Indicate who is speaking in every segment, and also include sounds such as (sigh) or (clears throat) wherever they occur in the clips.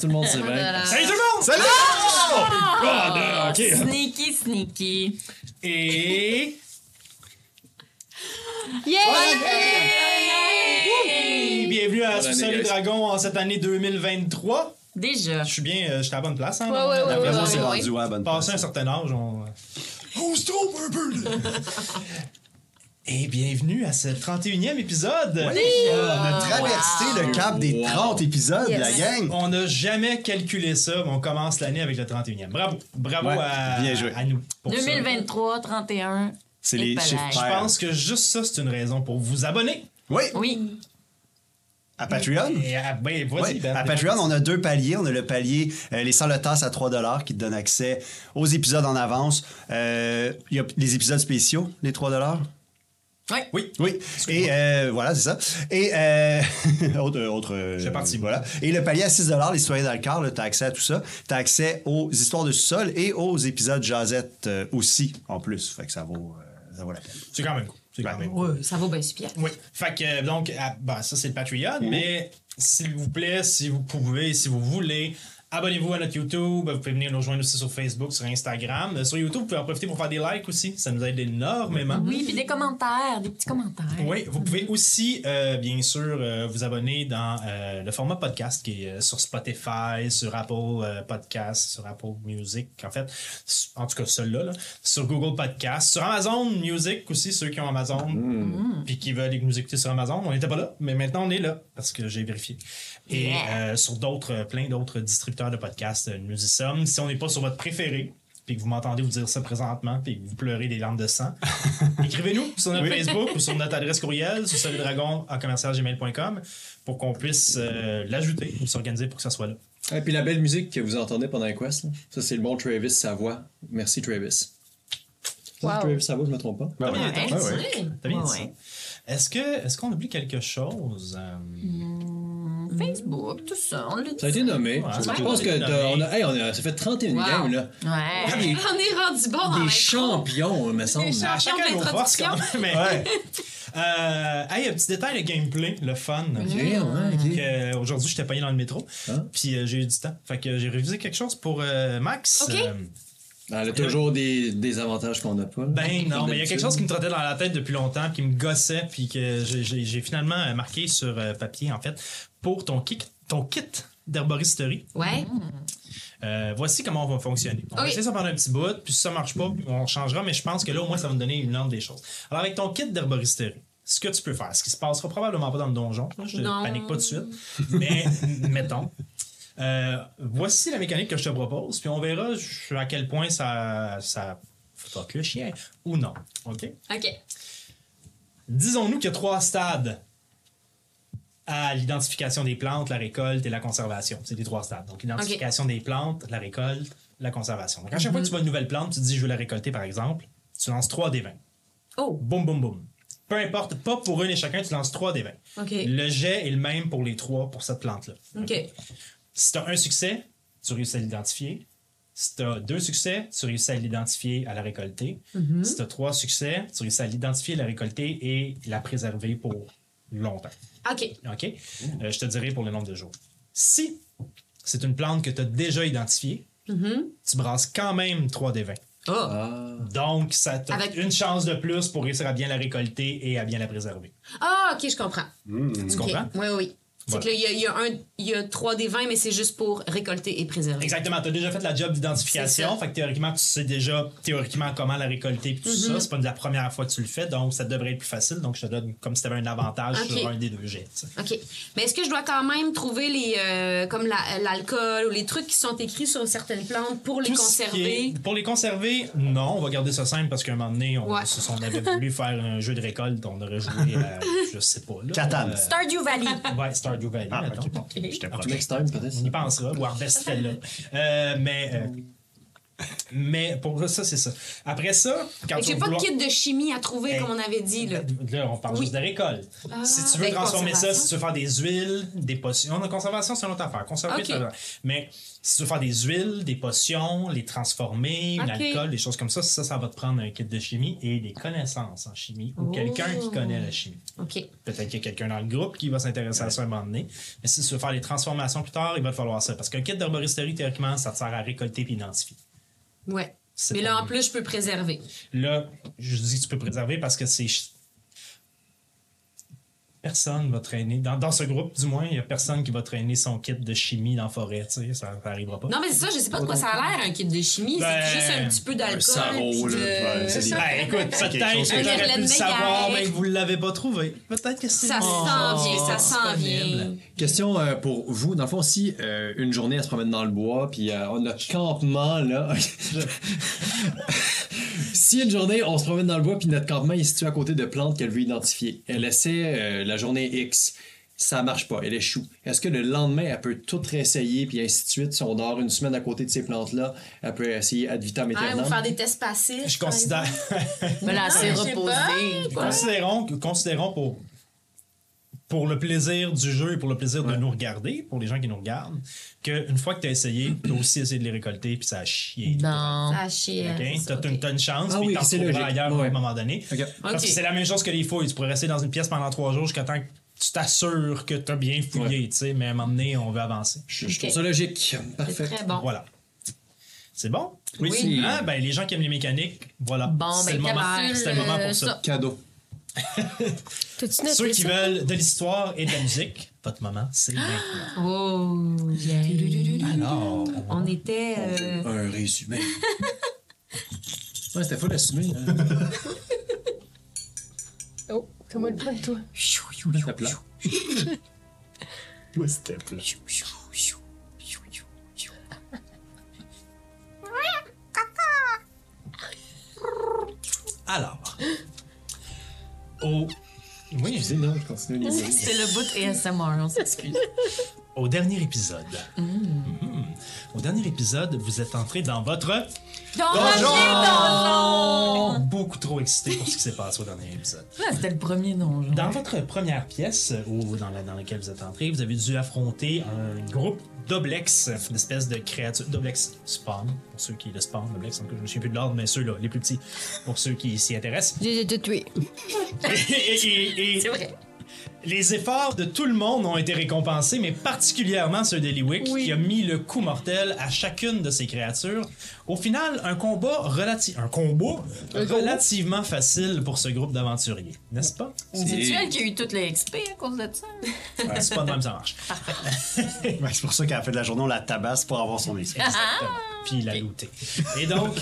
Speaker 1: tout le monde
Speaker 2: Ah,
Speaker 1: sait bien.
Speaker 3: Voilà.
Speaker 1: Salut tout le monde!
Speaker 4: Salut!
Speaker 1: Ah,
Speaker 3: Ah,
Speaker 1: ok.
Speaker 3: Sneaky, sneaky.
Speaker 1: Et.
Speaker 3: Yay!
Speaker 5: Bienvenue à
Speaker 1: Bonne
Speaker 5: Sous
Speaker 1: année,
Speaker 5: les
Speaker 1: guys.
Speaker 5: Dragons en cette année 2023.
Speaker 3: Déjà.
Speaker 5: Je suis bien, euh, j'étais à la bonne place. Hein,
Speaker 2: Ouais, ouais, ouais,
Speaker 4: Après
Speaker 2: ouais,
Speaker 4: moi, c'est
Speaker 2: ouais,
Speaker 4: rendu ouais, à la bonne
Speaker 5: Passé un
Speaker 4: place.
Speaker 5: certain âge, on... euh,
Speaker 4: Oh, c'est over, bird!
Speaker 5: Et bienvenue à ce 31e épisode.
Speaker 4: On a traversé le cap des
Speaker 1: Wow.
Speaker 4: 30 épisodes,
Speaker 2: Yes.
Speaker 4: la gang!
Speaker 5: On n'a jamais calculé ça, mais on commence l'année avec le 31e. Bravo, bravo
Speaker 4: Ouais,
Speaker 5: à,
Speaker 4: bien joué.
Speaker 5: à nous. pour ça.
Speaker 3: 2023, 31.
Speaker 4: C'est
Speaker 3: Et
Speaker 4: les
Speaker 3: palais.
Speaker 4: chiffres
Speaker 3: Je
Speaker 5: Je
Speaker 4: pairs.
Speaker 5: pense que juste ça, c'est une raison pour vous abonner.
Speaker 4: Oui,
Speaker 3: Oui.
Speaker 4: à Patreon.
Speaker 5: Et, ah, ben, vas-y,
Speaker 4: Oui,
Speaker 5: Ben.
Speaker 4: À Patreon, on a deux paliers. On a le palier euh, Les Salotas à 3 qui te donne accès aux épisodes en avance. Euh, Il y a les épisodes spéciaux, les 3
Speaker 3: Ouais.
Speaker 5: Oui.
Speaker 4: Oui, et euh, voilà, c'est ça. Et euh, autre. euh, autre euh,
Speaker 5: J'ai parti.
Speaker 4: Voilà. Et le palier à 6 les citoyens dans le quart, là, t'as accès à tout ça. T'as accès aux histoires de sous-sol et aux épisodes jazette euh, aussi, en plus. Fait que ça vaut, euh, ça vaut la peine.
Speaker 5: C'est quand même cool. C'est quand
Speaker 4: Ben,
Speaker 5: même cool.
Speaker 3: Ouais, ça vaut bien super.
Speaker 5: Oui. Fait que, euh, donc, ah, ben, ça, c'est le Patreon,
Speaker 4: Mhm.
Speaker 5: mais s'il vous plaît, si vous pouvez, si vous voulez, abonnez-vous à notre YouTube. Vous pouvez venir nous rejoindre aussi sur Facebook, sur Instagram. Euh, Sur YouTube, vous pouvez en profiter pour faire des likes aussi. Ça nous aide énormément.
Speaker 4: Mhm.
Speaker 3: Oui, puis des commentaires, des petits commentaires.
Speaker 5: Oui, vous pouvez aussi, euh, bien sûr, euh, vous abonner dans euh, le format podcast qui est euh, sur Spotify, sur Apple euh, Podcast, sur Apple Music, en fait, S- en tout cas celui-là, là. sur Google Podcast, sur Amazon Music aussi, ceux qui ont Amazon, puis qui veulent nous écouter sur Amazon. On n'était pas là, mais maintenant on est là, parce que j'ai vérifié. Et
Speaker 3: Yeah.
Speaker 5: euh, sur d'autres, euh, plein d'autres distributeurs de podcasts, euh, nous y sommes. Si on n'est pas sur votre préféré, puis que vous m'entendez vous dire ça présentement, puis que vous pleurez des larmes
Speaker 3: (laughs)
Speaker 5: de sang, écrivez-nous sur notre Facebook ou sur notre adresse courriel, sur solidragon à commercialgmail.com, pour qu'on puisse euh, l'ajouter ou s'organiser pour que ça soit là.
Speaker 1: Et puis la belle musique que vous entendez pendant la quest, là, ça c'est le bon Travis Savoie. Merci Travis. C'est
Speaker 2: Wow.
Speaker 1: Travis Savoie, je me trompe pas.
Speaker 4: Ben,
Speaker 5: bien,
Speaker 3: Ouais,
Speaker 5: t'as
Speaker 3: tu
Speaker 5: bien-
Speaker 3: sais.
Speaker 5: t'as bien
Speaker 3: Ouais,
Speaker 5: dit ça.
Speaker 3: ouais.
Speaker 5: Est-ce que est-ce qu'on oublie quelque chose? euh,
Speaker 3: Mm, Facebook, tout ça, on l'a dit.
Speaker 1: Ça a été nommé.
Speaker 5: Ouais.
Speaker 1: je
Speaker 5: Ouais.
Speaker 1: pense que
Speaker 5: Ouais.
Speaker 1: t'as- on a, hey, on a- ça fait 31
Speaker 3: Wow. Ah,
Speaker 1: games là.
Speaker 3: Ouais.
Speaker 1: Des,
Speaker 2: On est rendu bon dans
Speaker 1: des
Speaker 2: l'intro.
Speaker 1: champions, il me semble. Ah,
Speaker 2: Des champions.
Speaker 5: À chacun nos forces, quand même. mais-
Speaker 4: Ouais.
Speaker 5: (laughs) Euh, hey, un petit détail, le gameplay, le fun.
Speaker 1: Ok, ouais, ok.
Speaker 5: Que, euh, Aujourd'hui, j'étais payé dans le métro,
Speaker 1: Hein?
Speaker 5: puis euh, j'ai eu du temps. Fait que j'ai révisé quelque chose pour euh, Max.
Speaker 2: Ok.
Speaker 5: Euh,
Speaker 1: Ah, elle a toujours des, des avantages qu'on n'a pas.
Speaker 5: ben non, mais il y a quelque chose qui me trottait dans la tête depuis longtemps, qui me gossait, puis que j'ai- j'ai j'ai finalement euh, marqué sur euh, papier, en fait, pour ton kit, ton kit d'herboristerie.
Speaker 2: Ouais.
Speaker 5: Euh, voici comment on va fonctionner. On va
Speaker 2: Oui.
Speaker 5: essayer ça pendant un petit bout, puis si ça marche pas, on changera, mais je pense que là, au moins, ça va me donner une ordre des choses. Alors, avec ton kit d'herboristerie, ce que tu peux faire, ce qui se passera probablement pas dans le donjon, là, je
Speaker 2: Non.
Speaker 5: ne panique pas tout de suite, mais (laughs) mettons. Euh, voici la mécanique que je te propose, puis on verra j- à quel point ça, ça fuck le chien ou non. OK?
Speaker 2: OK.
Speaker 5: Disons-nous qu'il y a trois stades à l'identification des plantes, la récolte et la conservation. C'est les trois stades. Donc, l'identification des plantes, la récolte, la conservation. Donc, à chaque
Speaker 2: Mhm.
Speaker 5: fois que tu vois une nouvelle plante, tu te dis, je veux la récolter, par exemple, tu lances trois des 20.
Speaker 3: Oh.
Speaker 5: Boum, boum, boum. Peu importe, pas pour une et chacun, tu lances trois des 20.
Speaker 2: OK.
Speaker 5: Le jet est le même pour les trois pour cette plante-là.
Speaker 2: OK.
Speaker 5: Si tu as un succès, tu réussis à l'identifier. Si tu as deux succès, tu réussis à l'identifier, à la récolter. Si tu as trois succès, tu réussis à l'identifier, la récolter et la préserver pour longtemps.
Speaker 2: OK.
Speaker 5: OK? Euh, je te dirai pour le nombre de jours. Si c'est une plante que tu as déjà identifiée, tu brasses quand même 3 des 20.
Speaker 2: Oh.
Speaker 1: Ah.
Speaker 5: Donc, ça t'a
Speaker 2: Avec-
Speaker 5: une chance de plus pour réussir à bien la récolter et à bien la préserver.
Speaker 2: Ah, OK, je comprends.
Speaker 5: Tu comprends?
Speaker 2: Oui, oui. C'est
Speaker 5: Hein? Voilà.
Speaker 2: que là, il y a- il y, a un- il y a 3 des 20, mais c'est juste pour récolter et préserver.
Speaker 5: Exactement, tu as déjà fait la job d'identification,
Speaker 2: C'est ça.
Speaker 5: fait que théoriquement, tu sais déjà théoriquement comment la récolter et tout
Speaker 2: Mm-hmm.
Speaker 5: ça. C'est pas la première fois que tu le fais, donc ça devrait être plus facile. Donc, je te donne comme si tu avais un avantage
Speaker 2: Ok.
Speaker 5: sur un des deux jets. tu sais.
Speaker 2: OK. Mais est-ce que je dois quand même trouver les euh, comme la- l'alcool ou les trucs qui sont écrits sur certaines plantes pour les
Speaker 5: Tout ce
Speaker 2: conserver?
Speaker 5: qui est- pour les conserver, non, on va garder ça simple parce qu'à un moment donné, on,
Speaker 2: Ouais.
Speaker 5: si on avait
Speaker 2: (laughs)
Speaker 5: voulu faire un jeu de récolte, on aurait joué à, je sais pas, là.
Speaker 4: Catan.
Speaker 3: Stardew Valley.
Speaker 5: Euh, ouais, Stardew Valley,
Speaker 4: Ah,
Speaker 5: mettons.
Speaker 4: ok. J'étais
Speaker 1: Tu
Speaker 4: proche.
Speaker 1: m'externes peut-être.
Speaker 5: On y pensera, ou Harvestella. Euh, mais euh, Mais pour ça, c'est ça. Après ça, quand
Speaker 2: Fait que
Speaker 5: tu
Speaker 2: J'ai
Speaker 5: vas
Speaker 2: pas de
Speaker 5: vouloir-
Speaker 2: kit de chimie à trouver,
Speaker 5: Hey.
Speaker 2: comme on avait dit, là.
Speaker 5: Là, on parle
Speaker 2: Oui.
Speaker 5: juste de récolte.
Speaker 2: Ah,
Speaker 5: si tu veux
Speaker 2: avec
Speaker 5: transformer ça,
Speaker 2: conservation.
Speaker 5: si tu veux faire des huiles, des potions. Non, conservation, c'est une autre affaire. Conserver,
Speaker 2: Ok.
Speaker 5: c'est une autre- Mais si tu veux faire des huiles, des potions, les transformer,
Speaker 2: Ok.
Speaker 5: l'alcool, des choses comme ça, ça, ça va te prendre un kit de chimie et des connaissances en chimie ou
Speaker 2: Oh.
Speaker 5: quelqu'un qui connaît la chimie.
Speaker 2: OK.
Speaker 5: Peut-être qu'il y a quelqu'un dans le groupe qui va s'intéresser à ça à un moment donné. Mais si tu veux faire les transformations plus tard, il va te falloir ça. Parce qu'un kit d'herboristerie, théoriquement, ça te sert à récolter puis identifier.
Speaker 2: Ouais.
Speaker 5: C'est
Speaker 2: Mais
Speaker 5: pas
Speaker 2: là, en
Speaker 5: mieux.
Speaker 2: plus, je peux préserver.
Speaker 5: Là, je dis que tu peux préserver parce que c'est. ch- Personne va traîner. Dans, dans ce groupe, du moins, il n'y a personne qui va traîner son kit de chimie dans la forêt. tu sais, Ça n'arrivera pas.
Speaker 2: Non, mais c'est ça, je sais pas de quoi ça a l'air, un kit de chimie.
Speaker 5: Ben,
Speaker 2: c'est juste un petit peu d'alcool.
Speaker 1: sarreau,
Speaker 2: puis
Speaker 1: là.
Speaker 2: de-
Speaker 1: Ouais, c'est des-
Speaker 2: ça,
Speaker 5: Ben, écoute,
Speaker 4: C'est quelque
Speaker 5: peut-être
Speaker 4: chose
Speaker 5: que
Speaker 2: que- Un
Speaker 5: j'aurais pu
Speaker 2: Erlen
Speaker 5: le savoir,
Speaker 2: Meyer.
Speaker 5: mais que vous ne l'avez pas trouvé. Peut-être que c'est.
Speaker 2: ça
Speaker 5: Ah,
Speaker 2: s'en vient, ça s'en vient.
Speaker 5: disponible.
Speaker 1: Question euh, pour vous. Dans le fond, si euh, une journée, elle se promène dans le bois, puis euh, on a campement, là. (laughs) si une journée, on se promène dans le bois, puis notre campement est situé à côté de plantes qu'elle veut identifier. Elle essaie euh, la journée X. Ça marche pas, elle échoue. Est-ce que le lendemain, elle peut tout réessayer, puis ainsi de suite? Si on dort une semaine à côté de ces plantes-là, elle peut essayer ad vitam
Speaker 2: Ouais,
Speaker 1: aeternam.
Speaker 2: ou Ah, faire des tests passifs.
Speaker 5: Je
Speaker 2: par
Speaker 5: considère.
Speaker 6: Mais là, c'est
Speaker 2: je sais
Speaker 6: reposé.
Speaker 5: Considérons, que- considérons pour, pour le plaisir du jeu et pour le plaisir de nous regarder, pour les gens qui nous regardent, qu'une fois que tu as essayé, tu as aussi essayé de les récolter, puis ça a
Speaker 6: Non.
Speaker 5: chié.
Speaker 2: exemple. Ah, chier.
Speaker 5: Ok?
Speaker 2: c'est ça,
Speaker 5: T'as
Speaker 2: ok.
Speaker 5: une tonne de chance,
Speaker 1: Ah
Speaker 5: puis
Speaker 1: oui,
Speaker 5: t'en
Speaker 1: c'est
Speaker 5: trouveras
Speaker 1: logique.
Speaker 5: ailleurs à un
Speaker 1: Ouais.
Speaker 5: moment donné.
Speaker 1: Ok.
Speaker 5: Parce que
Speaker 2: Ok.
Speaker 5: c'est la même chose que les fouilles. Tu pourrais rester dans une pièce pendant trois jours jusqu'à temps que tu t'assures que t'as bien fouillé, tu sais, mais à un moment donné, on veut avancer.
Speaker 1: Je, je
Speaker 2: Ok.
Speaker 1: trouve ça logique. Parfait.
Speaker 2: C'est très bon.
Speaker 5: Voilà. C'est bon?
Speaker 1: Oui.
Speaker 5: Ah, ben, les gens qui aiment les mécaniques, voilà.
Speaker 6: Bon,
Speaker 5: c'est
Speaker 6: ben,
Speaker 5: le moment,
Speaker 2: capable,
Speaker 5: c'est le moment pour ça.
Speaker 2: ça.
Speaker 1: Cadeau.
Speaker 6: T'as-tu
Speaker 5: Ceux
Speaker 6: noté
Speaker 5: qui
Speaker 6: ça?
Speaker 5: veulent de l'histoire et de la musique, (laughs) votre moment, c'est
Speaker 3: Ah,
Speaker 5: maintenant.
Speaker 2: Oh,
Speaker 5: Alors,
Speaker 2: on était. euh,
Speaker 1: Un résumé. (laughs) ouais, c'était hein. fou l'assumer.
Speaker 6: Oh, comment le prendre, toi?
Speaker 1: C'était plat.
Speaker 4: (laughs) Ouais, c'était plat.
Speaker 5: alors. Au, oui,
Speaker 1: Excusez, non, hein, je continue les bruits.
Speaker 6: C'est le bout ASMR, on s'excuse.
Speaker 5: au dernier épisode. Mhm. Au dernier épisode, vous êtes entré dans votre
Speaker 2: Oh!
Speaker 5: donjon. Beaucoup trop excité pour ce qui s'est passé au dernier épisode.
Speaker 6: Ah, C'était le premier donjon.
Speaker 5: Dans votre première pièce, ou dans, la- dans laquelle vous êtes entré, vous avez dû affronter un groupe d'oblex, une espèce de créature d'oblex spawn, pour ceux qui le spawn, d'oblex, en tout cas, je me souviens plus de l'ordre, mais ceux-là, les plus petits, pour ceux qui s'y intéressent.
Speaker 2: (laughs)
Speaker 6: J'ai tout tué.
Speaker 5: Et- et- et-
Speaker 2: C'est vrai.
Speaker 5: les efforts de tout le monde ont été récompensés, mais particulièrement ceux d'Eliwick, qui a mis le coup mortel à chacune de ses créatures. Au final, un combat, relati- un combat relativement facile pour ce groupe d'aventuriers, n'est-ce pas?
Speaker 3: C'est-tu elle qui a eu toute la XP à cause de ça?
Speaker 5: C'est pas de même que ça marche.
Speaker 4: Ouais, c'est pour ça qu'à la fin de la journée, on la tabasse pour avoir son esprit.
Speaker 5: Exactement. Puis il a looté. Et donc.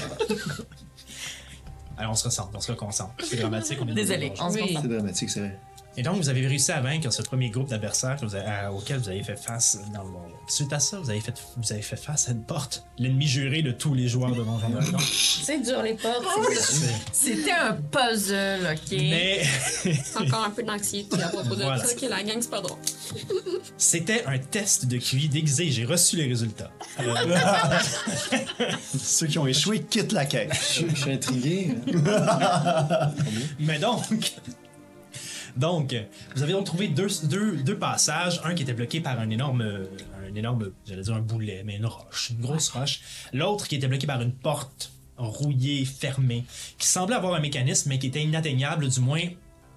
Speaker 5: (laughs) Alors, on se ressemble, on se reconcentre. C'est dramatique, on est dans le
Speaker 6: Désolée,
Speaker 5: donjon.
Speaker 6: on se
Speaker 1: C'est
Speaker 6: concentre.
Speaker 1: dramatique, c'est vrai.
Speaker 5: Et donc, vous avez réussi à vaincre ce premier groupe d'adversaires que vous avez- à- auquel vous avez fait face dans le donjon. Suite à ça, vous avez fait, vous avez fait face à une porte, l'ennemi juré de tous les joueurs de Donjon Dragon.
Speaker 2: C'est dur, les portes.
Speaker 6: C'était un puzzle, OK?
Speaker 5: Mais (laughs)
Speaker 2: C'est encore un peu d'anxiété à propos de
Speaker 5: Voilà.
Speaker 2: ça, que la gang, c'est pas drôle.
Speaker 5: c'était un test de QI déguisé. J'ai reçu les résultats. Euh,
Speaker 4: Ceux qui ont échoué quittent la caisse.
Speaker 1: Je, je suis intrigué. hein. (laughs)
Speaker 5: Mais donc, (laughs) donc, vous avez donc trouvé deux, deux, deux passages, un qui était bloqué par un énorme, euh, un énorme, j'allais dire un boulet, mais une roche, une grosse roche. L'autre qui était bloqué par une porte rouillée, fermée, qui semblait avoir un mécanisme, mais qui était inatteignable, du moins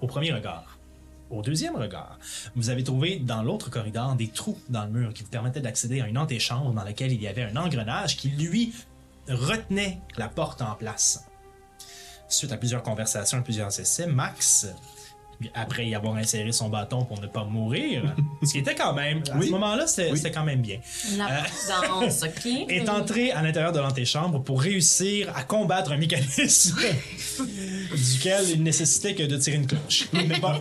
Speaker 5: au premier regard. Au deuxième regard, vous avez trouvé dans l'autre corridor des trous dans le mur qui vous permettaient d'accéder à une antichambre dans laquelle il y avait un engrenage qui, lui, retenait la porte en place suite à plusieurs conversations et plusieurs essais, Max, après y avoir inséré son bâton pour ne pas mourir, ce qui était quand même, à ce moment-là, c'était c'était quand même bien,
Speaker 3: La
Speaker 5: euh,
Speaker 3: présence,
Speaker 5: (laughs)
Speaker 3: OK?
Speaker 5: est entré à l'intérieur de l'antichambre pour réussir à combattre un mécanisme (laughs) duquel il nécessitait que de tirer une cloche. Mais bon,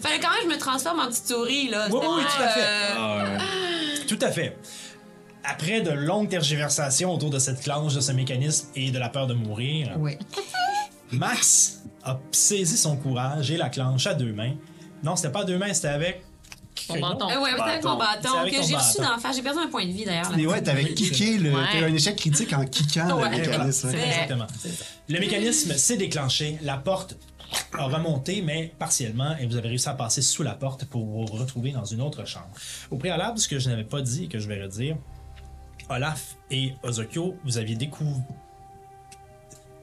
Speaker 2: Fallait quand même que je me transforme en petite souris, là.
Speaker 5: Oui, oui, tout
Speaker 2: C'était
Speaker 5: à fait.
Speaker 2: pas, euh,
Speaker 1: Ah,
Speaker 5: tout à fait. Après de longues tergiversations autour de cette cloche, de ce mécanisme et de la peur de mourir,
Speaker 2: euh,
Speaker 6: Oui.
Speaker 5: Max a saisi son courage et la clenche à deux mains. Non, c'était pas à deux mains, c'était avec
Speaker 3: Mon bâton.
Speaker 2: Euh, ouais, c'est avec mon
Speaker 5: C'est
Speaker 2: bâton
Speaker 5: avec
Speaker 2: que
Speaker 5: ton
Speaker 2: j'ai reçu
Speaker 5: bâton.
Speaker 2: d'en face. J'ai perdu un point de vie d'ailleurs. là.
Speaker 4: Mais ouais, t'avais kické le.
Speaker 3: Ouais.
Speaker 4: T'as eu un échec critique en kickant
Speaker 2: Ouais.
Speaker 4: le mécanisme.
Speaker 3: Ouais.
Speaker 4: hein.
Speaker 3: vrai.
Speaker 5: Exactement. Le mécanisme s'est déclenché, la porte a remonté, mais partiellement, et vous avez réussi à passer sous la porte pour vous retrouver dans une autre chambre. Au préalable, ce que je n'avais pas dit et que je vais redire, Olaf et Ozokyo, vous aviez découvert.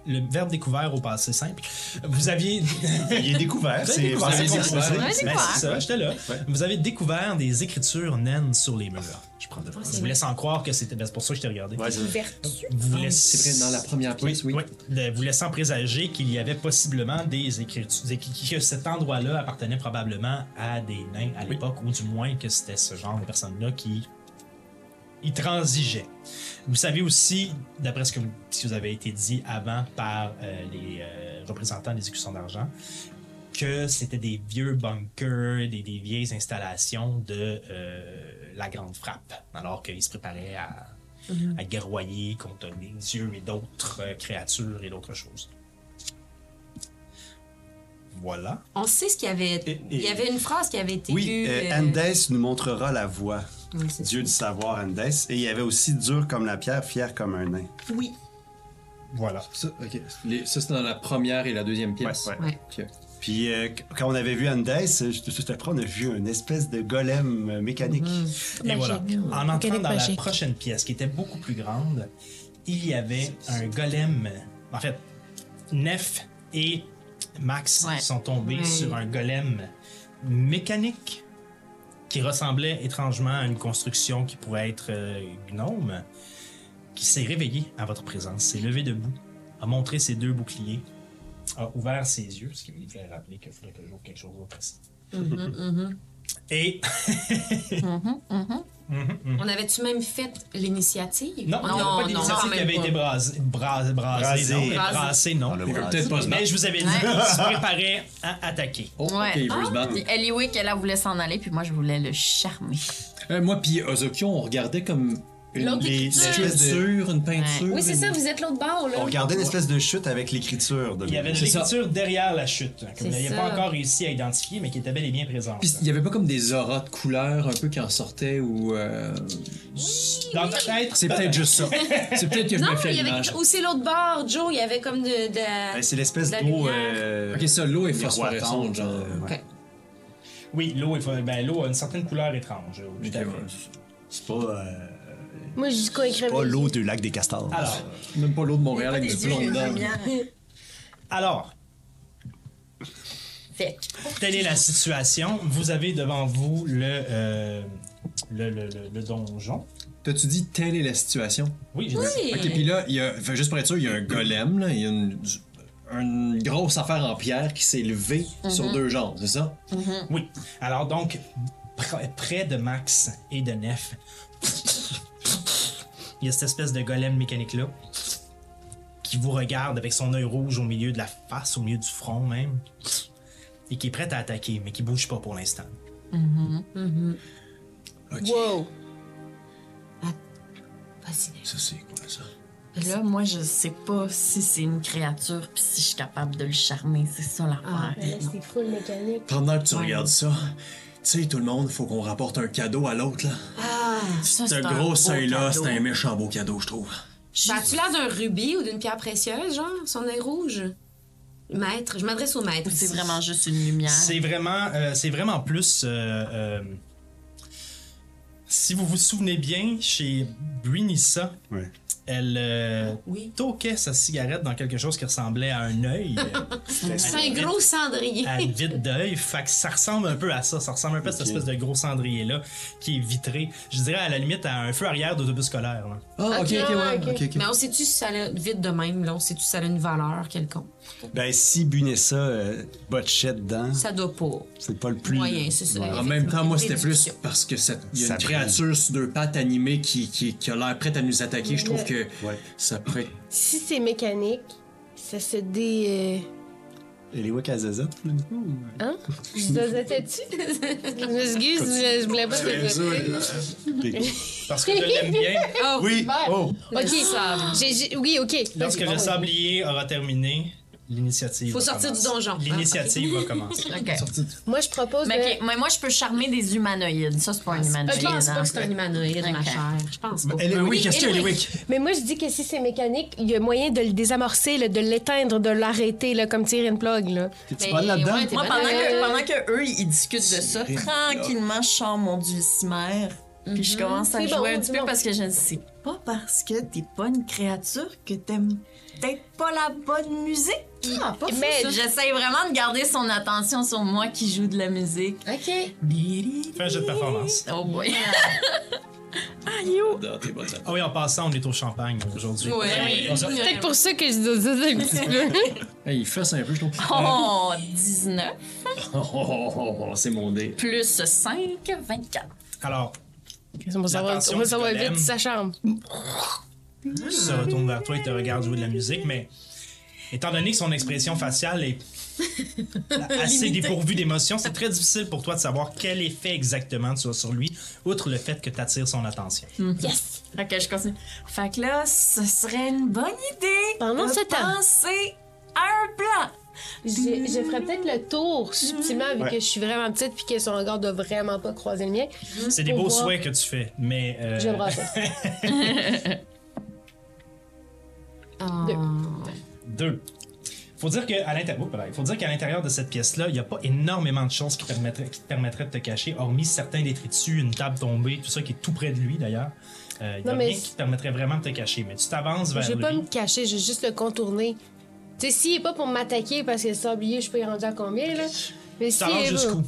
Speaker 5: Le verbe découvert au passé simple. Vous aviez. (laughs)
Speaker 4: Il est découvert.
Speaker 5: Vous avez
Speaker 4: C'est
Speaker 5: découvert.
Speaker 4: c'est-
Speaker 5: Vous
Speaker 4: c'est-
Speaker 5: avez
Speaker 4: c'est-
Speaker 5: découvert.
Speaker 4: c'est-
Speaker 5: Ben, c'est ça, j'étais là.
Speaker 4: Ouais.
Speaker 5: Vous avez découvert des écritures naines sur les murs.
Speaker 4: Oh,
Speaker 5: Je prends de Je vous laisse en croire que c'était. ben, c'est pour ça que je t'ai regardé.
Speaker 4: Ouais, c'est-
Speaker 7: vertu.
Speaker 5: Vous laissez-
Speaker 1: Ah, C'est vrai, dans la première pièce, oui.
Speaker 5: oui. De- vous laissant présager qu'il y avait possiblement des écritures, des- que cet endroit-là appartenait probablement à des nains à l'époque, ou du moins que c'était ce genre de personnes-là qui y transigeaient. Vous savez aussi, d'après ce que vous, ce qui vous avez été dit avant par euh, les euh, représentants des écussons d'argent, que c'était des vieux bunkers, des, des vieilles installations de euh, la Grande Frappe, alors qu'ils se préparaient à, à guerroyer contre les dieux et d'autres euh, créatures et d'autres choses. Voilà.
Speaker 2: On sait ce qu'il y avait.
Speaker 4: Et- et-
Speaker 2: Il y avait une phrase qui avait été
Speaker 4: Oui,
Speaker 2: lue.
Speaker 4: euh,
Speaker 2: euh,
Speaker 4: Andes nous montrera la voie.
Speaker 2: ouais, c'est
Speaker 4: Dieu du savoir, Andes. Et il y avait aussi dur comme la pierre, fier comme un nain.
Speaker 2: Oui.
Speaker 5: Voilà.
Speaker 1: Ça, ok. Les- ça, c'est dans la première et la deuxième pièce.
Speaker 4: Ouais,
Speaker 2: ouais.
Speaker 1: Ok.
Speaker 4: Puis euh, qu- quand on avait vu Andes, euh, juste juste après, on a vu une espèce de golem euh, mécanique.
Speaker 2: Mm-hmm.
Speaker 5: Et voilà.
Speaker 7: Magique.
Speaker 5: En entrant
Speaker 7: Mécanique
Speaker 5: dans la
Speaker 7: magique.
Speaker 5: prochaine pièce, qui était beaucoup plus grande, il y avait un golem. En fait, Nef et Max
Speaker 3: Ouais.
Speaker 5: sont tombés
Speaker 7: Hmm.
Speaker 2: Ouais.
Speaker 5: sur un golem mécanique qui ressemblait étrangement à une construction qui pourrait être euh, gnome, qui s'est réveillé à votre présence, s'est levé debout, a montré ses deux boucliers, a ouvert ses yeux, ce qui me fait rappeler qu'il faudrait que j'ouvre quelque chose d'autre ici.
Speaker 2: Mhm,
Speaker 5: Et
Speaker 2: On avait-tu même fait l'initiative?
Speaker 5: Non, non, pas
Speaker 2: quand
Speaker 5: d'initiative qui
Speaker 2: même
Speaker 5: avait
Speaker 2: pas.
Speaker 5: été brasée. Brasée,
Speaker 4: Brasée.
Speaker 5: non. mais
Speaker 2: Brasée.
Speaker 5: brassée, non.
Speaker 4: Ah, le
Speaker 1: Il peut
Speaker 4: bras.
Speaker 1: peut-être pas se
Speaker 5: Mais
Speaker 1: battre.
Speaker 5: je vous avais dit
Speaker 3: Ouais.
Speaker 5: qu'il se préparait à attaquer.
Speaker 1: Oh,
Speaker 3: Ouais.
Speaker 1: ok, il veut se
Speaker 6: Ah,
Speaker 1: battre.
Speaker 3: Ah, Puis Eliwick, elle, elle voulait s'en aller, puis moi, je voulais le charmer.
Speaker 1: Euh, moi, puis Ozokyo, on regardait comme une
Speaker 7: L'autre
Speaker 1: des-
Speaker 7: écriture.
Speaker 1: l'espèce de- une peinture.
Speaker 7: Oui, c'est ça,
Speaker 1: une-
Speaker 7: vous êtes l'autre bord, là.
Speaker 4: On regardait une espèce de chute avec l'écriture. De
Speaker 5: Il y avait de
Speaker 1: C'est ça.
Speaker 5: l'écriture derrière la chute, que vous
Speaker 2: C'est
Speaker 5: n'aviez
Speaker 2: ça.
Speaker 5: pas encore réussi à identifier, mais qui était bel et bien présente.
Speaker 1: Puis il y avait pas comme des auras de couleurs un peu qui en sortaient ou. euh,
Speaker 5: Dans ta tête,
Speaker 1: C'est (laughs) peut-être juste ça. C'est peut-être que je
Speaker 2: Non,
Speaker 1: me fais
Speaker 2: il y
Speaker 1: l'image.
Speaker 2: avait aussi l'autre bord, Joe, il y avait comme de, de la-
Speaker 4: Ben, c'est l'espèce
Speaker 2: De la
Speaker 4: d'eau.
Speaker 2: lumière.
Speaker 4: euh,
Speaker 1: Ok, ça, l'eau est
Speaker 4: miroitante,
Speaker 1: phosphorescente, genre.
Speaker 4: euh, ouais.
Speaker 2: Ok.
Speaker 5: Oui, l'eau est- ben, l'eau a une certaine couleur étrange. euh,
Speaker 1: Ok,
Speaker 5: tout à fait.
Speaker 1: ouais.
Speaker 4: C'est pas, euh,
Speaker 7: Moi, j'ai juste quoi écrire.
Speaker 4: pas l'eau du lac des castors.
Speaker 5: Alors,
Speaker 1: Même pas l'eau de Montréal avec du plomb dedans.
Speaker 5: alors,
Speaker 7: Fait.
Speaker 5: telle est la situation. Vous avez devant vous le, euh, le, le- le- le donjon.
Speaker 1: T'as-tu dit telle est la situation?
Speaker 5: Oui, j'ai dit-
Speaker 2: Oui.
Speaker 1: Ok, puis là, il y a, fait, juste pour être sûr, il y a un golem, là, il y a une, une grosse affaire en pierre qui s'est levée sur deux jambes, c'est ça?
Speaker 5: Oui. Alors donc, pr- près de Max et de Nef, il y a cette espèce de golem mécanique-là qui vous regarde avec son œil rouge au milieu de la face, au milieu du front même, et qui est prête à attaquer, mais qui bouge pas pour l'instant.
Speaker 7: Wow.
Speaker 2: Vas-y.
Speaker 4: Ça, c'est quoi ça?
Speaker 3: Là, moi, je sais pas si c'est une créature, puis si je suis capable de le charmer. C'est ça
Speaker 2: Ah,
Speaker 3: l'affaire.
Speaker 7: Mais là,
Speaker 2: ben,
Speaker 7: c'est full mécanique.
Speaker 1: Pendant que tu
Speaker 3: Ouais.
Speaker 1: regardes ça, tu sais, tout le monde, faut qu'on rapporte un cadeau à l'autre, là.
Speaker 2: Ah,
Speaker 3: Ça,
Speaker 1: Ce
Speaker 3: c'est un
Speaker 1: gros
Speaker 3: beau
Speaker 1: seuil-là,
Speaker 3: cadeau.
Speaker 1: c'est un méchant beau cadeau, je trouve.
Speaker 2: ça a-tu l'air d'un rubis ou d'une pierre précieuse, genre, son œil rouge? Maître, je m'adresse au maître.
Speaker 3: Ou c'est vraiment juste une
Speaker 2: Ah.
Speaker 3: lumière.
Speaker 5: C'est vraiment, euh, c'est vraiment plus. euh, euh, si vous vous souvenez bien, chez Brunissa,
Speaker 4: Ouais.
Speaker 5: elle euh,
Speaker 2: Oui.
Speaker 5: toquait sa cigarette dans quelque chose qui ressemblait à un œil.
Speaker 2: C'est un gros cendrier.
Speaker 5: à vide d'œil. Fait que ça ressemble un peu à ça. Ça ressemble un peu à cette
Speaker 4: Ok.
Speaker 5: espèce de gros cendrier-là qui est vitré. Je dirais à la limite à un feu arrière d'autobus scolaire. là.
Speaker 1: Ah, ok, ok, ouais.
Speaker 7: ok.
Speaker 1: ok, ok.
Speaker 2: Mais on sait-tu si ça a vite de même, là? On sait-tu si ça a une valeur quelconque?
Speaker 4: Ben, si Bunessa euh, botchait dedans,
Speaker 2: Ça doit pas.
Speaker 4: c'est pas le plus.
Speaker 2: Moyen, c'est ça.
Speaker 1: En même temps, moi, c'était plus
Speaker 2: Discussion.
Speaker 1: parce que cette, il y a
Speaker 4: Ça
Speaker 1: une
Speaker 4: brille.
Speaker 1: créature sur deux pattes animée qui, qui, qui a l'air prête à nous attaquer. Je trouve que
Speaker 4: Ouais.
Speaker 1: ça pourrait être
Speaker 7: Si c'est mécanique, ça se dé. euh,
Speaker 4: Et les Wakazazat, pour le coup? euh?
Speaker 7: Hein? Je dois-tu? Je m'excuse, je, je voulais pas te
Speaker 2: Ben,
Speaker 5: Parce que je l'aime
Speaker 2: (laughs)
Speaker 5: bien.
Speaker 2: Ah,
Speaker 4: Oui! Oh!
Speaker 7: Ok, j'ai- j'ai- Oui, ok.
Speaker 5: Lorsque
Speaker 7: Vas-y.
Speaker 5: le sablier aura terminé, L'initiative.
Speaker 2: Faut
Speaker 5: va
Speaker 2: sortir
Speaker 5: commencer.
Speaker 2: du donjon. Ah,
Speaker 5: L'initiative va
Speaker 3: (laughs)
Speaker 5: commencer.
Speaker 3: OK.
Speaker 1: Sorti de-
Speaker 7: Moi, je propose.
Speaker 3: Mais,
Speaker 7: de-
Speaker 3: ok, mais moi, je peux charmer des humanoïdes. Ça, c'est pas un humanoïde.
Speaker 2: Je pense pas
Speaker 3: hein.
Speaker 2: que Ah, c'est un humanoïde, ma
Speaker 3: Ok.
Speaker 2: chère. Je pense pas.
Speaker 1: Elle est weak, est-ce qu'elle est weak?
Speaker 7: Mais moi, je dis que si c'est mécanique, il y a moyen de le désamorcer, là, de l'éteindre, de l'arrêter, là, comme tirer une plug. Là.
Speaker 4: T'es-tu
Speaker 2: Mais
Speaker 4: bonne là-dedans?
Speaker 7: Eh
Speaker 2: ouais, t'es
Speaker 3: Moi,
Speaker 7: ben,
Speaker 2: bonne
Speaker 3: pendant que,
Speaker 2: là-dedans.
Speaker 3: pendant que eux, ils discutent de ça,
Speaker 1: Tirer une
Speaker 3: tranquillement, je sors mon dulcimer. Puis je commence à
Speaker 7: Mhm. C'est
Speaker 3: jouer
Speaker 7: bon,
Speaker 3: un
Speaker 7: c'est
Speaker 3: petit peu
Speaker 7: bon.
Speaker 3: parce que je ne sais pas parce que t'es pas une créature que t'aimes peut-être pas la bonne musique.
Speaker 2: Ah, pas fou,
Speaker 7: Mais-
Speaker 2: ça.
Speaker 3: J'essaie vraiment de garder son attention sur moi qui joue de la musique.
Speaker 7: OK.
Speaker 5: Fais un jeu de performance.
Speaker 3: Oh
Speaker 7: (laughs)
Speaker 3: boy.
Speaker 1: Ah, t'es bonne là-dedans.
Speaker 5: Ah oui, en passant, on est au champagne aujourd'hui.
Speaker 2: Ouais.
Speaker 7: Peut-être pour ça que je dis ça un petit (laughs) peu.
Speaker 1: Hey, il fesse un peu, je trouve.
Speaker 3: Oh, 19
Speaker 1: Oh, oh, oh, oh, (laughs) c'est mon dé.
Speaker 3: plus 5, 24.
Speaker 5: Alors,
Speaker 7: On va savoir,
Speaker 5: L'attention
Speaker 7: on va
Speaker 5: du
Speaker 7: savoir
Speaker 5: golem.
Speaker 7: vite sa chambre.
Speaker 5: se retourne vers toi et te regarde jouer de la musique, mais étant donné que son expression faciale
Speaker 7: (laughs)
Speaker 5: est assez dépourvue d'émotion, c'est très difficile pour toi de savoir quel effet exactement tu as sur lui, outre le fait que tu attires son attention.
Speaker 3: Fait que je continue. Fait que là, ce serait une bonne idée
Speaker 7: Pendant
Speaker 3: de
Speaker 7: ce temps.
Speaker 3: penser à un plan.
Speaker 7: Je, je ferais peut-être le tour subtilement, vu
Speaker 4: Ouais.
Speaker 7: que je suis vraiment petite puis que son regard doit vraiment pas croiser le mien.
Speaker 5: C'est des
Speaker 7: Mhm. Pour
Speaker 5: beaux
Speaker 7: voir.
Speaker 5: souhaits que tu fais, mais... euh,
Speaker 7: J'aimerais ça.
Speaker 5: Deux. Faut dire qu'à l'intérieur, Oups, pardon. faut dire qu'à l'intérieur de cette pièce-là, il n'y a pas énormément de choses qui, permettraient, qui te permettraient de te cacher, hormis certains détritus, une table tombée, tout ça qui est tout près de lui d'ailleurs. Euh, il n'y a
Speaker 7: Non, mais
Speaker 5: rien qui te permettrait vraiment de te cacher, mais tu t'avances vers
Speaker 7: Je vais
Speaker 5: lui.
Speaker 7: pas me cacher, je vais juste le contourner. Tu sais, s'il est pas pour m'attaquer parce que le sablier, je peux y rendre à combien, là? Mais
Speaker 5: Tu
Speaker 7: si
Speaker 5: t'avances jusqu'où?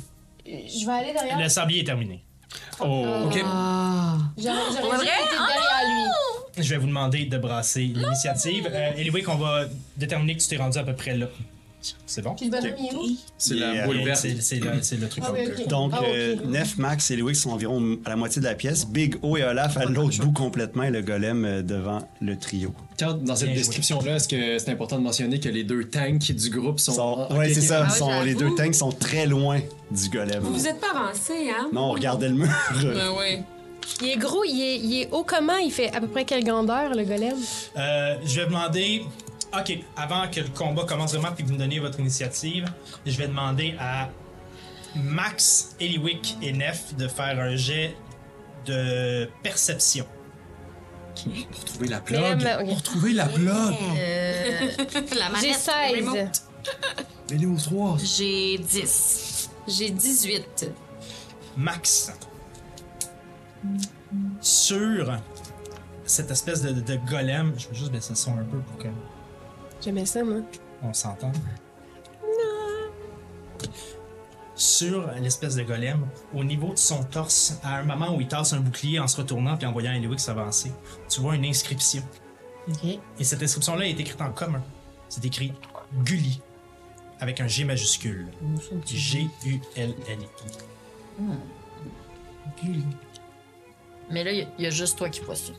Speaker 7: Je vais aller derrière.
Speaker 5: Le sablier est terminé.
Speaker 4: Oh, OK.
Speaker 7: J'aurais j'aurais
Speaker 3: Pour
Speaker 7: juste
Speaker 3: vrai?
Speaker 7: été derrière lui.
Speaker 2: Ah!
Speaker 5: Je vais vous demander de brasser l'initiative. Euh, anyway, qu'on va déterminer que tu t'es rendu à peu près là. C'est bon?
Speaker 7: Puis le bonhomme, il est où?
Speaker 1: C'est
Speaker 4: Yeah.
Speaker 1: la boule verte.
Speaker 5: C'est c'est le, c'est le truc.
Speaker 7: Ah oui,
Speaker 5: qu'on peut-
Speaker 7: ok.
Speaker 4: Donc,
Speaker 7: Ah, ok.
Speaker 4: euh, Nef, Max et Louis sont environ à la moitié de la pièce. Big O et Olaf à l'autre bout complètement et le golem euh, devant le trio.
Speaker 1: Tiens, dans cette
Speaker 5: Bien joué.
Speaker 1: description-là, est-ce que c'est important de mentionner que les deux tanks du groupe sont.
Speaker 4: Sont-
Speaker 1: Ah,
Speaker 4: ouais,
Speaker 1: ok,
Speaker 4: c'est
Speaker 1: ok.
Speaker 4: ça.
Speaker 2: Ah ouais,
Speaker 4: sont, les
Speaker 2: j'avoue.
Speaker 4: deux tanks sont très loin du golem.
Speaker 2: Vous êtes pas avancé, hein?
Speaker 4: Non, on regardait le mur.
Speaker 2: Ben oui.
Speaker 7: Il est gros, il est, il est haut comment? Il fait à peu près quelle grandeur, le golem?
Speaker 5: Euh, je vais demander. Ok, avant que le combat commence vraiment puis que vous me donniez votre initiative, je vais demander à Max, Eliwick et Nef de faire un jet de perception.
Speaker 1: Pour trouver la
Speaker 7: Mais là,
Speaker 1: plug.
Speaker 7: ma- ok.
Speaker 1: Pour trouver la plug.
Speaker 2: La
Speaker 7: J'ai
Speaker 2: manette, remote.
Speaker 7: 16.
Speaker 1: Elle est au 3.
Speaker 3: J'ai 10.
Speaker 2: J'ai 18.
Speaker 5: Max, sur cette espèce de, de golem, je vais juste baisser le son un peu pour que.
Speaker 7: J'aimais ça, moi.
Speaker 5: On s'entend? Sur l'espèce de golem, au niveau de son torse, à un moment où il tasse un bouclier en se retournant puis en voyant Eliwix s'avancer, tu vois une inscription. Et cette inscription-là est écrite en commun. C'est écrit Gulli avec un G majuscule. G-U-L-L-I.
Speaker 3: Mais là, il y, a juste toi qui vois ça.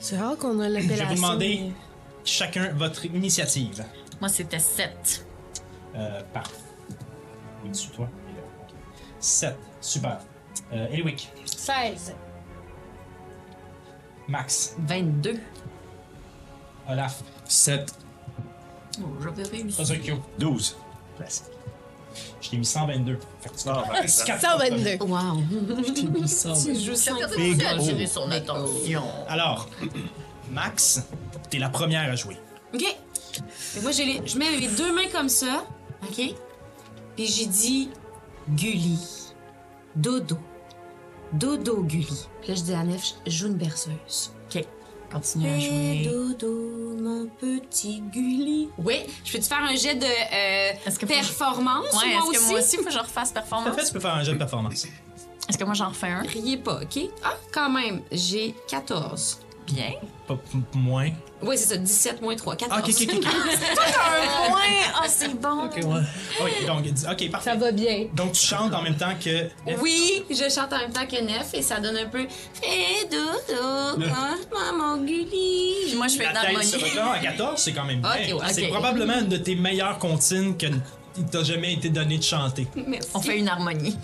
Speaker 7: C'est rare qu'on a l'appellation.
Speaker 5: Je vais vous demander
Speaker 7: mais-
Speaker 5: chacun votre initiative.
Speaker 3: Moi, c'était 7.
Speaker 5: Euh, par. Oui, dessus toi. 7. Super. Euh, Eliwick,
Speaker 7: 16.
Speaker 5: Max,
Speaker 3: 22.
Speaker 5: Olaf,
Speaker 1: 7.
Speaker 3: Oh, j'avais réussi.
Speaker 5: Ozokyo.
Speaker 4: 12.
Speaker 5: Presque. Je t'ai mis 122. Fait que tu comprends.
Speaker 4: Ah, ben,
Speaker 5: C'est quatre fois
Speaker 7: 122.
Speaker 2: Wow.
Speaker 3: Personne n'a attiré son attention.
Speaker 5: comme- Alors, (clears throat) Max, t'es la première à jouer.
Speaker 2: OK. Fait que moi, j'ai les- je mets les deux mains comme ça. OK? Puis j'ai dit Gulli. Dodo. Dodo Gulli. Puis là, je dis à Nef, je joue une berceuse.
Speaker 3: OK. Continue à
Speaker 2: Hey,
Speaker 3: jouer.
Speaker 2: Dodo, mon petit Gulli. Oui, je peux-tu faire un jet de euh,
Speaker 3: Est-ce que faut-
Speaker 2: performance,
Speaker 3: Ouais,
Speaker 2: moi
Speaker 3: est-ce
Speaker 2: aussi?
Speaker 3: que moi aussi, faut que je refasse
Speaker 5: En fait,
Speaker 3: performance?
Speaker 5: tu peux faire un jeu de performance.
Speaker 3: Est-ce que moi, j'en refais un?
Speaker 2: Riez pas, OK? Ah, quand même, j'ai 14.
Speaker 3: Bien.
Speaker 5: Pas m- moins.
Speaker 2: Oui, c'est ça, 17 moins 3, 14.
Speaker 5: Ah, ok, ok, ok.
Speaker 3: Un point! Ah, c'est bon!
Speaker 7: (laughs)
Speaker 1: Ok, ouais.
Speaker 5: Oui, donc, dis- ok,
Speaker 7: Ça
Speaker 5: parfait.
Speaker 7: va bien.
Speaker 5: Donc, tu chantes en même temps que.
Speaker 2: Oui, je chante en même temps que Nef et ça donne un peu Hé dodo, mange-moi mon
Speaker 3: Puis
Speaker 2: gulli.
Speaker 3: moi, je fais
Speaker 5: La
Speaker 3: de l'harmonie.
Speaker 5: tête sur le corps à 14, c'est quand même bien.
Speaker 2: Ok, ouais,
Speaker 5: C'est
Speaker 3: ok.
Speaker 5: probablement une de tes meilleures comptines que il t'a jamais été donné de chanter.
Speaker 2: Merci.
Speaker 3: On fait une harmonie.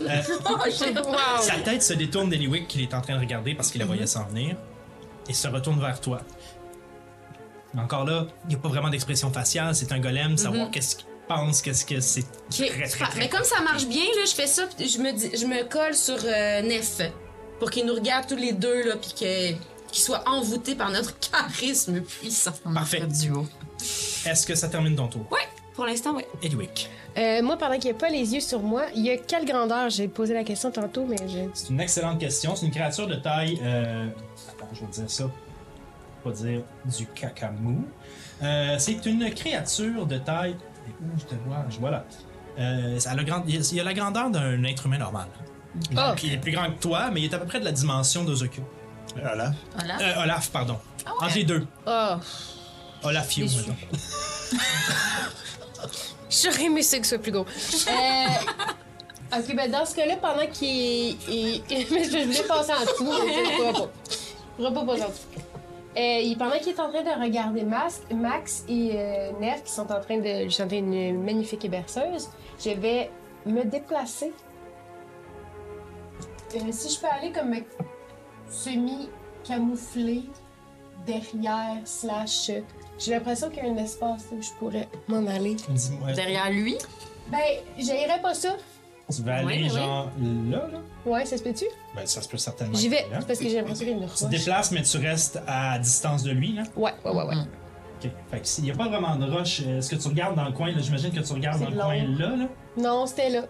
Speaker 5: Sa tête se détourne d'Eliwick qu'il est en train de regarder parce qu'il la voyait s'en venir et se retourne vers toi. Mais encore là, il n'y a pas vraiment d'expression faciale. C'est un golem, savoir qu'est-ce qu'il pense, qu'est-ce que c'est.
Speaker 2: Ok,
Speaker 5: Très, très,
Speaker 2: super.
Speaker 5: très
Speaker 2: Mais comme ça marche bien, là, je fais ça, puis je me, dis- je me colle sur euh, Nef pour qu'il nous regarde tous les deux, là, puis que- qu'il soit envoûté par notre (laughs) charisme puissant.
Speaker 5: Parfait.
Speaker 3: duo.
Speaker 5: Est-ce que ça termine ton tour?
Speaker 2: Ouais, pour l'instant, ouais.
Speaker 5: Edwick.
Speaker 7: Euh, moi, pendant qu'il n'y a pas les yeux sur moi, il y a quelle grandeur J'ai posé la question tantôt, mais je.
Speaker 5: C'est une excellente question. C'est une créature de taille. euh, Attends, je vais dire ça. Pas dire du cacamou. Euh, c'est une créature de taille. Et Où je te vois Je vois là. Euh, ça a le grand- Il y a- il y a la grandeur d'un être humain normal.
Speaker 7: Ah.
Speaker 5: Donc, il est plus grand que toi, mais il est à peu près de la dimension de Zokyo.
Speaker 4: Voilà.
Speaker 3: Voilà.
Speaker 5: Euh, Olaf, pardon. Entre les deux.
Speaker 7: Oh,
Speaker 5: Olaf Yo, mettons.
Speaker 7: j'aurais aimé ça que ce soit plus gros. Euh, ok, ben dans ce cas-là, pendant qu'il. il- (laughs) mais je voulais passer en dessous, mais je pourrais pas. Je pourrais pas passer en dessous. Euh, il- pendant qu'il est en train de regarder Mas- Max et euh, Nerf qui sont en train de lui chanter une magnifique et berceuse, je vais me déplacer. Euh, si je peux aller comme semi-camouflé derrière, slash. euh, J'ai l'impression qu'il y a un espace où je pourrais m'en aller.
Speaker 5: Dis-moi.
Speaker 3: Derrière lui,
Speaker 7: Ben, j'irai pas ça.
Speaker 5: Tu vas aller
Speaker 3: Oui, oui.
Speaker 5: genre là, là
Speaker 7: Ouais, ça se peut-tu?
Speaker 5: Ben, ça se peut certainement.
Speaker 7: J'y vais,
Speaker 5: être là.
Speaker 7: parce que j'ai l'impression qu'il
Speaker 5: Tu
Speaker 7: me
Speaker 5: te
Speaker 7: rush.
Speaker 5: déplaces, mais tu restes à distance de lui, là.
Speaker 7: Ouais, ouais, ouais, ouais.
Speaker 5: Ok. Fait que s'il n'y a pas vraiment de rush, euh, est-ce que tu regardes dans le coin, là J'imagine que tu regardes
Speaker 7: C'est
Speaker 5: dans le
Speaker 7: long.
Speaker 5: coin là, là.
Speaker 7: Non, c'était là.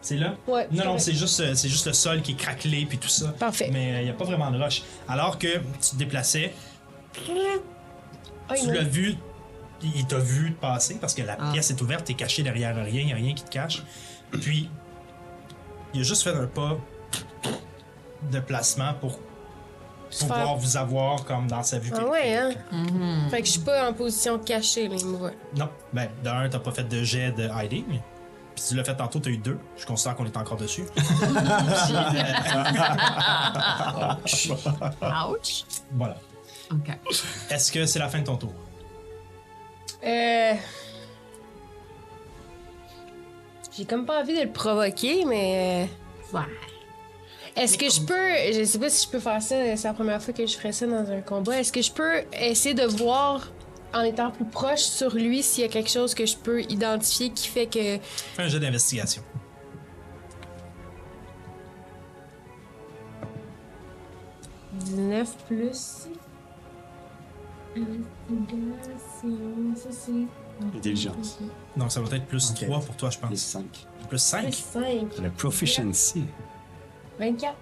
Speaker 5: C'est là?
Speaker 7: Ouais.
Speaker 5: Non, non,
Speaker 7: vrai.
Speaker 5: c'est juste, euh, c'est juste le sol qui est craquelé puis tout ça.
Speaker 7: Parfait.
Speaker 5: Mais euh, il n'y a pas vraiment de rush. Alors que tu te déplaçais,
Speaker 7: Ah, il
Speaker 5: tu
Speaker 7: m'a-
Speaker 5: l'as vu, il t'a vu passer parce que la
Speaker 3: Ah.
Speaker 5: pièce est ouverte, t'es caché derrière rien, il n'y a rien qui te cache. Puis, il a juste fait un pas de placement pour
Speaker 7: Se
Speaker 5: pouvoir
Speaker 7: faire-
Speaker 5: vous avoir comme dans sa vue.
Speaker 7: Ah ouais, hein? Fait que je suis pas en position cachée, mais il me voit.
Speaker 5: Non, ben, d'un, t'as pas fait de jet de hiding. Puis tu l'as fait tantôt, t'as eu deux. Je considère qu'on est encore dessus.
Speaker 3: ouch.
Speaker 5: Voilà.
Speaker 3: Ok.
Speaker 5: Est-ce que c'est la fin de ton tour?
Speaker 7: Euh. J'ai comme pas envie de le provoquer, mais.
Speaker 3: Ouais.
Speaker 7: euh, Est-ce que je peux. Je sais pas si je peux faire ça, c'est la première fois que je ferais ça dans un combat. Est-ce que je peux essayer de voir, en étant plus proche sur lui, s'il y a quelque chose que je peux identifier qui fait que.
Speaker 5: Fais un jet d'investigation.
Speaker 8: Intelligence.
Speaker 5: Donc ça va être plus
Speaker 8: Ok.
Speaker 5: 3 pour toi, je
Speaker 8: Les
Speaker 5: pense.
Speaker 8: 5.
Speaker 5: Plus 5.
Speaker 7: 5,
Speaker 8: La proficiency.
Speaker 7: 24.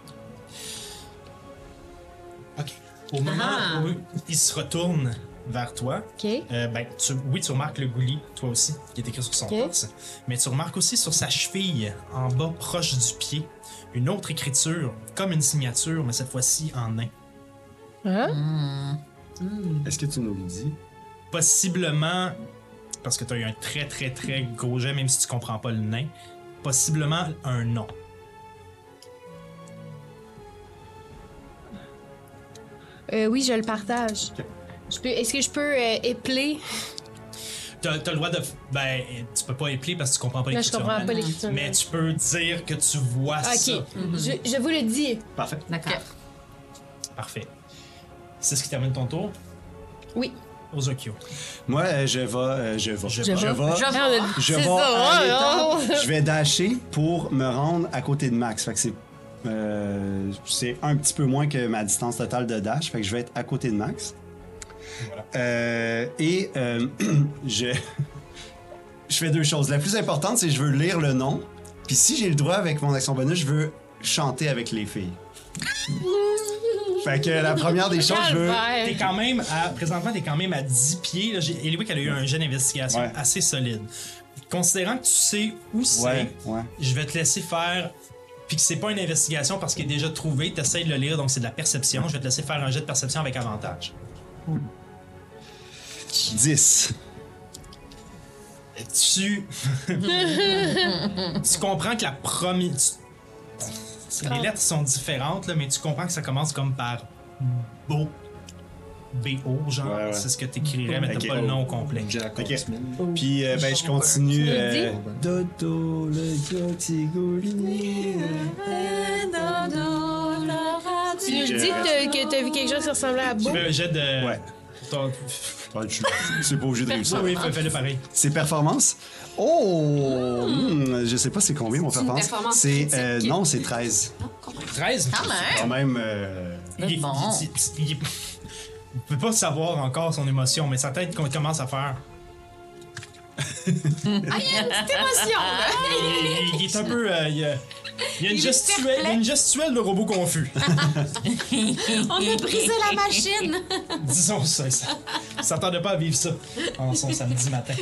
Speaker 5: Ok. Au moment
Speaker 3: Ah.
Speaker 5: où il se retourne vers toi,
Speaker 7: Ok.
Speaker 5: euh, ben, tu- oui, tu remarques le goulis, toi aussi, qui est écrit sur son
Speaker 7: Ok.
Speaker 5: torse. Mais tu remarques aussi sur sa cheville, en bas, proche du pied, une autre écriture, comme une signature, mais cette fois-ci en nain.
Speaker 7: Hein?
Speaker 8: Est-ce que tu nous le dis?
Speaker 5: Possiblement, parce que tu as eu un très très très gros jet, même si tu comprends pas le nain, possiblement un nom.
Speaker 7: Euh, oui, je le partage. Je peux- Est-ce que je peux euh, épeler?
Speaker 5: T'as t'as le droit de. Ben, tu peux pas épeler parce que tu comprends pas
Speaker 7: Là, je
Speaker 5: l'écriture.
Speaker 7: comprends
Speaker 5: naine.
Speaker 7: pas l'écriture.
Speaker 5: Mais tu peux dire que tu vois ça.
Speaker 7: Ah, Ok, je, je vous le dis.
Speaker 8: Parfait.
Speaker 3: D'accord.
Speaker 5: Parfait. C'est ce qui termine ton tour.
Speaker 7: Oui.
Speaker 5: Ozokyo.
Speaker 4: Moi, euh, je vais. euh, je vais.
Speaker 5: Je
Speaker 4: je
Speaker 5: vais.
Speaker 4: vais- Je vais. aller dans- Je vais dasher pour me rendre à côté de Max. Fait que c'est. euh, c'est un petit peu moins que ma distance totale de dash. Fait que je vais être à côté de Max. Euh, et euh, (clears throat) je. (laughs) Je fais deux choses. La plus importante, c'est que je veux lire le nom. Puis si j'ai le droit avec mon action bonus, je veux chanter avec les (laughs) filles. fait que la première des choses, je veux.
Speaker 5: T'es quand même à. Présentement, t'es quand même à 10 pieds. Là, j'ai- Eliwick, elle a eu un jet d'investigation
Speaker 8: Ouais.
Speaker 5: assez solide. Considérant que tu sais où c'est,
Speaker 8: Ouais, ouais.
Speaker 5: je vais te laisser faire. Puis que c'est pas une investigation parce qu'il est déjà trouvé, t'essayes de le lire, donc c'est de la perception. Je vais te laisser faire un jet de perception avec avantage.
Speaker 4: 10.
Speaker 5: tu. tu comprends que la première. tu- Les lettres sont différentes, là, mais tu comprends que ça commence comme par beau. B.O. genre.
Speaker 8: Ouais, ouais.
Speaker 5: C'est ce que t'écrirais, mais t'as
Speaker 8: Ok.
Speaker 5: pas le nom complet.
Speaker 1: Jack
Speaker 8: Ok.
Speaker 1: Horseman.
Speaker 8: Puis euh, ben, je continue.
Speaker 7: Tu le
Speaker 8: euh, Dodo, le petit goulier.
Speaker 7: Tu lui
Speaker 8: Je-
Speaker 7: dis que t'as- que t'as vu quelque chose qui ressemblait à
Speaker 5: Tu
Speaker 7: Beau?
Speaker 5: veux un jet de.
Speaker 8: Ouais.
Speaker 5: Ton-
Speaker 4: Ouais, tu- C'est Ah, pas obligé de réussir.
Speaker 5: Oui, fais- fais-le pareil.
Speaker 4: C'est performance. Oh! hmm, je sais pas c'est combien mon
Speaker 2: C'est une
Speaker 4: performance.
Speaker 2: performance
Speaker 4: C'est euh,
Speaker 2: critique.
Speaker 4: non, c'est 13.
Speaker 5: 13.
Speaker 3: Quand même!
Speaker 4: Quand même euh,
Speaker 5: Il, il-
Speaker 3: Bon.
Speaker 5: il- il- il- il peut pas savoir encore son émotion, mais sa tête com- commence à faire.
Speaker 2: Émotion!
Speaker 5: Il, il est un peu. euh, il, y a- il y a une
Speaker 2: Il est
Speaker 5: gestuelle,
Speaker 2: perplexe.
Speaker 5: il y a une gestuelle de robot confus.
Speaker 2: On a brisé la machine!
Speaker 5: (laughs) Disons ça. ça il s'attendait pas à vivre ça en son samedi matin.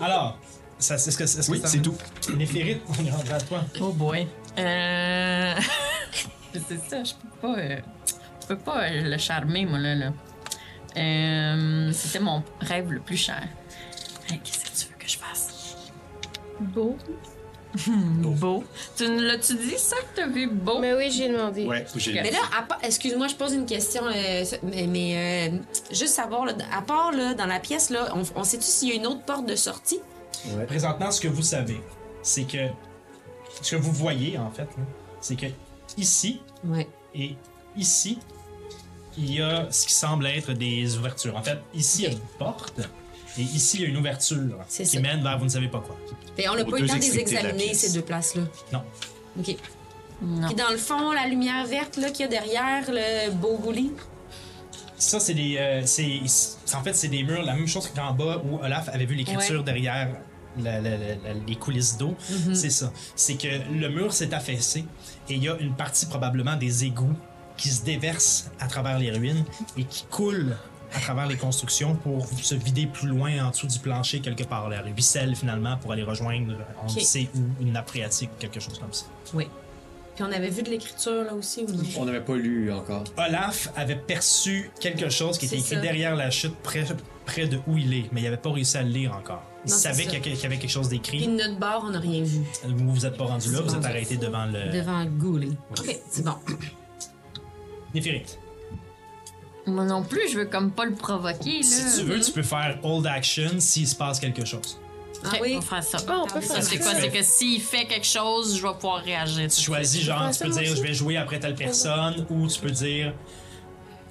Speaker 5: Alors, ça, c'est- est-ce que est-ce que
Speaker 4: Oui,
Speaker 5: ça-
Speaker 4: c'est tout.
Speaker 5: Néphérite, on est rendu à toi.
Speaker 3: Oh boy. Euh... (laughs) c'est ça, je peux pas. euh, Je peux pas euh, le charmer, moi, là. là. Euh, C'était mon rêve le plus cher. Hey, Qu'est-ce que tu veux que je fasse?
Speaker 7: Beau.
Speaker 3: (laughs) Beau. Tu ne l'as-tu dit, ça, que t'as vu beau?
Speaker 7: Mais oui, j'ai demandé.
Speaker 4: Ouais, j'ai
Speaker 2: Mais là, à part- excuse-moi, je pose une question, euh, mais, mais, euh, juste savoir, là, à part là, dans la pièce, là, on, on sait-tu s'il y a une autre porte de sortie?
Speaker 5: Présentement, ce que vous savez, c'est que. Ce que vous voyez, en fait, là, c'est que ici,
Speaker 2: Ouais.
Speaker 5: Et ici, il y a ce qui semble être des ouvertures. En fait, ici, il y a une porte. Et ici, il y a une ouverture
Speaker 2: C'est
Speaker 5: qui
Speaker 2: ça.
Speaker 5: mène vers vous ne savez pas quoi.
Speaker 2: Mais on n'a
Speaker 4: Aux
Speaker 2: pas eu le
Speaker 4: deux
Speaker 2: temps de les
Speaker 4: extrémités de la
Speaker 2: examiner,
Speaker 4: pièce.
Speaker 2: ces deux places-là.
Speaker 5: Non.
Speaker 2: OK.
Speaker 3: Non.
Speaker 2: Puis dans le fond, la lumière verte là, qu'il y a derrière le beau goulis.
Speaker 5: Ça, c'est des. euh, c'est, c'est- en fait, c'est des murs, la même chose qu'en bas où Olaf avait vu l'écriture derrière la- la- la- la- les coulisses d'eau. C'est ça. C'est que le mur s'est affaissé et il y a une partie probablement des égouts qui se déversent à travers les ruines et qui coulent à travers les constructions pour se vider plus loin en dessous du plancher quelque part. La ruisselle finalement pour aller rejoindre, on
Speaker 2: Ok.
Speaker 5: sait où, une nappe phréatique, quelque chose comme ça.
Speaker 2: Puis on avait vu de l'écriture là aussi ou non?
Speaker 1: On n'avait pas lu encore.
Speaker 5: Olaf avait perçu quelque chose qui était
Speaker 2: C'est
Speaker 5: écrit
Speaker 2: ça.
Speaker 5: derrière la chute, près, près de où il est, mais il n'avait pas réussi à le lire encore. Il
Speaker 2: Non, c'est
Speaker 5: savait
Speaker 2: ça.
Speaker 5: qu'il y a- qu'il y avait quelque chose
Speaker 2: Puis de
Speaker 5: d'écrit.
Speaker 2: notre bord, on n'a rien vu.
Speaker 5: Vous vous êtes pas rendu là,
Speaker 2: C'est
Speaker 5: vous êtes
Speaker 2: rendu
Speaker 5: arrêté devant le.
Speaker 2: Devant le goulis. OK, c'est bon.
Speaker 5: Néphérite.
Speaker 3: Moi non plus, je veux comme pas le provoquer, là.
Speaker 5: Si tu veux, tu peux faire hold action s'il se passe quelque chose.
Speaker 2: Ah
Speaker 3: Ok,
Speaker 2: oui?
Speaker 3: On va faire ça.
Speaker 7: Ah, on peut
Speaker 3: Ça,
Speaker 7: faire
Speaker 3: c'est
Speaker 7: ça.
Speaker 3: quoi? C'est que s'il fait quelque chose, je vais pouvoir réagir.
Speaker 5: Tu choisis, genre,
Speaker 7: faire
Speaker 5: tu
Speaker 7: ça,
Speaker 5: peux
Speaker 7: moi
Speaker 5: dire
Speaker 7: aussi?
Speaker 5: je vais jouer après telle personne, ou tu peux dire.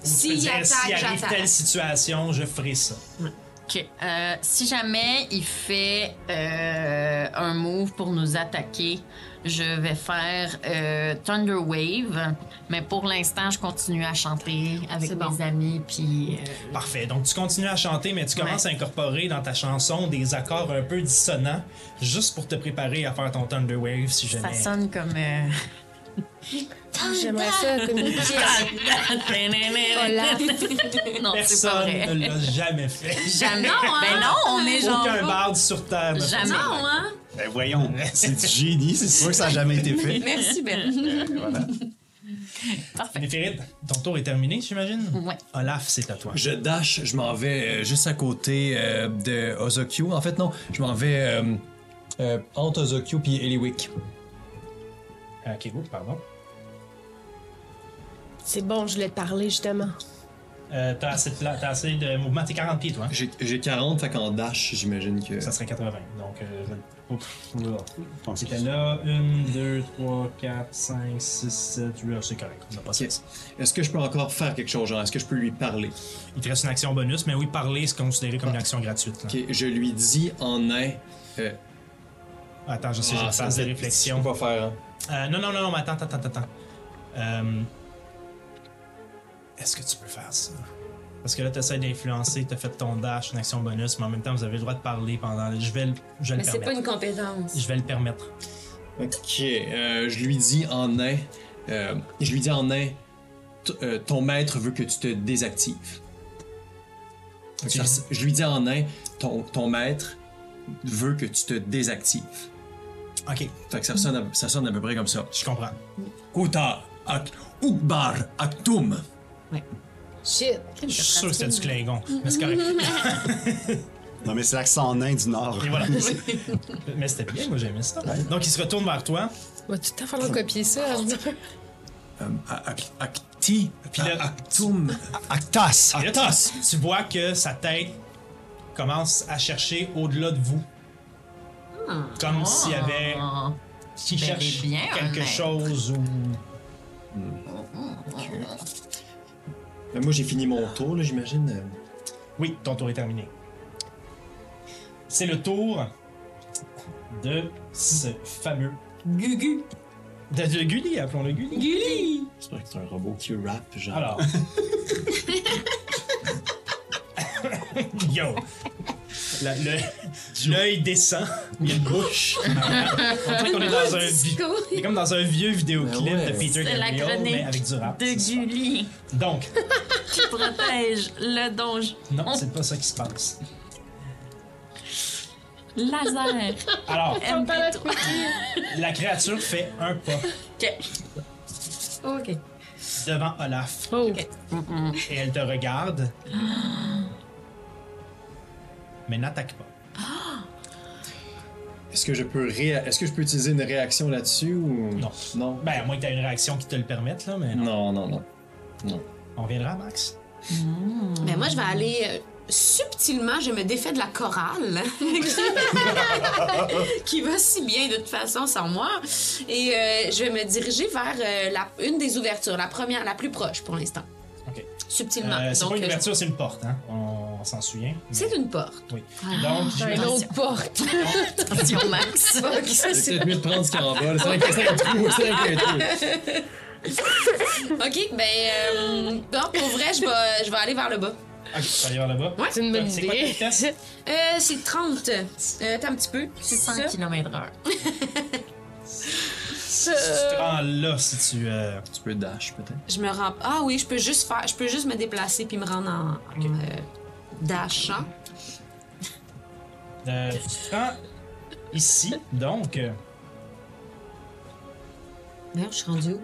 Speaker 5: ou tu
Speaker 2: S'il
Speaker 5: peux
Speaker 2: y
Speaker 5: dire,
Speaker 2: attaque,
Speaker 5: s'il arrive
Speaker 2: j'attaque.
Speaker 5: telle situation, je ferai ça.
Speaker 3: Ok. Euh, si jamais il fait euh, un move pour nous attaquer, je vais faire euh, Thunder Wave. Mais pour l'instant, je continue à chanter avec
Speaker 2: C'est
Speaker 3: mes
Speaker 2: bon.
Speaker 3: amis. Puis. euh,
Speaker 5: Parfait. Donc, tu continues à chanter, mais tu commences
Speaker 3: Ouais.
Speaker 5: à incorporer dans ta chanson des accords un peu dissonants, juste pour te préparer à faire ton Thunder Wave si
Speaker 3: ça
Speaker 5: jamais.
Speaker 3: sonne comme. euh,
Speaker 7: J'aimerais ça comme
Speaker 3: (laughs)
Speaker 7: une pièce. Olaf.
Speaker 3: non, c'est pas
Speaker 5: Personne
Speaker 3: vrai.
Speaker 5: ne l'a jamais fait.
Speaker 3: (laughs) Jamais. Ben non, on est genre.
Speaker 5: Aucun barde sur Terre. ne fait
Speaker 3: Jamais.
Speaker 5: ça.
Speaker 2: hein? Non, hein?
Speaker 4: Ben voyons, c'est du génie, c'est sûr que ça n'a jamais été fait.
Speaker 2: (laughs) Merci, Ben.
Speaker 4: Euh, voilà.
Speaker 3: Parfait.
Speaker 5: Néphérite, ton tour est terminé, j'imagine?
Speaker 3: Ouais.
Speaker 5: Olaf, c'est à toi.
Speaker 1: Je dash, je m'en vais euh, juste à côté euh, de Ozokyo. En fait, non, je m'en vais euh, euh, entre Ozokyo et Eliwick.
Speaker 5: Euh, Kevo, pardon.
Speaker 7: C'est bon, je l'ai parlé justement.
Speaker 5: Euh, t'as assez de pla- t'as assez de mouvement, t'es 40 pieds, toi. hein?
Speaker 1: J'ai j'ai 40, fait qu'en dash, j'imagine que.
Speaker 5: Ça serait 80. Donc, euh, je- Ouf, là.
Speaker 4: Bon,
Speaker 5: C'était là, 1, 2, 3, 4, 5, 6, 7, 8, ah, c'est correct. On n'a pas
Speaker 1: Ok.
Speaker 5: ça.
Speaker 1: Est-ce que je peux encore faire quelque chose, genre, est-ce que je peux lui parler?
Speaker 5: Il te reste une action bonus, mais oui, parler, c'est considéré comme une action gratuite. là.
Speaker 1: Ok, je lui dis en nain. Euh,
Speaker 5: Attends, je sais,
Speaker 1: ah,
Speaker 5: j'ai une
Speaker 1: ça
Speaker 5: phase de
Speaker 1: me dit-
Speaker 5: réflexion.
Speaker 1: Je peux pas faire, hein.
Speaker 5: Euh, non, non, non, non, mais attends, attends, attends, attends. Euh, Est-ce que tu peux faire ça? Parce que là, tu essaies d'influencer, tu as fait ton dash, une action bonus, mais en même temps, vous avez le droit de parler pendant. Je vais le, je vais
Speaker 2: Mais
Speaker 5: le
Speaker 2: c'est
Speaker 5: permettre.
Speaker 2: pas une compétence.
Speaker 5: Je vais le permettre.
Speaker 1: Ok, euh, je lui dis en nain. euh, je lui dis en nain. t- euh, ton maître veut que tu te désactives. Fait que ça res- je lui dis en nain. Ton, ton maître veut que tu te désactives.
Speaker 5: Ok,
Speaker 1: Fait que ça sonne, à- ça sonne à peu près comme ça.
Speaker 5: je comprends.
Speaker 1: Kuta ak Ukbar Aktum.
Speaker 7: Shit.
Speaker 5: Je suis sûr que c'était du Klingon, mais c'est correct.
Speaker 4: Non, mais c'est l'accent nain du Nord.
Speaker 5: Et
Speaker 2: (laughs)
Speaker 5: voilà. mais c'était bien, moi j'aimais ça. Donc il se retourne vers toi.
Speaker 7: Va tout le temps falloir copier ça. hein.
Speaker 1: Euh, ak- Akti
Speaker 5: Puis là-
Speaker 1: Aktum.
Speaker 4: Actas!
Speaker 5: Et là, tu- tu vois que sa tête commence à chercher au-delà de vous. Comme s'il y avait
Speaker 3: Ah.
Speaker 5: qui
Speaker 3: Ben,
Speaker 5: cherche
Speaker 3: bien,
Speaker 5: quelque
Speaker 3: honnête.
Speaker 5: chose ou.
Speaker 1: Ben, moi j'ai fini mon tour, là, j'imagine.
Speaker 5: Oui, ton tour est terminé. C'est le tour de ce fameux
Speaker 2: Gugu.
Speaker 5: de, de Gulli, appelons-le Gulli.
Speaker 2: Gulli.
Speaker 1: J'espère que c'est un robot qui rap, genre.
Speaker 5: Alors. (laughs) Yo! La- le- L'œil descend, il y a une bouche. (laughs) On dirait qu'on est dans un, vi- on est comme dans un vieux vidéoclip
Speaker 1: Ben ouais.
Speaker 5: de Peter
Speaker 3: C'est la
Speaker 5: Gabriel, mais
Speaker 3: chronique
Speaker 5: avec du rap.
Speaker 3: de
Speaker 5: Ah, c'est super.
Speaker 3: Julie
Speaker 5: Donc,
Speaker 3: qui protège le donjon.
Speaker 5: non, c'est pas ça qui se passe.
Speaker 3: Laser.
Speaker 5: Alors,
Speaker 7: Sans pas la cookie.
Speaker 5: la créature fait un pas
Speaker 2: Ok.
Speaker 5: devant Olaf
Speaker 7: Oh.
Speaker 5: et elle te regarde, mais n'attaque pas.
Speaker 1: Est-ce que je peux réa- est-ce que je peux utiliser une réaction là-dessus ou
Speaker 5: Non.
Speaker 1: non
Speaker 5: Ben, à moins que tu aies une réaction qui te le permette, là, mais non.
Speaker 1: non non non.
Speaker 5: On viendra, Max.
Speaker 2: Mais moi, je vais aller euh, subtilement, je me défais de la chorale (laughs) qui- qui va si bien de toute façon sans moi. Et euh, je vais me diriger vers euh, la- une des ouvertures, la première, la plus proche pour l'instant.
Speaker 5: Ok.
Speaker 2: Subtilement.
Speaker 5: Euh, c'est
Speaker 2: Donc,
Speaker 5: pas une
Speaker 2: euh,
Speaker 5: ouverture, c'est une porte, hein. On, on s'en souvient.
Speaker 2: c'est Ah, une porte.
Speaker 5: Oui. Donc,
Speaker 7: J'ai une autre
Speaker 2: (laughs)
Speaker 7: porte.
Speaker 3: Attention,
Speaker 7: (laughs)
Speaker 3: Max.
Speaker 1: C'est peut-être mieux de prendre ce qu'il y a en bas. là. C'est vrai que c'est un trou, c'est vrai qu'il y a un trou.
Speaker 2: OK, ben, euh, donc, pour vrai, je vais, je vais aller vers le bas.
Speaker 5: Ok, Ah, tu vas aller vers là-bas.
Speaker 2: Ouais.
Speaker 7: C'est une bonne
Speaker 5: C'est quoi ta
Speaker 7: idée.
Speaker 5: vitesse?
Speaker 2: Euh, c'est 30. Euh, attends un petit peu. C'est ça?
Speaker 3: 100 km/h.
Speaker 5: Si tu te rends là, si tu. euh,
Speaker 1: Tu peux dash peut-être.
Speaker 2: Je me rends. Ah oui, je peux juste faire. Je peux juste me déplacer puis me rendre en, en, euh, dashant.
Speaker 5: euh, tu te rends ici, donc. euh,
Speaker 2: Merde, je suis rendue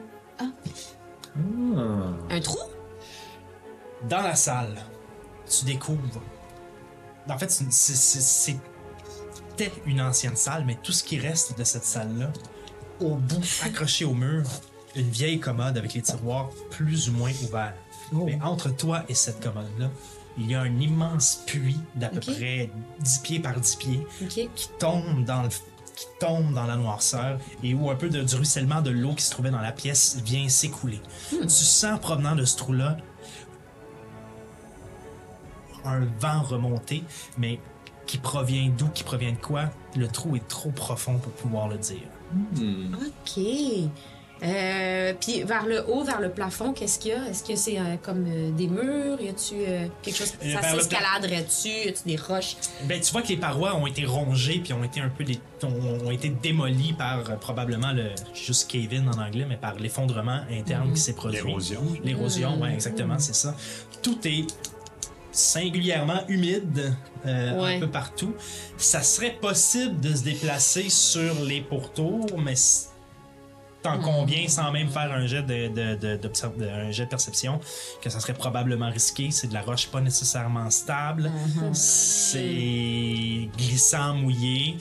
Speaker 2: où? Un trou?
Speaker 5: dans la salle, tu découvres. En fait, c'est une- c'est- c'est c'est peut-être une ancienne salle, mais tout ce qui reste de cette salle-là, au bout, accroché au mur, une vieille commode avec les tiroirs plus ou moins ouverts.
Speaker 2: Oh.
Speaker 5: Mais entre toi et cette commode-là, il y a un immense puits d'à peu
Speaker 2: Ok.
Speaker 5: près 10 pieds par 10 pieds
Speaker 2: OK.
Speaker 5: qui tombe dans le qui tombe dans la noirceur et où un peu de, du ruissellement de l'eau qui se trouvait dans la pièce vient s'écouler.
Speaker 2: Hmm.
Speaker 5: Tu sens provenant de ce trou-là un vent remonté, mais qui provient d'où, qui provient de quoi, le trou est trop profond pour pouvoir le dire.
Speaker 2: OK. Euh, puis vers le haut, vers le plafond, qu'est-ce qu'il y a? Est-ce que c'est euh, comme euh, des murs? Y a-tu euh, quelque chose?
Speaker 5: Euh,
Speaker 2: ça
Speaker 5: vers le
Speaker 2: s'escaladerait-tu? Y a-tu des roches?
Speaker 5: Ben, tu vois que les parois ont été rongées puis ont été un peu dé- ont, ont été démolies par euh, probablement le j'ai juste Kevin en anglais mais par l'effondrement interne qui s'est produit.
Speaker 8: L'érosion.
Speaker 5: L'érosion, ouais, exactement, c'est ça. Tout est singulièrement humide euh,
Speaker 2: Ouais.
Speaker 5: un peu partout. Ça serait possible de se déplacer sur les pourtours, mais s- t'en conviens sans même faire un jet de, de- de- d'observ- de- un jet de perception que ça serait probablement risqué. C'est de la roche pas nécessairement stable. C'est glissant, mouillé.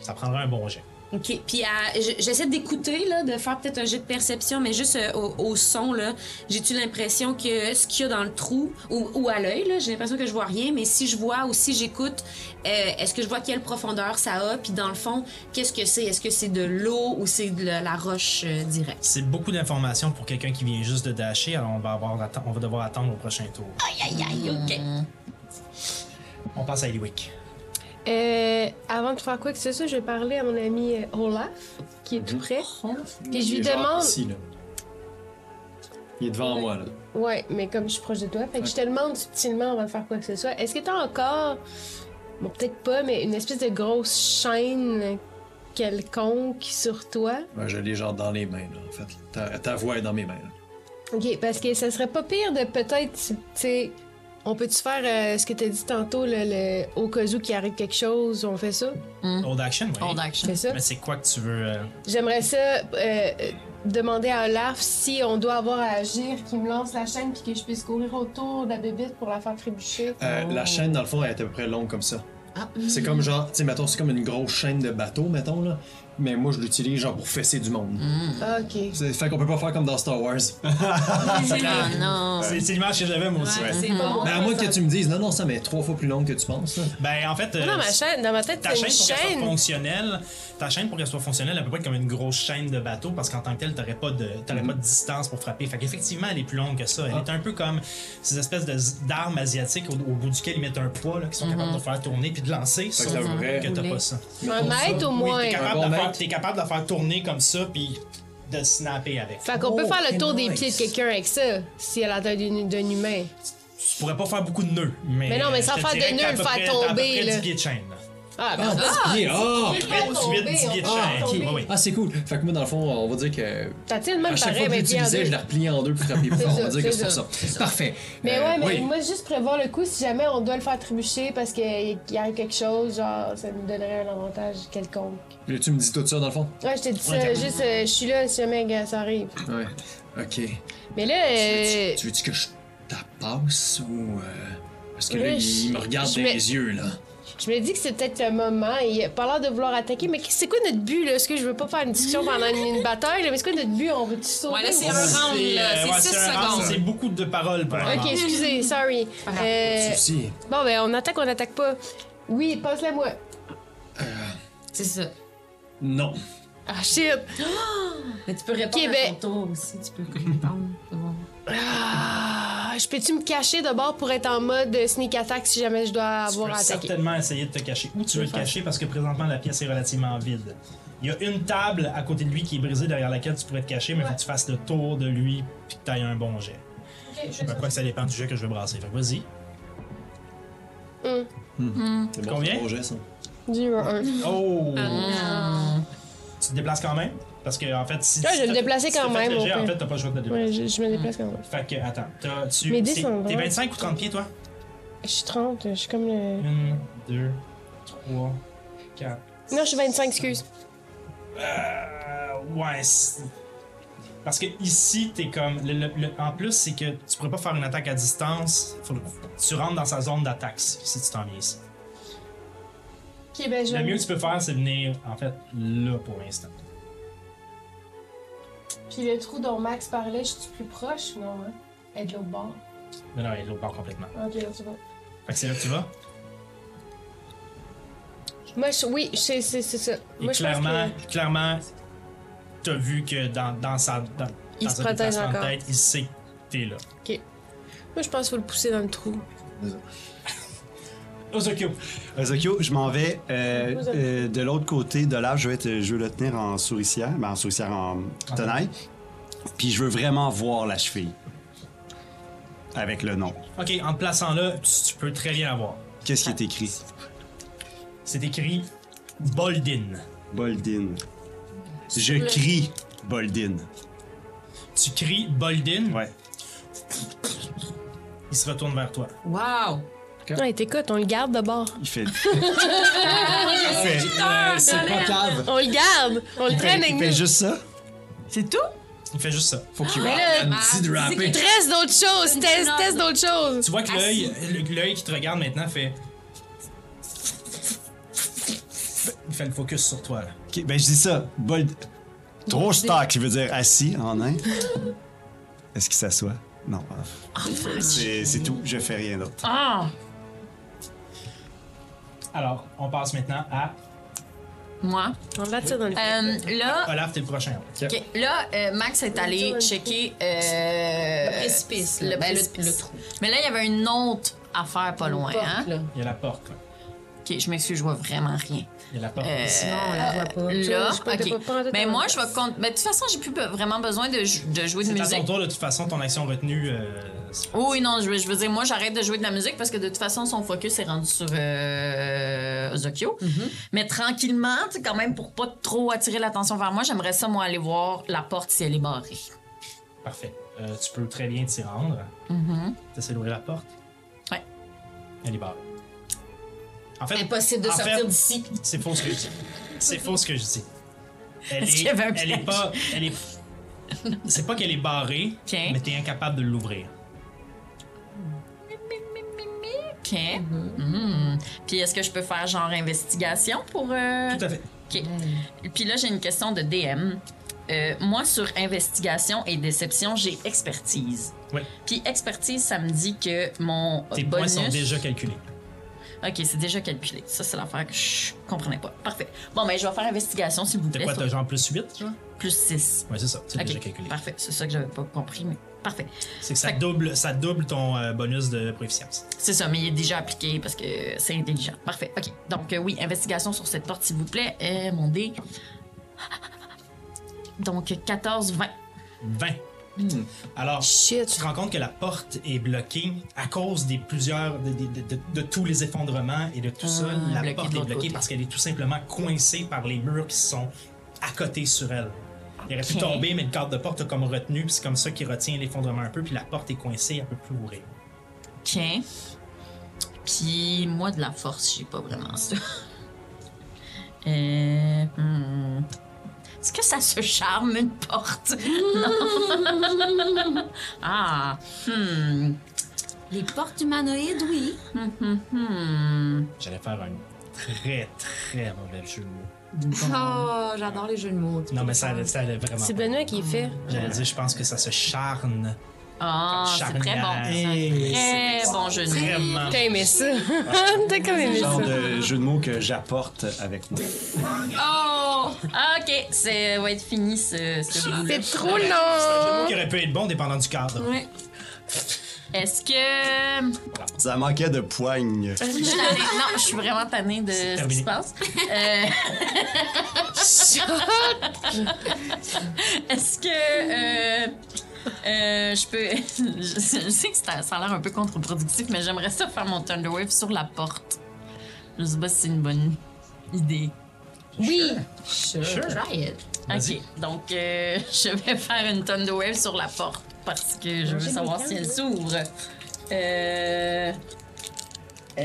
Speaker 5: Ça prendrait un bon jet.
Speaker 2: OK. Puis à- j- j'essaie d'écouter, là, de faire peut-être un jet de perception, mais juste euh, au, au son, là, j'ai-tu l'impression que ce qu'il y a dans le trou ou, ou à l'œil, là, j'ai l'impression que je vois rien, mais si je vois ou si j'écoute, euh, est-ce que je vois quelle profondeur ça a? Puis dans le fond, qu'est-ce que c'est? Est-ce que c'est de l'eau ou c'est de la, la roche euh, directe?
Speaker 5: C'est beaucoup d'informations pour quelqu'un qui vient juste de dasher, alors on va, avoir atten- on va devoir attendre au prochain tour.
Speaker 2: Aïe, aïe, OK.
Speaker 5: On passe à Eliwick.
Speaker 7: Euh, avant de faire quoi que ce soit, je vais parler à mon ami euh, Olaf, qui est tout près. Puis je lui
Speaker 1: Il est genre
Speaker 7: demande.
Speaker 1: ici, là. Il est devant moi là.
Speaker 7: Ouais, mais comme je suis proche de toi, fait que je te demande subtilement avant de faire quoi que ce soit, est-ce que t'as encore, bon peut-être pas, mais une espèce de grosse chaîne quelconque sur toi?
Speaker 1: Ben, je l'ai genre dans les mains là, en fait. Ta, ta voix est dans mes mains. là.
Speaker 7: Ok, parce que ça serait pas pire de peut-être, tu sais, on peut-tu faire euh, ce que t'as dit tantôt, le, le- au cas où qu'il arrive quelque chose, on fait ça?
Speaker 5: Old action, oui.
Speaker 3: Hold action.
Speaker 7: Fais ça?
Speaker 5: Mais c'est quoi que tu veux euh,
Speaker 7: J'aimerais ça euh, euh, demander à Olaf si on doit avoir à agir, qu'il me lance la chaîne puis que je puisse courir autour de la bébite pour la faire trébucher.
Speaker 1: Euh, La chaîne dans
Speaker 7: Ah.
Speaker 1: le fond elle est à peu près longue comme ça. C'est comme genre, tu sais, mettons, c'est comme une grosse chaîne de bateau, mettons là. mais moi je l'utilise genre pour fesser du monde.
Speaker 7: Mm. Ah, Ok.
Speaker 1: C'est- Fait qu'on peut pas faire comme dans Star Wars.
Speaker 3: Ah non.
Speaker 5: C'est c'est l'image que j'avais, moi aussi.
Speaker 2: C'est pas mon
Speaker 1: Mais Ben, à
Speaker 2: truc,
Speaker 1: moins que
Speaker 2: ça.
Speaker 1: tu me dises, non, non, ça mais trois fois plus long que tu penses. là.
Speaker 5: Ben, en fait, euh,
Speaker 7: Non, ma chaîne, dans ma tête,
Speaker 5: ta chaîne, pour
Speaker 7: c'est une
Speaker 5: qu'elle soit
Speaker 7: chaîne.
Speaker 5: fonctionnelle, ta chaîne, pour qu'elle soit fonctionnelle, elle peut pas être comme une grosse chaîne de bateau parce qu'en tant que telle, t'aurais pas de, t'aurais
Speaker 1: Hmm.
Speaker 5: pas de distance pour frapper. Fait qu'effectivement, elle est plus longue que ça.
Speaker 1: Ah.
Speaker 5: Elle est un peu comme ces espèces de z- d'armes asiatiques au, au bout duquel ils mettent un poids, là, qui sont capables de faire tourner puis de lancer.
Speaker 1: Fait que
Speaker 5: sauf
Speaker 1: la vraie-
Speaker 5: que t'as pas ça.
Speaker 7: Un mètre au moins.
Speaker 5: Oui, t'es capable,
Speaker 1: Un bon
Speaker 5: de faire,
Speaker 1: mec.
Speaker 5: t'es capable de faire tourner comme ça, puis de snapper avec.
Speaker 7: Fait qu'on peut
Speaker 1: Oh,
Speaker 7: faire le
Speaker 1: c'est
Speaker 7: tour des
Speaker 1: nice.
Speaker 7: pieds de quelqu'un avec ça, si elle a la taille d'une- d'un humain.
Speaker 5: Tu pourrais pas faire beaucoup de nœuds, mais.
Speaker 7: Mais non, mais sans
Speaker 5: je te
Speaker 7: faire de
Speaker 5: dirais que
Speaker 7: nœuds,
Speaker 5: t'as à
Speaker 7: le
Speaker 5: peu
Speaker 7: faire
Speaker 5: près- t'as à peu
Speaker 7: tomber,
Speaker 5: près
Speaker 7: là.
Speaker 5: 10 pieds de chaîne, là.
Speaker 7: Ah, ben,
Speaker 1: Ah,
Speaker 7: ça,
Speaker 1: 10 pieds, ah!
Speaker 5: Près de 8, 10 pieds de chaîne.
Speaker 1: Ah, ok.
Speaker 5: Oui, oui.
Speaker 1: Ah, c'est cool. Fait que moi, dans le fond, on va dire que.
Speaker 7: t'as de
Speaker 1: À
Speaker 7: même
Speaker 1: chaque fois que
Speaker 7: pareil,
Speaker 1: je
Speaker 7: mais bien en
Speaker 1: l'utilisais,
Speaker 7: deux.
Speaker 1: je la repliais en deux pour frapper plus fort. On va
Speaker 7: ça,
Speaker 1: dire que
Speaker 7: c'est
Speaker 1: c'est pour ça. Parfait.
Speaker 7: Mais
Speaker 1: Euh,
Speaker 7: ouais, mais
Speaker 1: oui.
Speaker 7: moi, juste prévoir le coup, si jamais on doit le faire trébucher parce qu'il y a quelque chose, genre, ça nous donnerait un avantage quelconque.
Speaker 1: Là, Tu me dis tout ça, dans le fond?
Speaker 7: Ouais, je t'ai dit ça,
Speaker 5: Ouais,
Speaker 7: juste, euh, je suis là si jamais gars, ça arrive.
Speaker 1: Ouais. Ok.
Speaker 7: Mais là,
Speaker 1: Tu
Speaker 7: euh,
Speaker 1: veux-tu- Tu veux-tu que je tapasse ou. euh, Parce que là,
Speaker 7: Là, je-
Speaker 1: il me regarde
Speaker 7: je Euh,
Speaker 1: dans
Speaker 7: mets-
Speaker 1: les yeux, là.
Speaker 7: je me dis que c'est peut-être le moment, il a pas l'air de vouloir attaquer, mais c'est quoi notre but, là? Est-ce que je veux pas faire une discussion pendant une, une bataille, là? mais c'est quoi notre but? On veut-tu sauver?
Speaker 2: Ouais, là, c'est
Speaker 7: ou-
Speaker 2: un round,
Speaker 5: euh,
Speaker 2: là.
Speaker 5: ouais,
Speaker 2: C'est 6
Speaker 5: un round, C'est
Speaker 2: secondes.
Speaker 5: beaucoup de paroles pour un
Speaker 7: Ok,
Speaker 5: round.
Speaker 7: excusez, sorry.
Speaker 2: grave.
Speaker 7: Euh,
Speaker 1: Souci.
Speaker 7: bon, ben, on attaque, on attaque pas. Oui, passe-la moi.
Speaker 2: C'est ça.
Speaker 1: Non.
Speaker 7: Ah, shit!
Speaker 2: Mais tu peux répondre
Speaker 7: Ok,
Speaker 2: à
Speaker 7: ben-
Speaker 2: ton tour aussi. Tu peux répondre. C'est bon.
Speaker 7: Ah, je peux-tu me cacher d'abord pour être en mode sneak attack si jamais je dois
Speaker 5: Tu peux
Speaker 7: avoir attaqué?
Speaker 5: certainement essayer de te cacher. Où tu veux te cacher parce que présentement la pièce est relativement vide. Il y a une table à côté de lui qui est brisée derrière laquelle tu pourrais te cacher, mais faut que tu fasses le tour de lui puis que tu un bon jet. je sais pas quoi que ça dépend du jet que je veux brasser. Fait que vas-y.
Speaker 1: C'est bon,
Speaker 5: Combien?
Speaker 1: c'est un bon hein. geste, ça.
Speaker 5: (laughs)
Speaker 7: Du 1.
Speaker 5: Oh! Tu te déplaces quand même? Parce que, en fait, si.
Speaker 7: Ouais,
Speaker 5: si
Speaker 7: Ah, je vais me
Speaker 5: t'as-
Speaker 7: déplacer
Speaker 5: si t'as
Speaker 7: quand
Speaker 5: fait
Speaker 7: même,
Speaker 5: le jet,
Speaker 7: au
Speaker 5: en
Speaker 7: pire.
Speaker 5: fait, t'as pas le choix de te déplacer.
Speaker 7: Ouais, je, je me déplace quand même.
Speaker 5: Fait que, attends, t'as- tu.
Speaker 7: Mes dés
Speaker 5: c'est-
Speaker 7: sont
Speaker 5: T'es
Speaker 7: bons.
Speaker 5: 25 ou 30 pieds, toi?
Speaker 7: Je suis 30, je suis comme le.
Speaker 5: 1, 2, 3, 4.
Speaker 7: Non, je suis 25, excuse.
Speaker 5: Euh, ouais. c'est- Parce que ici, t'es comme. le- le- le- en plus, c'est que tu pourrais pas faire une attaque à distance. Faut le- tu rentres dans sa zone d'attaque si si tu t'en viens ici.
Speaker 7: Ok, ben, je
Speaker 5: Le mieux
Speaker 7: vais.
Speaker 5: que tu peux faire, c'est venir, en fait, là pour l'instant.
Speaker 7: Puis le trou dont Max parlait, je suis plus proche, non? Hein? Elle est de l'autre bord.
Speaker 5: Non, non, il l'autre bord complètement.
Speaker 7: Ok, c'est bon.
Speaker 5: Fait que c'est là que tu vas.
Speaker 7: Moi, je, oui, c'est c'est- c'est ça.
Speaker 5: Et
Speaker 7: Moi, je pense
Speaker 5: clairement,
Speaker 7: que.
Speaker 5: clairement, t'as vu que dans, dans sa. Dans,
Speaker 7: Il
Speaker 5: dans
Speaker 7: se
Speaker 5: sa
Speaker 7: protège
Speaker 5: déplacement de
Speaker 7: encore.
Speaker 5: Tête, il sait que t'es là.
Speaker 7: Moi, je pense qu'il faut le pousser dans le trou.
Speaker 5: Ozokyo.
Speaker 4: Ozokyo, je m'en vais euh, euh, de l'autre côté de l'arbre. Je vais, être- je vais le tenir en souricière, ben, en souricière en tenaille. Puis je veux vraiment voir la cheville. Avec le nom.
Speaker 5: Ok, en te plaçant là, tu, tu peux très bien la voir.
Speaker 4: Qu'est-ce qui est écrit?
Speaker 5: C'est écrit Boldin.
Speaker 4: Boldin. Je crie Boldin.
Speaker 5: Tu cries Boldin.
Speaker 4: Ouais.
Speaker 5: Il se retourne vers toi.
Speaker 2: Wow!
Speaker 7: Non, et t'écoutes, on le garde d'abord.
Speaker 4: Il fait.
Speaker 1: C'est pas cave.
Speaker 7: On le garde! On le traîne avec
Speaker 4: Il
Speaker 7: nous.
Speaker 4: fait juste ça.
Speaker 6: C'est tout?
Speaker 5: Il fait juste ça.
Speaker 1: Faut qu'il
Speaker 7: Mais
Speaker 1: rappe.
Speaker 7: là,
Speaker 1: Anne dit de rapper.
Speaker 7: Teste d'autres choses!
Speaker 2: Une
Speaker 7: Teste,
Speaker 2: finale.
Speaker 7: teste d'autres choses!
Speaker 5: Tu vois que l'œil, l'œil qui te regarde maintenant fait. Il fait le focus sur toi. Là.
Speaker 4: Ok, ben je dis ça. Bold. Drostak, qui veut dire assis en nain. Est-ce qu'il s'assoit? Non. C'est c'est tout. Je fais rien d'autre.
Speaker 3: Ah!
Speaker 5: Alors, on passe maintenant à
Speaker 3: Moi?
Speaker 7: On l'attire dans le
Speaker 3: Euh, là,
Speaker 5: Olaf, t'es le prochain.
Speaker 3: ok, là euh, Max est allé checker euh,
Speaker 2: Le précipice,
Speaker 3: le,
Speaker 2: là.
Speaker 3: ben, le-
Speaker 2: Précipice.
Speaker 3: le trou. Mais là, il y avait une autre affaire pas loin. hein?
Speaker 5: Il y a la porte. là.
Speaker 3: Ok, je m'excuse, je vois vraiment rien.
Speaker 5: Il y a la porte.
Speaker 3: Euh,
Speaker 2: Sinon, on la voit pas.
Speaker 3: Là,
Speaker 7: Je peux- je peux pas en
Speaker 3: ok.
Speaker 7: tout
Speaker 3: Mais
Speaker 7: temps.
Speaker 3: moi, je vais. con- Mais de toute façon, j'ai plus be- vraiment besoin de, jou- de jouer de
Speaker 5: C'est à ton
Speaker 3: musique.
Speaker 5: tour, de toute façon, ton action retenue. euh, c'est-
Speaker 3: Oh Oui, non, je veux, je veux dire, moi, j'arrête de jouer de la musique parce que de toute façon, son focus est rendu sur euh, Ozokyo.
Speaker 2: Mm-hmm.
Speaker 3: Mais tranquillement, tu sais, quand même, pour pas trop attirer l'attention vers moi, j'aimerais ça, moi, aller voir la porte si elle est barrée.
Speaker 5: Parfait. Euh, tu peux très bien t'y rendre. T'essaies d'ouvrir la porte.
Speaker 3: Mm-hmm. Ouais.
Speaker 5: Elle est barrée. En fait,
Speaker 2: Impossible de
Speaker 5: en
Speaker 2: sortir
Speaker 5: fait,
Speaker 2: d'ici.
Speaker 5: C'est faux ce que je dis. C'est faux ce que je dis. Elle
Speaker 3: Est-ce
Speaker 5: est,
Speaker 3: qu'il y avait un
Speaker 5: elle est
Speaker 3: piège?
Speaker 5: pas. Elle est. C'est pas qu'elle est barrée,
Speaker 3: Ok.
Speaker 5: mais t'es incapable de l'ouvrir.
Speaker 3: Hmm. OK. Mhm. Puis est-ce que je peux faire genre investigation pour. euh,
Speaker 5: Tout à fait.
Speaker 3: OK.
Speaker 2: Mm.
Speaker 3: Puis là, j'ai une question de DM. Euh, moi, sur investigation et déception, j'ai expertise.
Speaker 5: Oui.
Speaker 3: Puis expertise, ça me dit que mon
Speaker 5: Tes points
Speaker 3: bonus...
Speaker 5: sont déjà calculés.
Speaker 3: OK, c'est déjà calculé. Ça, c'est l'affaire que je comprenais pas. Parfait. Bon, ben, je vais faire investigation, s'il vous
Speaker 5: T'as
Speaker 3: plaît.
Speaker 5: quoi,
Speaker 3: sur
Speaker 5: t'as genre plus 8, genre?
Speaker 3: plus 6.
Speaker 5: Ouais, c'est ça, c'est
Speaker 3: OK,
Speaker 5: déjà calculé.
Speaker 3: parfait. C'est ça que j'avais pas compris, mais parfait.
Speaker 5: C'est que ça
Speaker 3: Fait que-
Speaker 5: double, ça double ton euh, bonus de proficience.
Speaker 3: C'est ça, mais il est déjà appliqué parce que c'est intelligent. Parfait. OK. Donc, euh, oui, investigation sur cette porte, s'il vous plaît. Euh, mon dé. Donc, 14, 20.
Speaker 5: 20.
Speaker 3: Hmm.
Speaker 5: Alors, tu
Speaker 9: Shit.
Speaker 5: te rends compte que la porte est bloquée à cause des plusieurs, de, de- de- de- de tous les effondrements et de tout ça.
Speaker 3: Ah,
Speaker 5: La
Speaker 3: bloquée
Speaker 5: porte
Speaker 3: de
Speaker 5: est
Speaker 3: l'autre
Speaker 5: bloquée
Speaker 3: côté.
Speaker 5: parce qu'elle est tout simplement coincée par les murs qui sont à côté sur elle. Il aurait pu
Speaker 3: Ok.
Speaker 5: tomber, mais le cadre de porte a comme retenu, puis c'est comme ça qu'il retient l'effondrement un peu, puis la porte est coincée, elle peut plus ouvrir.
Speaker 3: OK. Puis, moi, de la force, j'ai pas vraiment ça. (laughs) Euh, hmm. Est-ce que ça se charme une porte? (laughs)
Speaker 2: (laughs)
Speaker 3: Non. ah, hmm,
Speaker 2: Les portes humanoïdes, oui.
Speaker 3: hmm, hmm.
Speaker 5: J'allais faire un très, très mauvais jeu de mots.
Speaker 2: Oh, j'adore les jeux de mots.
Speaker 5: Non, mais ça, allait- ça allait vraiment.
Speaker 7: C'est
Speaker 5: pas.
Speaker 7: Benoît qui fait.
Speaker 5: J'allais dire, je pense que ça se charne.
Speaker 3: (laughs) Ah, c'est très bon.
Speaker 5: Hey,
Speaker 3: Très bon jeu de mots.
Speaker 5: Vraiment.
Speaker 7: T'as aimé ça? (laughs) T'as comme aimé ça?
Speaker 4: Genre de jeu de mots que j'apporte avec moi.
Speaker 2: Oh!
Speaker 3: Ah, ok, c'est va être fini ce, ce bout-là.
Speaker 7: C'est trop long!
Speaker 5: Qui aurait pu être bon dépendant du cadre.
Speaker 3: Est-ce que.
Speaker 4: Ça manquait de poigne.
Speaker 3: Je suis tannée- non, je suis vraiment tannée de ce qui
Speaker 5: terminé.
Speaker 3: se passe. Euh, (laughs) Est-ce que. euh, euh, je peux. Je, je sais que ça, ça a l'air un peu contre-productif, mais j'aimerais ça faire mon Thunderwave sur la porte. Je sais pas si c'est une bonne idée.
Speaker 7: Oui!
Speaker 5: Sure.
Speaker 2: Try it.
Speaker 3: Ok,
Speaker 5: Vas-y.
Speaker 3: donc euh, (laughs) je vais faire une tonne de wave sur la porte parce que je veux savoir si elle s'ouvre. Euh. Euh.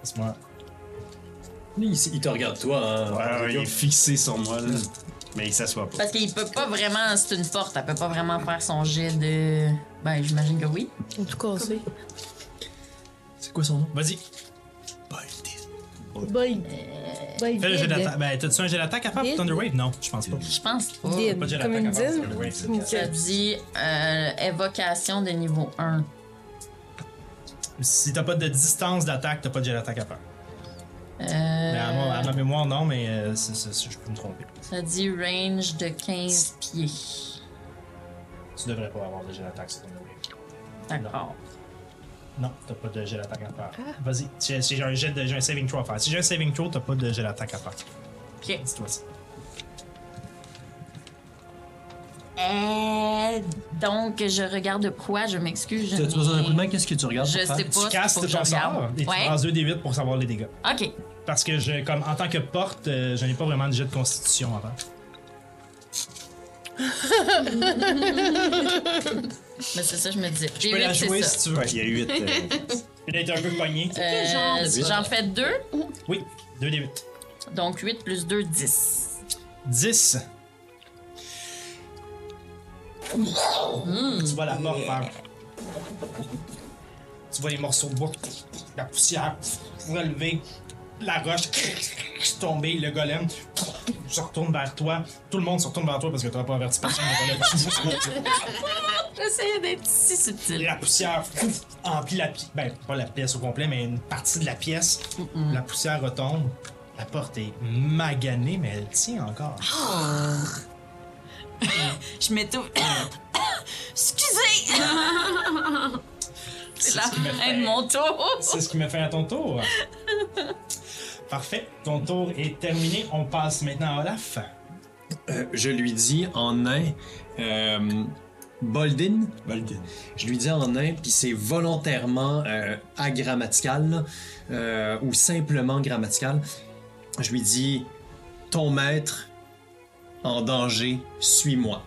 Speaker 5: Laisse-moi.
Speaker 1: Il, il te regarde, toi. hein.
Speaker 4: il est fixé sur moi, là. Mais il s'assoit pas.
Speaker 3: Parce qu'il peut pas vraiment. C'est une porte, elle peut pas vraiment faire son jet de. Ben, j'imagine que oui.
Speaker 7: En tout cas, c'est.
Speaker 1: C'est quoi son nom?
Speaker 5: Vas-y.
Speaker 7: Boy. Boy.
Speaker 5: Fais le jet
Speaker 7: dead.
Speaker 5: d'attaque. Ben, t'as-tu un jet d'attaque à faire pour
Speaker 7: Dead.
Speaker 5: Thunder Wave? Non, je pense pas.
Speaker 3: Je pense pas.
Speaker 7: Dead.
Speaker 5: Pas de jet
Speaker 7: Comme
Speaker 5: d'attaque
Speaker 7: une
Speaker 5: à hein. faire
Speaker 7: dîme.
Speaker 5: pour Thunder Wave.
Speaker 3: Ça dit euh, évocation de niveau 1.
Speaker 5: Si t'as pas de distance d'attaque, t'as pas de jet d'attaque à faire.
Speaker 3: Euh,
Speaker 5: Mais à, moi- à ma mémoire, non, mais euh, c'est- c'est- c'est- je peux me tromper.
Speaker 3: Ça dit range de 15 pieds.
Speaker 5: Tu devrais pas avoir de jet d'attaque sur Thunder Wave.
Speaker 3: D'accord.
Speaker 5: Non, t'as pas de jet d'attaque à
Speaker 3: Ah.
Speaker 5: faire. Vas-y. Si si j'ai un jet de. J'ai un saving throw à faire. Si j'ai un saving throw, t'as pas de jet d'attaque à faire.
Speaker 3: Ok.
Speaker 5: Dis-toi ça.
Speaker 3: Euh, donc, je regarde quoi? Je m'excuse. je
Speaker 1: Tu as
Speaker 3: n'ai-
Speaker 1: besoin d'un coup de main? Qu'est-ce que tu regardes?
Speaker 3: Je
Speaker 1: pour faire?
Speaker 3: sais pas.
Speaker 5: Tu casses
Speaker 3: faut que je
Speaker 5: ton sort
Speaker 3: regarde.
Speaker 5: et tu
Speaker 3: Ouais.
Speaker 5: lances 2d8 pour savoir les dégâts.
Speaker 3: Ok.
Speaker 5: Parce que, je, comme en tant que porte, euh, je n'ai pas vraiment de jet de constitution avant.
Speaker 3: Mais c'est ça, je me dis.
Speaker 5: Tu peux la jouer si tu veux.
Speaker 4: Ouais, il y a euh. 8.
Speaker 5: (laughs) Il a été un
Speaker 3: Euh.
Speaker 5: peu pogné.
Speaker 3: J'en fais 2.
Speaker 5: Oui, 2d8.
Speaker 3: Donc, 8 plus 2, 10.
Speaker 5: 10.
Speaker 3: Hmm.
Speaker 5: Tu vois la mort faire. Tu vois les morceaux de bois, la poussière relever, la roche tomber, le golem se retourne vers toi. Tout le monde se retourne vers toi parce que tu n'as pas averti personne. le golem.
Speaker 3: J'essayais d'être si subtil.
Speaker 5: La poussière fouf, emplit la pièce. Ben, pas la pièce au complet, mais une partie de la pièce. La poussière retombe. La porte est maganée, mais elle tient encore.
Speaker 3: Ah, Je m'étouffe. (coughs) Excusez! C'est la
Speaker 5: ce qui me
Speaker 3: fin
Speaker 5: fait-
Speaker 3: de mon tour.
Speaker 5: C'est ce qui me fait à ton tour. Parfait. Ton tour est terminé. On passe maintenant à Olaf.
Speaker 1: Euh, je lui dis en nain, euh, Boldin. Je lui dis en nain, puis c'est volontairement euh, agrammatical là, euh, ou simplement grammatical. Je lui dis, ton maître en danger, suis-moi.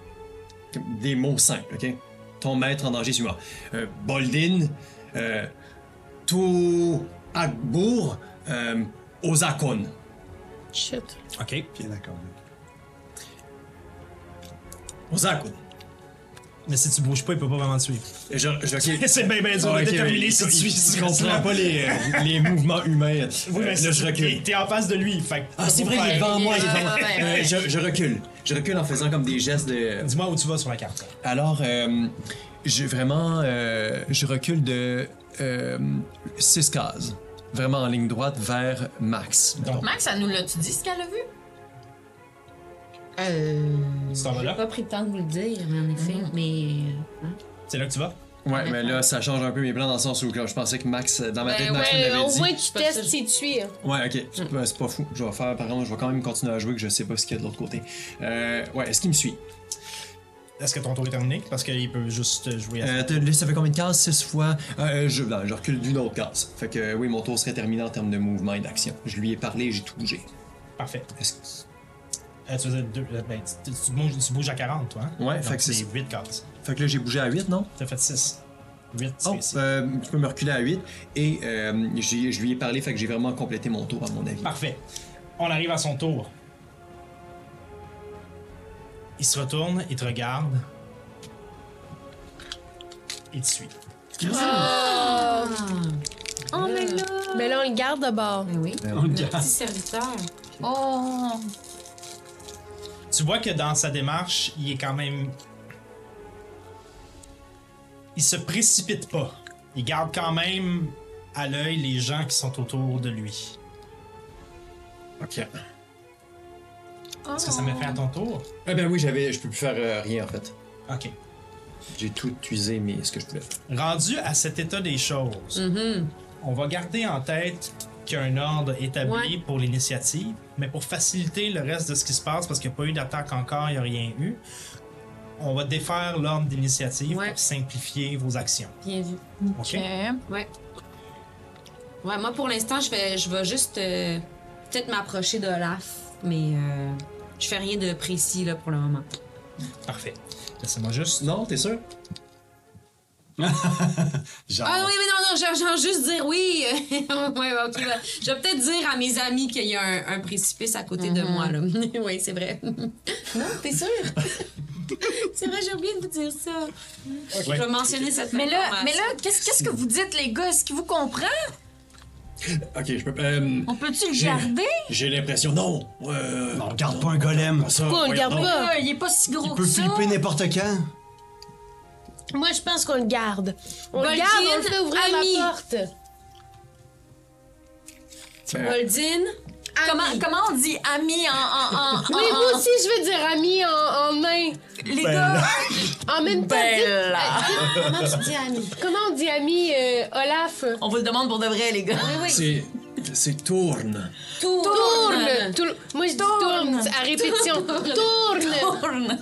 Speaker 1: Des mots simples, ok? Ton maître en danger, suis-moi. Euh, Boldin, euh, tout Agbour, euh, Ozakon.
Speaker 7: Shit.
Speaker 5: OK.
Speaker 4: Bien d'accord.
Speaker 1: Ozakon.
Speaker 5: Mais si tu bouges pas, il peut pas vraiment te suivre.
Speaker 1: Je, je, ok.
Speaker 5: (laughs) C'est bien, bien dur
Speaker 1: Ah,
Speaker 5: de
Speaker 1: ok,
Speaker 5: déterminer
Speaker 1: mais
Speaker 5: si
Speaker 1: il-
Speaker 5: tu
Speaker 1: il-
Speaker 5: suis
Speaker 1: il comprend pas les, euh, les mouvements humains.
Speaker 5: Oui,
Speaker 1: Euh,
Speaker 5: mais
Speaker 1: là,
Speaker 5: c'est-
Speaker 1: je recule.
Speaker 5: T'es en face de lui, fait que-
Speaker 1: Ah, c'est vrai, il est devant moi. il est devant moi.
Speaker 5: (laughs)
Speaker 3: Ouais, ouais,
Speaker 1: Euh,
Speaker 3: ouais.
Speaker 1: je, je recule. Je recule en faisant comme des gestes de.
Speaker 5: Dis-moi où tu vas sur la carte.
Speaker 1: Alors, euh, j'ai vraiment. euh, je recule de 6 cases. Vraiment en ligne droite vers Max.
Speaker 5: Donc,
Speaker 3: Max, ça nous l'a-tu dit ce qu'elle a vu?
Speaker 2: Euh.
Speaker 5: Tu t'en vas
Speaker 2: J'ai
Speaker 5: là?
Speaker 2: pas pris le temps de vous le dire, mais en effet,
Speaker 3: Mm.
Speaker 2: mais. euh, hein.
Speaker 5: c'est là que tu vas?
Speaker 1: Ouais, mais là, ça change un peu mes plans dans le sens où là, je pensais que Max, euh, dans ma
Speaker 3: Ben
Speaker 1: tête, Max me
Speaker 7: Ouais,
Speaker 1: l'avait
Speaker 7: au
Speaker 1: dit.
Speaker 7: moins tu
Speaker 2: pas
Speaker 7: testes
Speaker 2: sûr.
Speaker 7: si tu es.
Speaker 1: Ouais, ok. C'est pas- C'est pas fou. Je vais faire, par contre, je vais quand même continuer à jouer que je sais pas ce qu'il y a de l'autre côté. Euh, ouais, est-ce qu'il me suit?
Speaker 5: Est-ce que ton tour est terminé? Parce qu'il peut juste jouer à
Speaker 1: Euh, t'as- là, ça fait combien de cases? 6 fois? Euh, je, non, je recule d'une autre case. Fait que euh, oui, mon tour serait terminé en termes de mouvement et d'action. Je lui ai parlé, j'ai tout bougé.
Speaker 5: Parfait.
Speaker 1: Est-ce que-
Speaker 5: Euh, tu faisais deux. euh, ben, tu, tu- tu bouges, tu bouges à 40, toi. Hein?
Speaker 1: Ouais,
Speaker 5: Donc,
Speaker 1: fait que c'est-
Speaker 5: c'est 8 cartes.
Speaker 1: Fait que là, j'ai bougé à 8, non?
Speaker 5: T'as fait 6. 8, c'est
Speaker 1: Oh,
Speaker 5: c'est-
Speaker 1: euh, tu peux me reculer à 8. Et euh, j'ai- je lui ai parlé, fait que j'ai vraiment complété mon tour, à mon avis.
Speaker 5: Parfait. On arrive à son tour. Il se retourne, il te regarde. Il te suit.
Speaker 3: Oh, mais là!
Speaker 7: Mais là, on le garde de bord.
Speaker 2: Ben oui.
Speaker 8: On le garde.
Speaker 2: Petit serviteur.
Speaker 3: Oh!
Speaker 5: Tu vois que dans sa démarche, il est quand même. Il se précipite pas. Il garde quand même à l'œil les gens qui sont autour de lui.
Speaker 1: Ok.
Speaker 5: Est-ce que ça me fait à ton tour?
Speaker 1: Ah ben oui, j'avais, je peux plus faire euh, rien en fait.
Speaker 5: Ok.
Speaker 1: J'ai tout tuisé, mais ce que je pouvais faire.
Speaker 5: Rendu à cet état des choses, on va garder en tête qu'il y a un ordre établi pour l'initiative, mais pour faciliter le reste de ce qui se passe, parce qu'il n'y a pas eu d'attaque encore, il n'y a rien eu, on va défaire l'ordre d'initiative
Speaker 2: Ouais.
Speaker 5: pour simplifier vos actions.
Speaker 2: Bien vu.
Speaker 5: OK?
Speaker 2: Ouais. Ouais, moi pour l'instant, je vais, je vais juste euh, peut-être m'approcher de Olaf, mais euh, je fais rien de précis là pour le moment.
Speaker 5: Parfait. Laissez-moi juste.
Speaker 1: Non, t'es
Speaker 5: (laughs)
Speaker 1: sûr?
Speaker 8: Genre.
Speaker 2: Ah oui, mais non, non, j'ai j'ai juste dire oui. (laughs) ouais, ouais, ok. bah, je vais peut-être dire à mes amis qu'il y a un, un précipice à côté de moi là. (laughs) oui, c'est vrai. non, t'es sûr (laughs) C'est vrai, j'ai oublié de vous dire ça. Je vais mentionner cette
Speaker 3: Mais là,
Speaker 2: information.
Speaker 3: mais là qu'est-ce qu'est-ce que vous dites, les gars? Est-ce qu'il vous comprend?
Speaker 1: Ok, je peux. euh,
Speaker 3: On peut-tu le
Speaker 1: J'ai-
Speaker 3: garder?
Speaker 1: j'ai l'impression. Non! Euh,
Speaker 4: On regarde pas un golem.
Speaker 1: pas ça,
Speaker 7: Pourquoi on le
Speaker 1: voyons
Speaker 7: garde
Speaker 1: donc.
Speaker 7: pas?
Speaker 3: Euh, il est pas si gros
Speaker 4: Il
Speaker 3: que
Speaker 4: peut
Speaker 3: ça.
Speaker 4: flipper n'importe quand.
Speaker 7: Moi, je pense qu'on le garde. On le
Speaker 2: Goldin,
Speaker 7: garde, on le fait ouvrir
Speaker 2: ami.
Speaker 7: la porte.
Speaker 1: Euh,
Speaker 2: Goldin,
Speaker 3: Comment, comment on dit ami en. en, en, en-
Speaker 7: Oui, moi aussi, je veux dire ami en, en main.
Speaker 3: Les gars!
Speaker 7: En même temps,
Speaker 3: Ben
Speaker 7: dites-
Speaker 3: là.
Speaker 2: comment tu dis ami
Speaker 7: comment on dit ami, euh, Olaf?
Speaker 3: On vous le demande pour de vrai, les gars. (laughs)
Speaker 1: C'est. C'est tourne.
Speaker 2: Tourne.
Speaker 7: Tourne! Tourne. Moi, je dis tourne à répétition. Tourne!
Speaker 3: Tourne.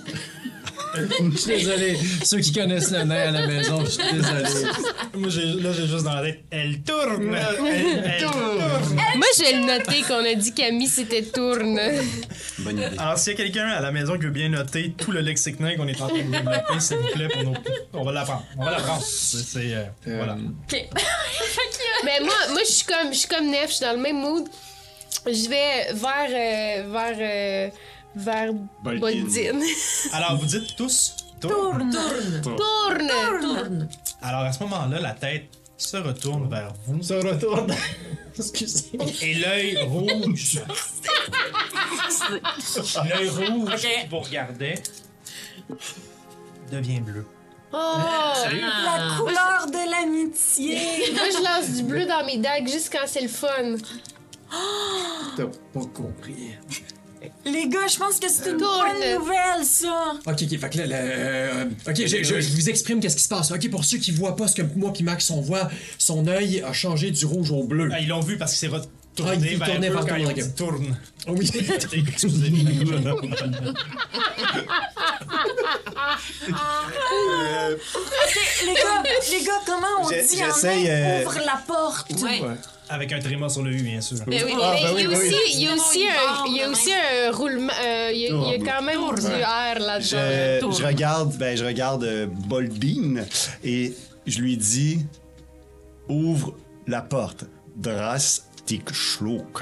Speaker 1: Je suis désolé. Ceux qui connaissent le nain à la maison, je suis désolé.
Speaker 5: Moi, j'ai- là, j'ai juste dans la tête. Elle tourne! Elle, elle tourne!
Speaker 7: Moi, j'ai noté qu'on a dit qu'ami, c'était tourne.
Speaker 8: Bonne idée.
Speaker 5: Alors, s'il y a quelqu'un à la maison qui veut bien noter tout le lexicnaire qu'on est en train de développer, s'il vous plaît, pour nos... on va l'apprendre. On va l'apprendre. C'est. c'est, euh,
Speaker 1: Euh,
Speaker 5: Voilà.
Speaker 7: Mais moi, moi je suis comme, je suis comme Nef, je suis dans le même mood. Je vais vers, euh, vers, euh, vers
Speaker 8: Boldin.
Speaker 4: (laughs)
Speaker 7: Boldin.
Speaker 5: Alors, vous dites tous tourne.
Speaker 7: Tourne!
Speaker 2: Tourne.
Speaker 5: Alors à ce moment-là, la tête se retourne vers vous.
Speaker 1: (laughs)
Speaker 5: Se retourne. Excusez-moi. Et l'œil rouge. l'œil rouge qui vous regardait devient bleu.
Speaker 7: Oh!
Speaker 2: Ah.
Speaker 3: Ah,
Speaker 6: La couleur de l'amitié.
Speaker 7: Moi, je lance du bleu dans mes dagues juste quand c'est le fun.
Speaker 1: T'as pas compris.
Speaker 6: Les gars, je pense que c'est une
Speaker 7: Tourne.
Speaker 6: bonne nouvelle, ça.
Speaker 1: Ok, ok, fait que là, là, euh, ok, je, je- je vous exprime qu'est-ce qui se passe. Ok, pour ceux qui voient pas ce que moi puis Max on voit, son œil a changé du rouge au bleu.
Speaker 5: Ah, ils l'ont vu parce qu'il s'est retourné
Speaker 1: Ah, il
Speaker 5: vers
Speaker 1: tournait
Speaker 5: eux
Speaker 1: vers
Speaker 5: quand
Speaker 1: toi,
Speaker 5: ils ont
Speaker 1: ok.
Speaker 5: dit tourne. (laughs)
Speaker 1: Ah oui. (laughs)
Speaker 5: Excusez-moi.
Speaker 6: Les
Speaker 2: (laughs)
Speaker 6: gars, les gars, comment on
Speaker 4: J'ai-
Speaker 6: dit en
Speaker 4: j'essaye,
Speaker 6: main?
Speaker 4: euh,
Speaker 6: Ouvre la porte.
Speaker 2: Ouais.
Speaker 5: Avec un tréma sur le U, bien
Speaker 1: Oh,
Speaker 5: sûr.
Speaker 2: Ben oui,
Speaker 4: Ah, ben
Speaker 2: mais-
Speaker 7: Il y a
Speaker 4: oui,
Speaker 7: aussi, il y a
Speaker 2: oui.
Speaker 7: aussi un, il y a aussi un roulement. euh, il, y a, il y a quand même du air
Speaker 4: Je,
Speaker 7: là-dedans.
Speaker 4: je regarde, ben, je regarde euh, Boldin et je lui dis ouvre la porte. Drace Stick Schlock.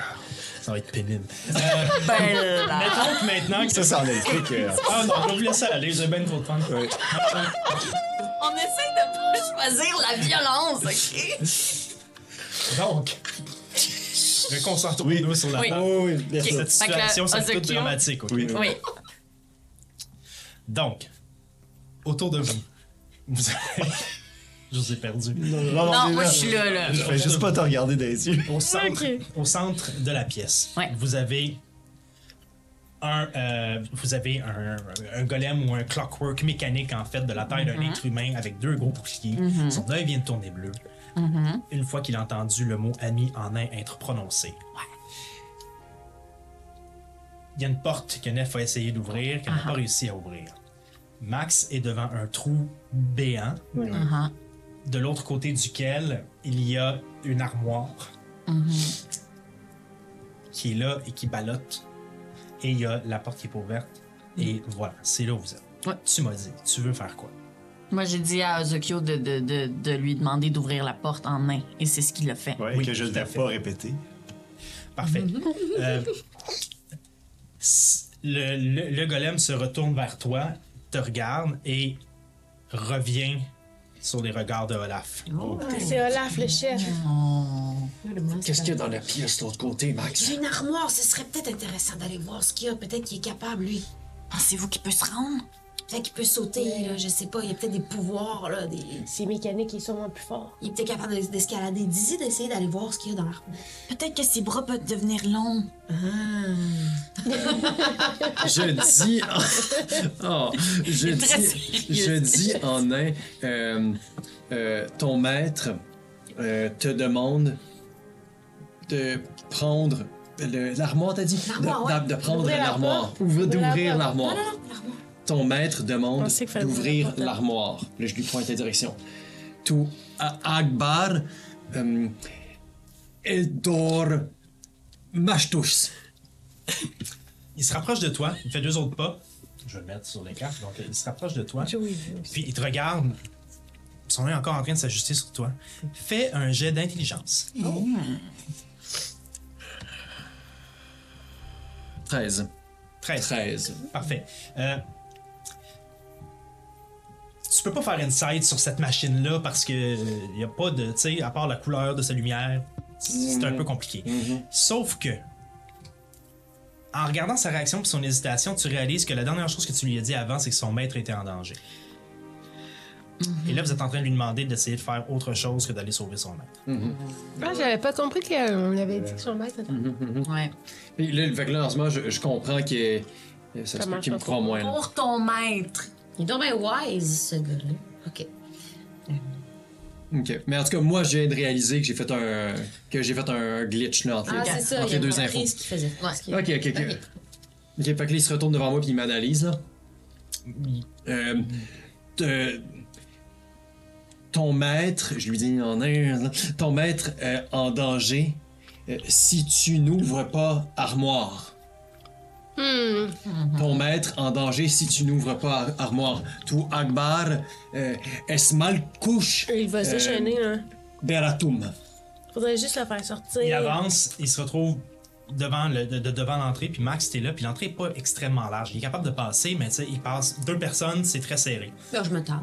Speaker 5: Ça va être pénible.
Speaker 6: Ben
Speaker 3: Ah.
Speaker 6: là.
Speaker 5: Mettons que maintenant que
Speaker 4: Ça, ça en est le
Speaker 3: (laughs)
Speaker 4: truc. euh,
Speaker 5: Ah non, je vais vous laisser aller, vous avez bien trop de Ben temps.
Speaker 4: ouais.
Speaker 2: On essaie de pas choisir la violence, ok?
Speaker 5: Donc, je vais concentrer
Speaker 4: Oui.
Speaker 5: nous sur la
Speaker 2: Oui.
Speaker 5: table.
Speaker 1: Oh, oui, bien sûr.
Speaker 5: Cette
Speaker 3: Fait que
Speaker 5: situation,
Speaker 3: le
Speaker 5: c'est toute
Speaker 3: Ozokyo-
Speaker 5: dramatique, ok?
Speaker 4: Oui.
Speaker 3: Oui.
Speaker 5: Donc, autour de vous, vous avez... (laughs) Je vous ai perdu.
Speaker 3: Non, moi, je suis là, là.
Speaker 4: Je vais juste pas te regarder dans les yeux.
Speaker 5: Au centre, au centre de la pièce,
Speaker 3: Ouais.
Speaker 5: vous avez un, euh, vous avez un, un golem ou un clockwork mécanique en fait de la taille d'un être humain avec deux gros boucliers. Son œil vient de tourner bleu. Une fois qu'il a entendu le mot ami en nain être prononcé. Il y a une porte que Neff a essayé d'ouvrir, qu'elle n'a pas réussi à ouvrir. Max est devant un trou béant
Speaker 3: Uh-huh.
Speaker 5: de l'autre côté duquel il y a une armoire qui est là et qui ballotte. Et il y a la porte qui est pas ouverte. Et voilà, c'est là où vous êtes.
Speaker 3: Ouais.
Speaker 5: Tu m'as dit, tu veux faire quoi?
Speaker 3: Moi, j'ai dit à Ozokyo de, de, de, de lui demander d'ouvrir la porte en main, et c'est ce qu'il a fait.
Speaker 4: Ouais,
Speaker 5: Oui,
Speaker 4: que je
Speaker 5: tout
Speaker 4: ne
Speaker 5: à
Speaker 4: l'ai
Speaker 5: fait.
Speaker 4: pas répété.
Speaker 5: Parfait. Euh, s- le, le- le golem se retourne vers toi, te regarde et revient sur les regards de Olaf.
Speaker 7: C'est Olaf le chef.
Speaker 1: Qu'est-ce qu'il y a dans la pièce de l'autre côté, Max?
Speaker 2: J'ai une armoire, ce serait peut-être intéressant d'aller voir ce qu'il y a. Peut-être qu'il est capable, lui.
Speaker 3: Pensez-vous qu'il peut se rendre?
Speaker 2: Peut-être qu'il peut sauter, là, je sais pas. Il y a peut-être des pouvoirs, là. Des...
Speaker 7: C'est mécanique, il est sûrement plus fort.
Speaker 2: Il est peut-être capable d'es- d'escalader. Dis-y d'essayer d'aller voir ce qu'il y a dans l'armoire.
Speaker 3: Peut-être que ses bras peuvent devenir longs.
Speaker 1: Je
Speaker 7: (laughs)
Speaker 1: dis. en- oh, je,
Speaker 3: très
Speaker 1: dis... je dis en un. euh, euh, ton maître euh, te demande de prendre. le- L'armoire, t'as dit? De,
Speaker 2: L'armoire, ouais.
Speaker 1: de- de prendre
Speaker 7: D'ouvrir la
Speaker 1: l'armoire.
Speaker 7: porte.
Speaker 1: Ouvre-
Speaker 7: D'ouvrir la
Speaker 1: D'ouvrir
Speaker 7: porte.
Speaker 1: l'armoire. Ton maître demande
Speaker 9: On sait qu'il fallait ouvrir la
Speaker 1: d'ouvrir
Speaker 9: porte, hein.
Speaker 1: l'armoire. Là, je lui pointe la direction. Tout Akbar euh, Eldor Mashtous.
Speaker 5: Il se rapproche de toi, il fait deux autres pas. Je vais le mettre sur les cartes. Donc, il se rapproche de toi. Puis il te regarde. Son œil est encore en train de s'ajuster sur toi. Fais un jet d'intelligence.
Speaker 1: 13.
Speaker 5: 13.
Speaker 1: 13.
Speaker 5: Parfait. Euh, tu peux pas faire insight sur cette machine-là parce que il y a pas de. Tu sais, à part la couleur de sa lumière, c'est un peu compliqué. Sauf que. En regardant sa réaction et son hésitation, tu réalises que la dernière chose que tu lui as dit avant, c'est que son maître était en danger. Et là, vous êtes en train de lui demander d'essayer de faire autre chose que d'aller sauver son maître.
Speaker 7: Ah, j'avais pas compris qu'on avait dit que son maître était.
Speaker 3: Ouais.
Speaker 1: Et là, fait que là, en ce moment, je, je comprends qu'il est. Ça se peut
Speaker 7: marche
Speaker 1: qu'il me
Speaker 7: pas
Speaker 1: croit moins. là.
Speaker 2: Pour ton maître. Il est donc bien wise, ce gars-là. OK.
Speaker 1: Ok. Mais en tout cas, moi, je viens de réaliser que j'ai fait un que j'ai fait un glitch là,
Speaker 7: Ah,
Speaker 1: entre, les- entre les deux infos.
Speaker 2: ce qu'il faisait.
Speaker 1: Ok, ok, ok. Ok, fait que là, il se retourne devant moi puis il m'analyse là. Euh, te- ton maître, je lui dis en un, ton maître euh, en danger euh, si tu n'ouvres pas armoire.
Speaker 7: Hmm.
Speaker 1: Ton maître en danger si tu n'ouvres pas ar- armoire. Tout Akbar, euh, Esmalkush,
Speaker 7: Il va s'échaîner, hein.
Speaker 1: Beratum.
Speaker 7: Faudrait juste le faire sortir.
Speaker 5: Il avance, il se retrouve devant le- de- de- devant l'entrée, puis Max, t'es là, puis l'entrée n'est pas extrêmement large. Il est capable de passer, mais tu sais, il passe deux personnes, c'est très serré.
Speaker 2: Là, je me tape.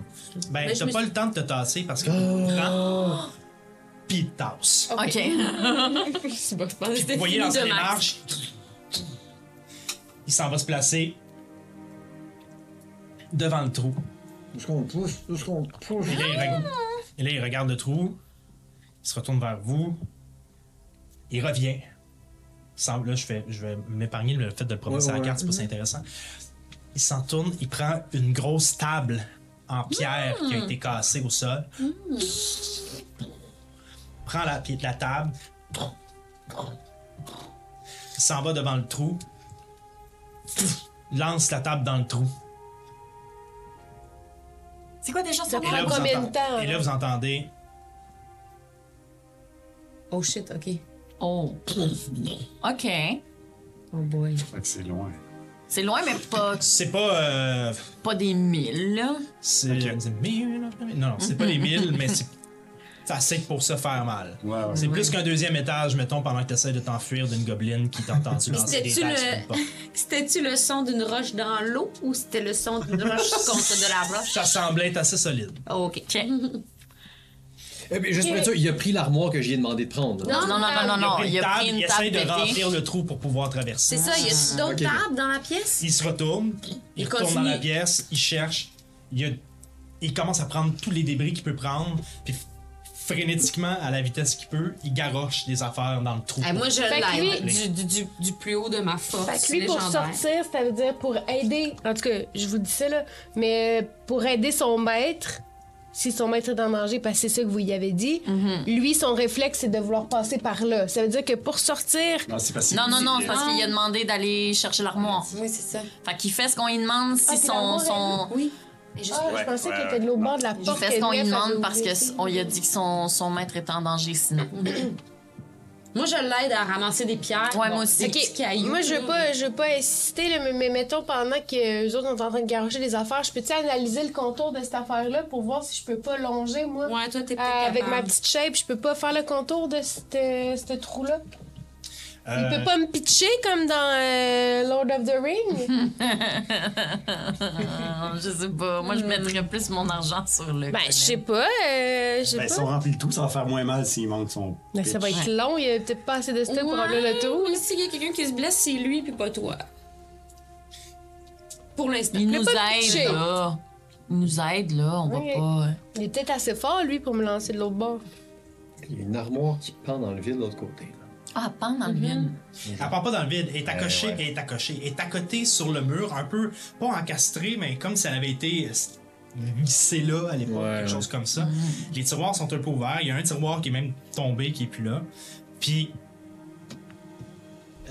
Speaker 5: Ben,
Speaker 2: Mais je
Speaker 5: t'as
Speaker 2: me
Speaker 5: pas
Speaker 2: suis-
Speaker 5: le
Speaker 2: Oh!
Speaker 5: temps de te tasser parce que tu prends, pis il te tasse.
Speaker 3: (laughs) OK.
Speaker 2: C'est pas
Speaker 5: Vous voyez dans les marches, il s'en va se placer devant le trou. Et là, il regarde, et là, il regarde le trou, il se retourne vers vous, il revient. Semble, là, je, fais, je vais m'épargner le fait de le prononcer
Speaker 1: Ouais, ouais,
Speaker 5: à la carte, c'est pas si intéressant. Il s'en tourne, il prend une grosse table en pierre qui a été cassée au sol. Prend la, pied de la table. Il s'en va devant le trou. (sniffs) Lance la table dans le trou.
Speaker 6: C'est quoi déjà
Speaker 7: Ça
Speaker 6: son
Speaker 5: Et
Speaker 7: prend
Speaker 5: là, vous
Speaker 7: combien de
Speaker 5: entendez-
Speaker 7: temps?
Speaker 5: et là, vous entendez
Speaker 2: Oh shit, OK.
Speaker 3: Oh. OK.
Speaker 2: Oh boy.
Speaker 4: Fait que c'est loin.
Speaker 3: C'est loin, mais pas,
Speaker 5: C'est pas. euh,
Speaker 3: pas des mille, là.
Speaker 5: c'est.
Speaker 4: Ok.
Speaker 5: c'est (laughs) mille, Non, non, c'est pas les mille, mais c'est. ça c'est pour se faire mal.
Speaker 4: Ouais, ouais.
Speaker 5: C'est plus qu'un deuxième étage, mettons, pendant que tu essaies de t'enfuir d'une gobeline qui t'a entendu lancer des
Speaker 2: C'était-tu
Speaker 5: taches sur une
Speaker 2: le...
Speaker 5: porte.
Speaker 2: c'était-tu le son d'une roche dans l'eau ou c'était le son d'une roche contre de la roche?
Speaker 5: Ça semblait être assez solide.
Speaker 2: OK.
Speaker 1: Eh bien, juste pour
Speaker 7: Ok.
Speaker 1: être sûr, il a pris l'armoire que j'y ai demandé de prendre.
Speaker 2: Non,
Speaker 3: Non, non, non, non, non. Il a pris
Speaker 5: il
Speaker 3: une
Speaker 5: essaie
Speaker 3: table
Speaker 5: de
Speaker 3: pétée.
Speaker 5: remplir le trou pour pouvoir traverser.
Speaker 2: C'est ça, il y
Speaker 3: Ah.
Speaker 2: a d'autres
Speaker 1: Ok.
Speaker 2: tables dans la pièce?
Speaker 5: Il se retourne, il,
Speaker 3: Il
Speaker 5: retourne
Speaker 3: continue.
Speaker 5: dans la pièce, il cherche, il, a- il commence à prendre tous les débris qu'il peut prendre, puis f- frénétiquement, à la vitesse qu'il peut, il garoche des affaires dans le trou.
Speaker 2: Eh, moi, je
Speaker 7: Fait que
Speaker 2: l'aide
Speaker 5: lui-
Speaker 2: du, du- du- du plus haut de ma force.
Speaker 7: Fait que lui, pour
Speaker 2: légendaire.
Speaker 7: sortir, c'est-à-dire pour aider, en tout cas, je vous dis ça, là, mais pour aider son maître, si son maître est en danger, parce que c'est ça que vous y avez dit,
Speaker 3: Mhm.
Speaker 7: lui, son réflexe, c'est de vouloir passer par là. Ça veut dire que pour sortir,
Speaker 8: Non, c'est parce que-
Speaker 3: Non, non, non, c'est parce qu'il a demandé d'aller chercher l'armoire.
Speaker 2: Oui, c'est ça.
Speaker 3: Fait qu'il fait ce qu'on lui demande si
Speaker 7: Ah, puis
Speaker 3: son.
Speaker 7: l'armoire,
Speaker 3: son...
Speaker 2: Oui. Et je-
Speaker 7: ah, je
Speaker 8: Ouais,
Speaker 7: pensais
Speaker 8: ouais,
Speaker 7: qu'il
Speaker 8: ouais.
Speaker 7: était de l'autre bord de la
Speaker 3: Il
Speaker 7: porte.
Speaker 3: fait ce qu'on lui
Speaker 7: qu'elle venait, fait
Speaker 3: demande
Speaker 7: que
Speaker 3: parce
Speaker 7: j'ai
Speaker 3: qu'on lui a dit que son, son maître est en danger sinon.
Speaker 2: Moi, je l'aide à ramasser des pierres.
Speaker 3: Ouais, moi aussi.
Speaker 2: Des petits
Speaker 7: oublié.
Speaker 2: cailloux.
Speaker 7: Moi, je veux pas, je veux pas insister, là, mais, mais mettons, pendant que les autres sont en train de garocher des affaires, je peux-tu analyser le contour de cette affaire-là pour voir si je peux pas longer, moi?
Speaker 2: Ouais, toi, t'es peut-être
Speaker 7: Euh, avec ma
Speaker 2: capable.
Speaker 7: petite shape, je peux pas faire le contour de cette- euh, ce trou-là.
Speaker 5: Euh,
Speaker 7: Il peut pas me pitcher comme dans euh, Lord of the Ring?
Speaker 3: Euh, je sais pas. Moi, je mettrais plus mon argent sur le.
Speaker 7: ben, je sais pas. euh, je sais
Speaker 4: Ben,
Speaker 7: pas.
Speaker 4: si on remplit le tout, ça va faire moins mal s'il manque son.
Speaker 7: Ben, ça va
Speaker 4: pitch.
Speaker 7: être long. Il y a peut-être pas assez de stock pour
Speaker 2: Ouais,
Speaker 7: remplir le trou.
Speaker 2: Ou s'il y a quelqu'un qui se blesse, c'est lui puis pas toi. Pour l'instant.
Speaker 3: Il
Speaker 7: Le
Speaker 3: nous
Speaker 7: pas
Speaker 3: aide
Speaker 7: pitcher.
Speaker 3: là. Il nous aide là. On va
Speaker 7: Ok.
Speaker 3: pas. euh,
Speaker 7: Il est peut-être assez fort, lui, pour me lancer de l'autre bord.
Speaker 1: Il y a une armoire qui pend dans le vide de l'autre côté. là.
Speaker 3: Ah, pas dans le vide.
Speaker 5: Elle part pas dans le vide, elle est accrochée,
Speaker 1: Eh ouais.
Speaker 5: elle est accrochée, elle est accotée sur le mur, un peu, pas encastrée, mais comme si elle avait été euh, vissée là à l'époque,
Speaker 1: Ouais,
Speaker 5: quelque
Speaker 1: ouais.
Speaker 5: chose comme ça. Les tiroirs sont un peu ouverts, il y a un tiroir qui est même tombé, qui est plus là. Puis,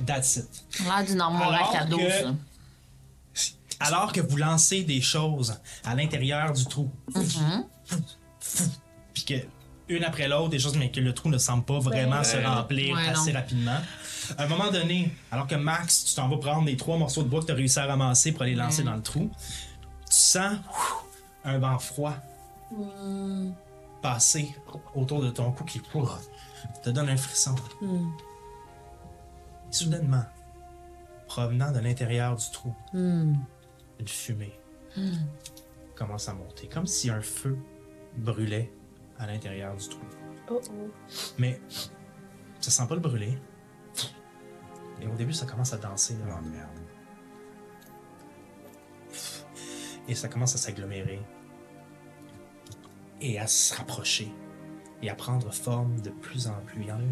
Speaker 5: that's it.
Speaker 3: L'air d'une armoire
Speaker 5: Alors
Speaker 3: à cadeaux,
Speaker 5: que-
Speaker 3: ça.
Speaker 5: Alors que vous lancez des choses à l'intérieur du trou,
Speaker 2: Mm-hmm.
Speaker 5: puis que une après l'autre, des choses, mais que le trou ne semble pas vraiment se remplir
Speaker 2: Ouais,
Speaker 5: assez
Speaker 2: non.
Speaker 5: rapidement. À un moment donné, alors que Max, tu t'en vas prendre les trois morceaux de bois que tu as réussi à ramasser pour aller lancer dans le trou, tu sens ouf, un vent froid
Speaker 2: Mm.
Speaker 5: passer autour de ton cou qui ouf, te donne un frisson.
Speaker 2: Mm.
Speaker 5: Et soudainement, provenant de l'intérieur du trou, une fumée commence à monter, comme si un feu brûlait à l'intérieur du trou.
Speaker 7: Oh,
Speaker 5: Mais ça sent pas le brûler. Et au début, ça commence à danser devant le merde. Et ça commence à s'agglomérer. Et à se rapprocher. Et à prendre forme de plus en plus. Il y en a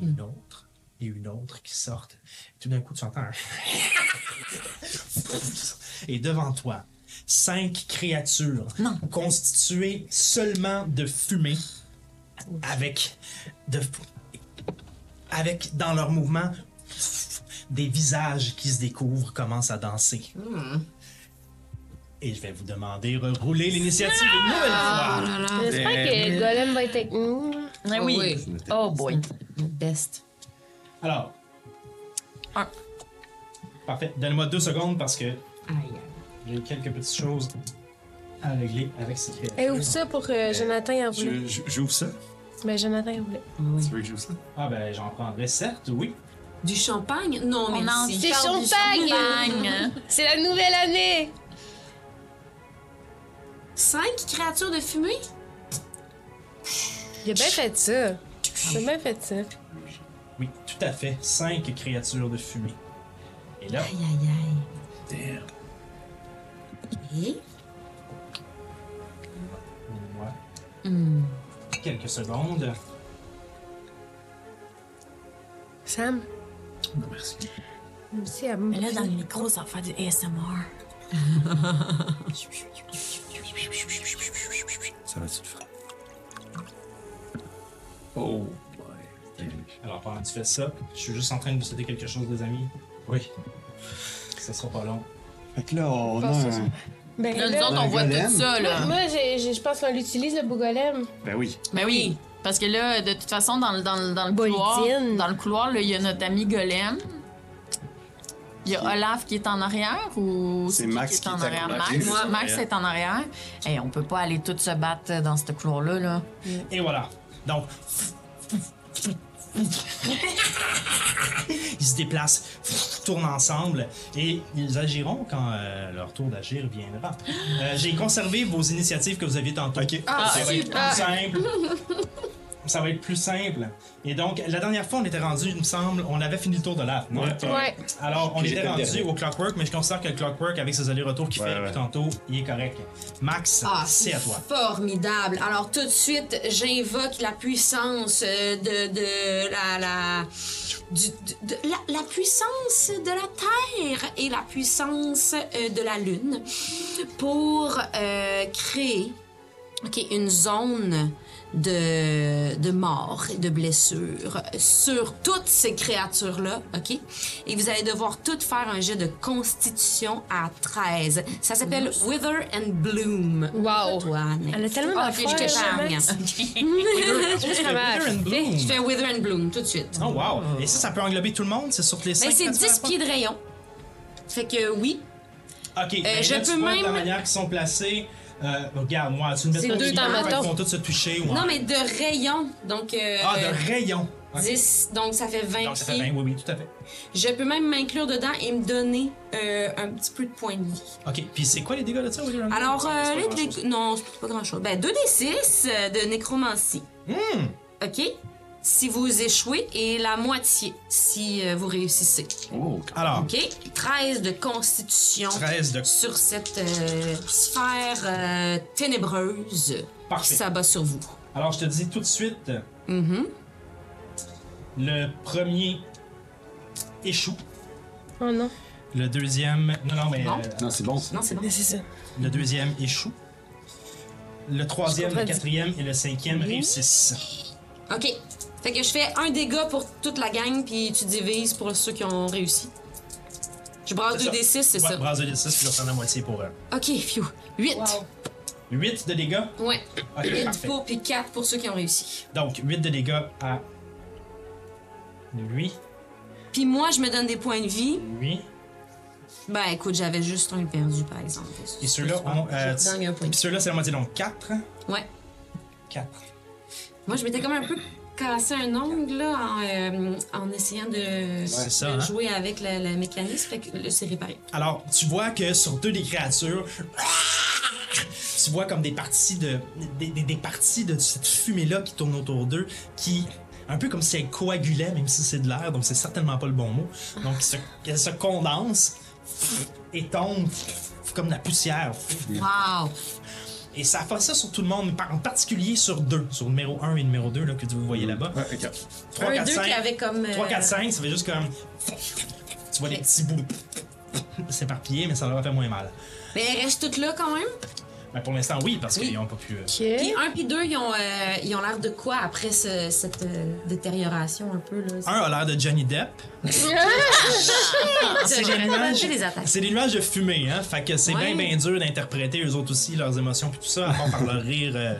Speaker 5: une autre. Et une autre. Et une autre qui sortent. Et tout d'un coup, tu entends un... (laughs) et devant toi, cinq créatures
Speaker 3: Non.
Speaker 5: constituées seulement de fumée avec de avec dans leur mouvement des visages qui se découvrent commencent à danser. Et je vais vous demander de rouler l'initiative une nouvelle fois.
Speaker 7: J'espère
Speaker 4: Ben,
Speaker 7: que le golem va être avec nous.
Speaker 3: Ah oui. Oh boy.
Speaker 2: Best.
Speaker 5: Alors,
Speaker 3: Un.
Speaker 5: parfait. Donnez-moi deux secondes parce que
Speaker 2: Aïe.
Speaker 5: j'ai quelques petites choses à régler avec ces
Speaker 7: Hey,
Speaker 5: créatures.
Speaker 7: ouvre ça pour
Speaker 4: Ben,
Speaker 7: que Jonathan y en voulait.
Speaker 8: Je- je- J'ouvre ça.
Speaker 7: Ben, Jonathan y en voulait.
Speaker 8: Tu veux que j'ouvre ça?
Speaker 5: Ah ben j'en prendrai certes, oui.
Speaker 2: Du champagne? Non,
Speaker 3: On en
Speaker 2: merci.
Speaker 7: C'est champagne! C'est la nouvelle année!
Speaker 2: Cinq créatures de fumée?
Speaker 7: Il a bien fait ça. Il a bien fait ça.
Speaker 5: Oui, tout à fait. Cinq créatures de fumée. Et là,
Speaker 2: Aïe, aïe, aïe.
Speaker 5: Moi.
Speaker 2: Hmm.
Speaker 5: Quelques secondes.
Speaker 7: Sam?
Speaker 8: Non, merci.
Speaker 7: Merci à moi.
Speaker 6: Mais là, dans le micro, ça va faire du ASMR.
Speaker 8: Ça va, tu le feras.
Speaker 1: Oh.
Speaker 5: Alors, pendant que tu fais ça, je suis juste en train de vous souhaiter quelque chose, les amis. Oui. Ça sera pas long.
Speaker 4: Fait que là, on a
Speaker 7: Pas ça,
Speaker 4: un-
Speaker 7: ça. Ben,
Speaker 3: Là, nous
Speaker 7: là,
Speaker 3: autres, on
Speaker 4: Un
Speaker 3: voit
Speaker 4: golem.
Speaker 3: tout ça, là.
Speaker 7: moi, j'ai- j'ai- je pense qu'on l'utilise, le beau golem.
Speaker 8: Ben oui.
Speaker 3: Ben oui. Parce que là, de toute façon, dans, le- dans, le- dans le
Speaker 7: Bolidine.
Speaker 3: couloir, dans le couloir, là, il y a notre ami Golem. Il y a Olaf qui est en arrière ou
Speaker 4: C'est
Speaker 3: qui
Speaker 4: Max
Speaker 3: qui est en
Speaker 4: qui est à
Speaker 3: arrière.
Speaker 4: côté.
Speaker 3: Max,
Speaker 8: Moi,
Speaker 3: Max
Speaker 8: ouais.
Speaker 3: est en arrière. Et on peut pas aller toutes se battre dans ce couloir-là. Là.
Speaker 5: Et voilà. Donc, ils se déplacent, tournent ensemble et ils agiront quand euh, leur tour d'agir viendra. Euh, J'ai conservé vos initiatives que vous aviez tantôt.
Speaker 7: Ah,
Speaker 5: ça va être
Speaker 7: super.
Speaker 5: plus simple. Ça va être plus simple. Et donc, la dernière fois, on était rendu, il me semble, on avait fini le tour de l'art. non?
Speaker 1: Ouais.
Speaker 7: Ouais.
Speaker 5: Alors, on
Speaker 1: Puis
Speaker 5: était
Speaker 1: j'étais le
Speaker 5: rendu
Speaker 1: dernier.
Speaker 5: au Clockwork, mais je considère que le Clockwork, avec ses allers-retours qu'il
Speaker 1: Ouais,
Speaker 5: fait depuis
Speaker 1: ouais.
Speaker 5: tantôt, il est correct. Max,
Speaker 3: Ah,
Speaker 5: c'est à toi.
Speaker 3: Formidable. Alors tout de suite, j'invoque la puissance euh, de, de la la, du- de- de- la la puissance de la terre et la puissance euh, de la lune pour euh, créer ok, une zone de, de mort et de blessures sur toutes ces créatures-là, OK? Et vous allez devoir toutes faire un jet de constitution à 13. Ça s'appelle Wither and Bloom.
Speaker 7: Wow.
Speaker 3: Toi, Anne.
Speaker 7: Elle a tellement
Speaker 3: Ah,
Speaker 7: d'affaires,
Speaker 3: ok, je t'épargne.
Speaker 5: Peter and Bloom.
Speaker 3: Je fais Wither and Bloom tout de suite.
Speaker 5: Oh wow! Et ça, ça peut englober tout le monde? C'est sur les cinq
Speaker 3: Mais Ben, c'est
Speaker 5: que tu
Speaker 3: 10
Speaker 5: fais
Speaker 3: pieds de rayon. Fait que oui,
Speaker 5: ça? OK, ben
Speaker 3: Euh, je
Speaker 5: là, tu
Speaker 3: peux
Speaker 5: vois de
Speaker 3: même-
Speaker 5: la manière qu'ils sont placés. Euh, regarde, moi, tu me mets
Speaker 3: C'est
Speaker 5: pas
Speaker 3: deux
Speaker 5: de
Speaker 3: dans ma
Speaker 5: fait
Speaker 7: tour.
Speaker 5: qu'ils vont tous se toucher. ouais.
Speaker 3: non mais de rayon, donc euh,
Speaker 5: Ah, de rayon! Ok.
Speaker 3: 10, donc ça fait 20
Speaker 5: Donc, ça fait
Speaker 3: pieds.
Speaker 5: 20, oui, oui, tout à fait.
Speaker 3: Je peux même m'inclure dedans et me donner euh, un petit peu de points de vie.
Speaker 5: OK, puis c'est quoi les dégâts de ça? Wither and Bloom?
Speaker 3: Alors, euh,
Speaker 1: pas
Speaker 3: les-
Speaker 1: grand-chose.
Speaker 3: les- non, c'est pas grand chose. Ben, 2 des 6 de nécromancie. OK? Si vous échouez et la moitié si euh, vous réussissez.
Speaker 1: Oh, quand-
Speaker 5: Alors,
Speaker 3: OK? 13 de constitution
Speaker 5: 13 de...
Speaker 3: sur cette euh, sphère euh, ténébreuse qui
Speaker 5: Parfait.
Speaker 3: s'abat sur vous.
Speaker 5: Alors, je te dis tout de suite,
Speaker 3: Mhm.
Speaker 5: le premier échoue.
Speaker 7: Oh non.
Speaker 5: Le deuxième... Non, non, mais...
Speaker 3: Bon.
Speaker 5: euh,
Speaker 4: Ah, Non, c'est bon. ça.
Speaker 3: Non, c'est bon.
Speaker 7: Mais c'est ça.
Speaker 5: Le deuxième échoue. Le troisième, le
Speaker 7: comprends-
Speaker 5: quatrième et le cinquième réussissent.
Speaker 3: OK. Fait que je fais un dégât pour toute la gang, puis tu divises pour ceux qui ont réussi. Je brasse
Speaker 5: C'est
Speaker 3: 2
Speaker 5: ça.
Speaker 3: des 6, c'est
Speaker 5: Ouais,
Speaker 3: ça.
Speaker 5: Brasse de 6, puis je vais prendre la moitié pour euh, eux.
Speaker 3: OK, phew. 8.
Speaker 5: 8 de dégâts.
Speaker 3: Ouais.
Speaker 5: Ok,
Speaker 3: 8
Speaker 5: parfait.
Speaker 3: pour, puis 4 pour ceux qui ont réussi.
Speaker 5: Donc, 8 de dégâts à lui,
Speaker 3: Puis moi, je me donne des points de vie.
Speaker 5: lui.
Speaker 3: Ben écoute, j'avais juste un perdu, par exemple.
Speaker 5: Et ceux-là ont. euh,
Speaker 3: Je gagne un point.
Speaker 5: puis ceux-là, c'est la moitié, donc 4.
Speaker 3: Ouais.
Speaker 5: 4.
Speaker 3: Moi, je m'étais comme un peu cassé un ongle là, en, euh, en essayant de,
Speaker 5: c'est
Speaker 3: de
Speaker 5: ça, hein.
Speaker 3: jouer avec le, le mécanisme. Fait que là, c'est réparé.
Speaker 5: Alors, tu vois que sur deux des créatures, tu vois comme des parties de. des, des- des parties de cette fumée-là qui tourne autour d'eux, qui. Un peu comme si elle coagulait, même si c'est de l'air, donc c'est certainement pas le bon mot. Donc, elle se, elle se condense et tombe comme de la poussière.
Speaker 3: Wow!
Speaker 5: Et ça fait ça sur tout le monde, mais par- en particulier sur deux, sur numéro 1 et numéro 2 là, que vous voyez là-bas.
Speaker 1: Ouais, ok.
Speaker 5: 3,
Speaker 3: un
Speaker 5: 4,
Speaker 3: deux
Speaker 5: 5.
Speaker 3: qui avait comme. euh,
Speaker 5: 3, 4, 5, ça fait juste comme. Tu vois les petits bouts s'éparpiller, mais ça leur a fait moins mal.
Speaker 3: Mais ben, elles restent toutes là quand même.
Speaker 5: Mais pour l'instant, oui, parce qu'ils n'ont pas pu. euh,
Speaker 3: Puis un puis deux, ils ont euh, ils ont l'air de quoi après ce- cette euh, détérioration un peu là?
Speaker 5: Un a l'air de Johnny Depp.
Speaker 3: C'est
Speaker 5: des nuages-
Speaker 3: les attaques.
Speaker 5: C'est des nuages de fumée, hein. Fait que c'est
Speaker 3: Ouais.
Speaker 5: bien, bien dur d'interpréter eux autres aussi, leurs émotions, puis tout ça, à part par leur rire. euh,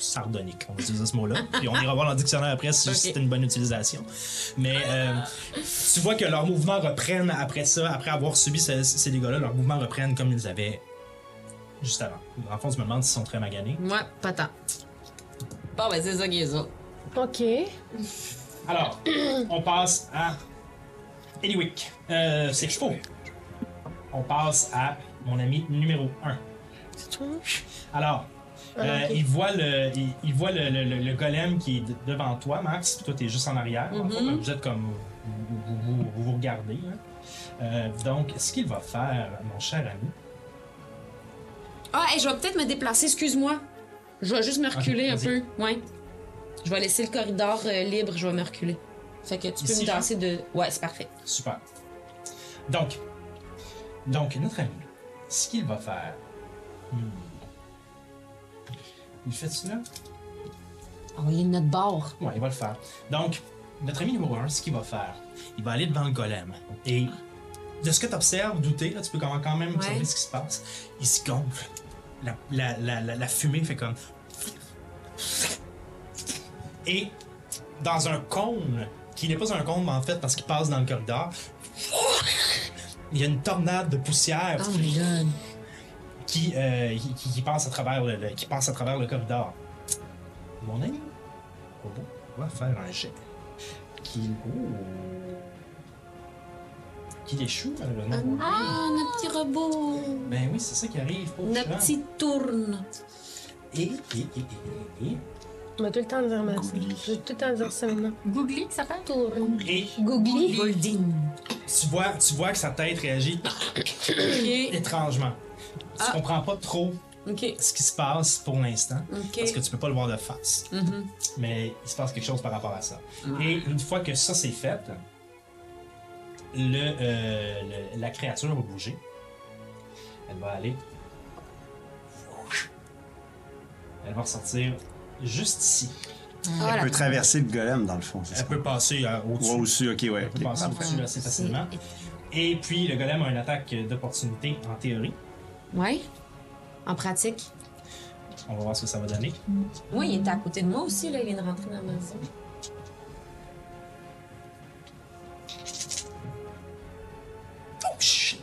Speaker 5: sardonique, on va utiliser ce mot-là. Puis on ira voir dans le dictionnaire après si
Speaker 3: Ok.
Speaker 5: c'était une bonne utilisation. Mais euh, tu vois que leurs mouvements reprennent après ça, après avoir subi ce- ces dégâts-là, leurs mouvements reprennent comme ils avaient juste avant. En fond, je me demande s'ils sont très maganés.
Speaker 3: Moi, pas tant. Bon, ben c'est ça qui est ça.
Speaker 7: Ok.
Speaker 5: Alors, on passe à Eliwick. Euh, c'est chaud. On passe à mon ami numéro 1.
Speaker 7: C'est toi?
Speaker 5: Alors, euh,
Speaker 7: ok.
Speaker 5: il voit, le, il, il voit le, le- le- le golem qui est de- devant toi, Max, puis toi, t'es juste en arrière. en
Speaker 7: Mhm.
Speaker 5: fait, Vous êtes comme. Vous vous, vous- vous vous regardez. hein. Euh, donc, ce qu'il va faire, mon cher ami.
Speaker 3: Ah, hey, je vais peut-être me déplacer, excuse-moi. Je vais juste me reculer un
Speaker 5: Ah, vas-y.
Speaker 3: peu. Ouais. Je vais laisser le corridor euh, libre, je vais me reculer. Fait que tu peux
Speaker 5: Ici,
Speaker 3: me danser de. Ouais, c'est parfait.
Speaker 5: Super. Donc, donc notre ami, ce qu'il va faire. hmm. Il fait cela?
Speaker 3: On est de notre bord.
Speaker 5: Ouais, il va le faire. Donc, notre ami numéro 1, ce qu'il va faire, il va aller devant le golem. Et de ce que tu observes, douter, là, tu peux quand quand même observer
Speaker 3: Ouais.
Speaker 5: ce qui se passe. Il se gonfle. La, la, la, la, la fumée fait comme. Et dans un cône, qui n'est pas un cône mais en fait parce qu'il passe dans le corridor, il y a une tornade de poussière
Speaker 3: Oh my god.
Speaker 5: qui, euh, qui, qui- qui passe à travers le, le- qui passe à travers le corridor. Mon ami, robot va faire un jet qui. Oh. Qui échoue malheureusement.
Speaker 2: Ah, notre petit robot!
Speaker 5: Ben oui, c'est ça qui arrive. pauvre
Speaker 2: Notre
Speaker 5: Charles.
Speaker 2: petit tourne.
Speaker 5: Et, et, et, et, et,
Speaker 7: On va tout le temps dire merci. Je vais tout le temps dire ça maintenant.
Speaker 3: Googly, ça s'appelle?
Speaker 7: Tourne.
Speaker 5: et, et
Speaker 7: Googly.
Speaker 5: tu vois, tu vois que sa tête réagit
Speaker 2: Ok,
Speaker 5: étrangement. Tu
Speaker 2: Ah.
Speaker 5: comprends pas trop
Speaker 2: ok,
Speaker 5: ce qui se passe pour l'instant.
Speaker 2: ok.
Speaker 5: Parce que tu peux pas le voir de face.
Speaker 2: Mhm.
Speaker 5: Mais il se passe quelque chose par rapport à ça. Et une fois que ça c'est fait, le, euh, le- la créature va bouger. Elle va aller. Elle va ressortir juste ici.
Speaker 4: Elle peut traverser le golem, dans le fond, c'est ça?
Speaker 5: Elle peut passer euh, au-dessus.
Speaker 4: Ouais, aussi, ok, ouais.
Speaker 5: Elle peut
Speaker 4: ok.
Speaker 5: passer au-dessus assez facilement. Et puis le golem a une attaque d'opportunité en théorie.
Speaker 2: Ouais. En pratique.
Speaker 5: On va voir ce que ça va donner.
Speaker 2: Oui, il était à côté de moi aussi, là. Il vient de rentrer dans la maison.
Speaker 5: Oh, shit.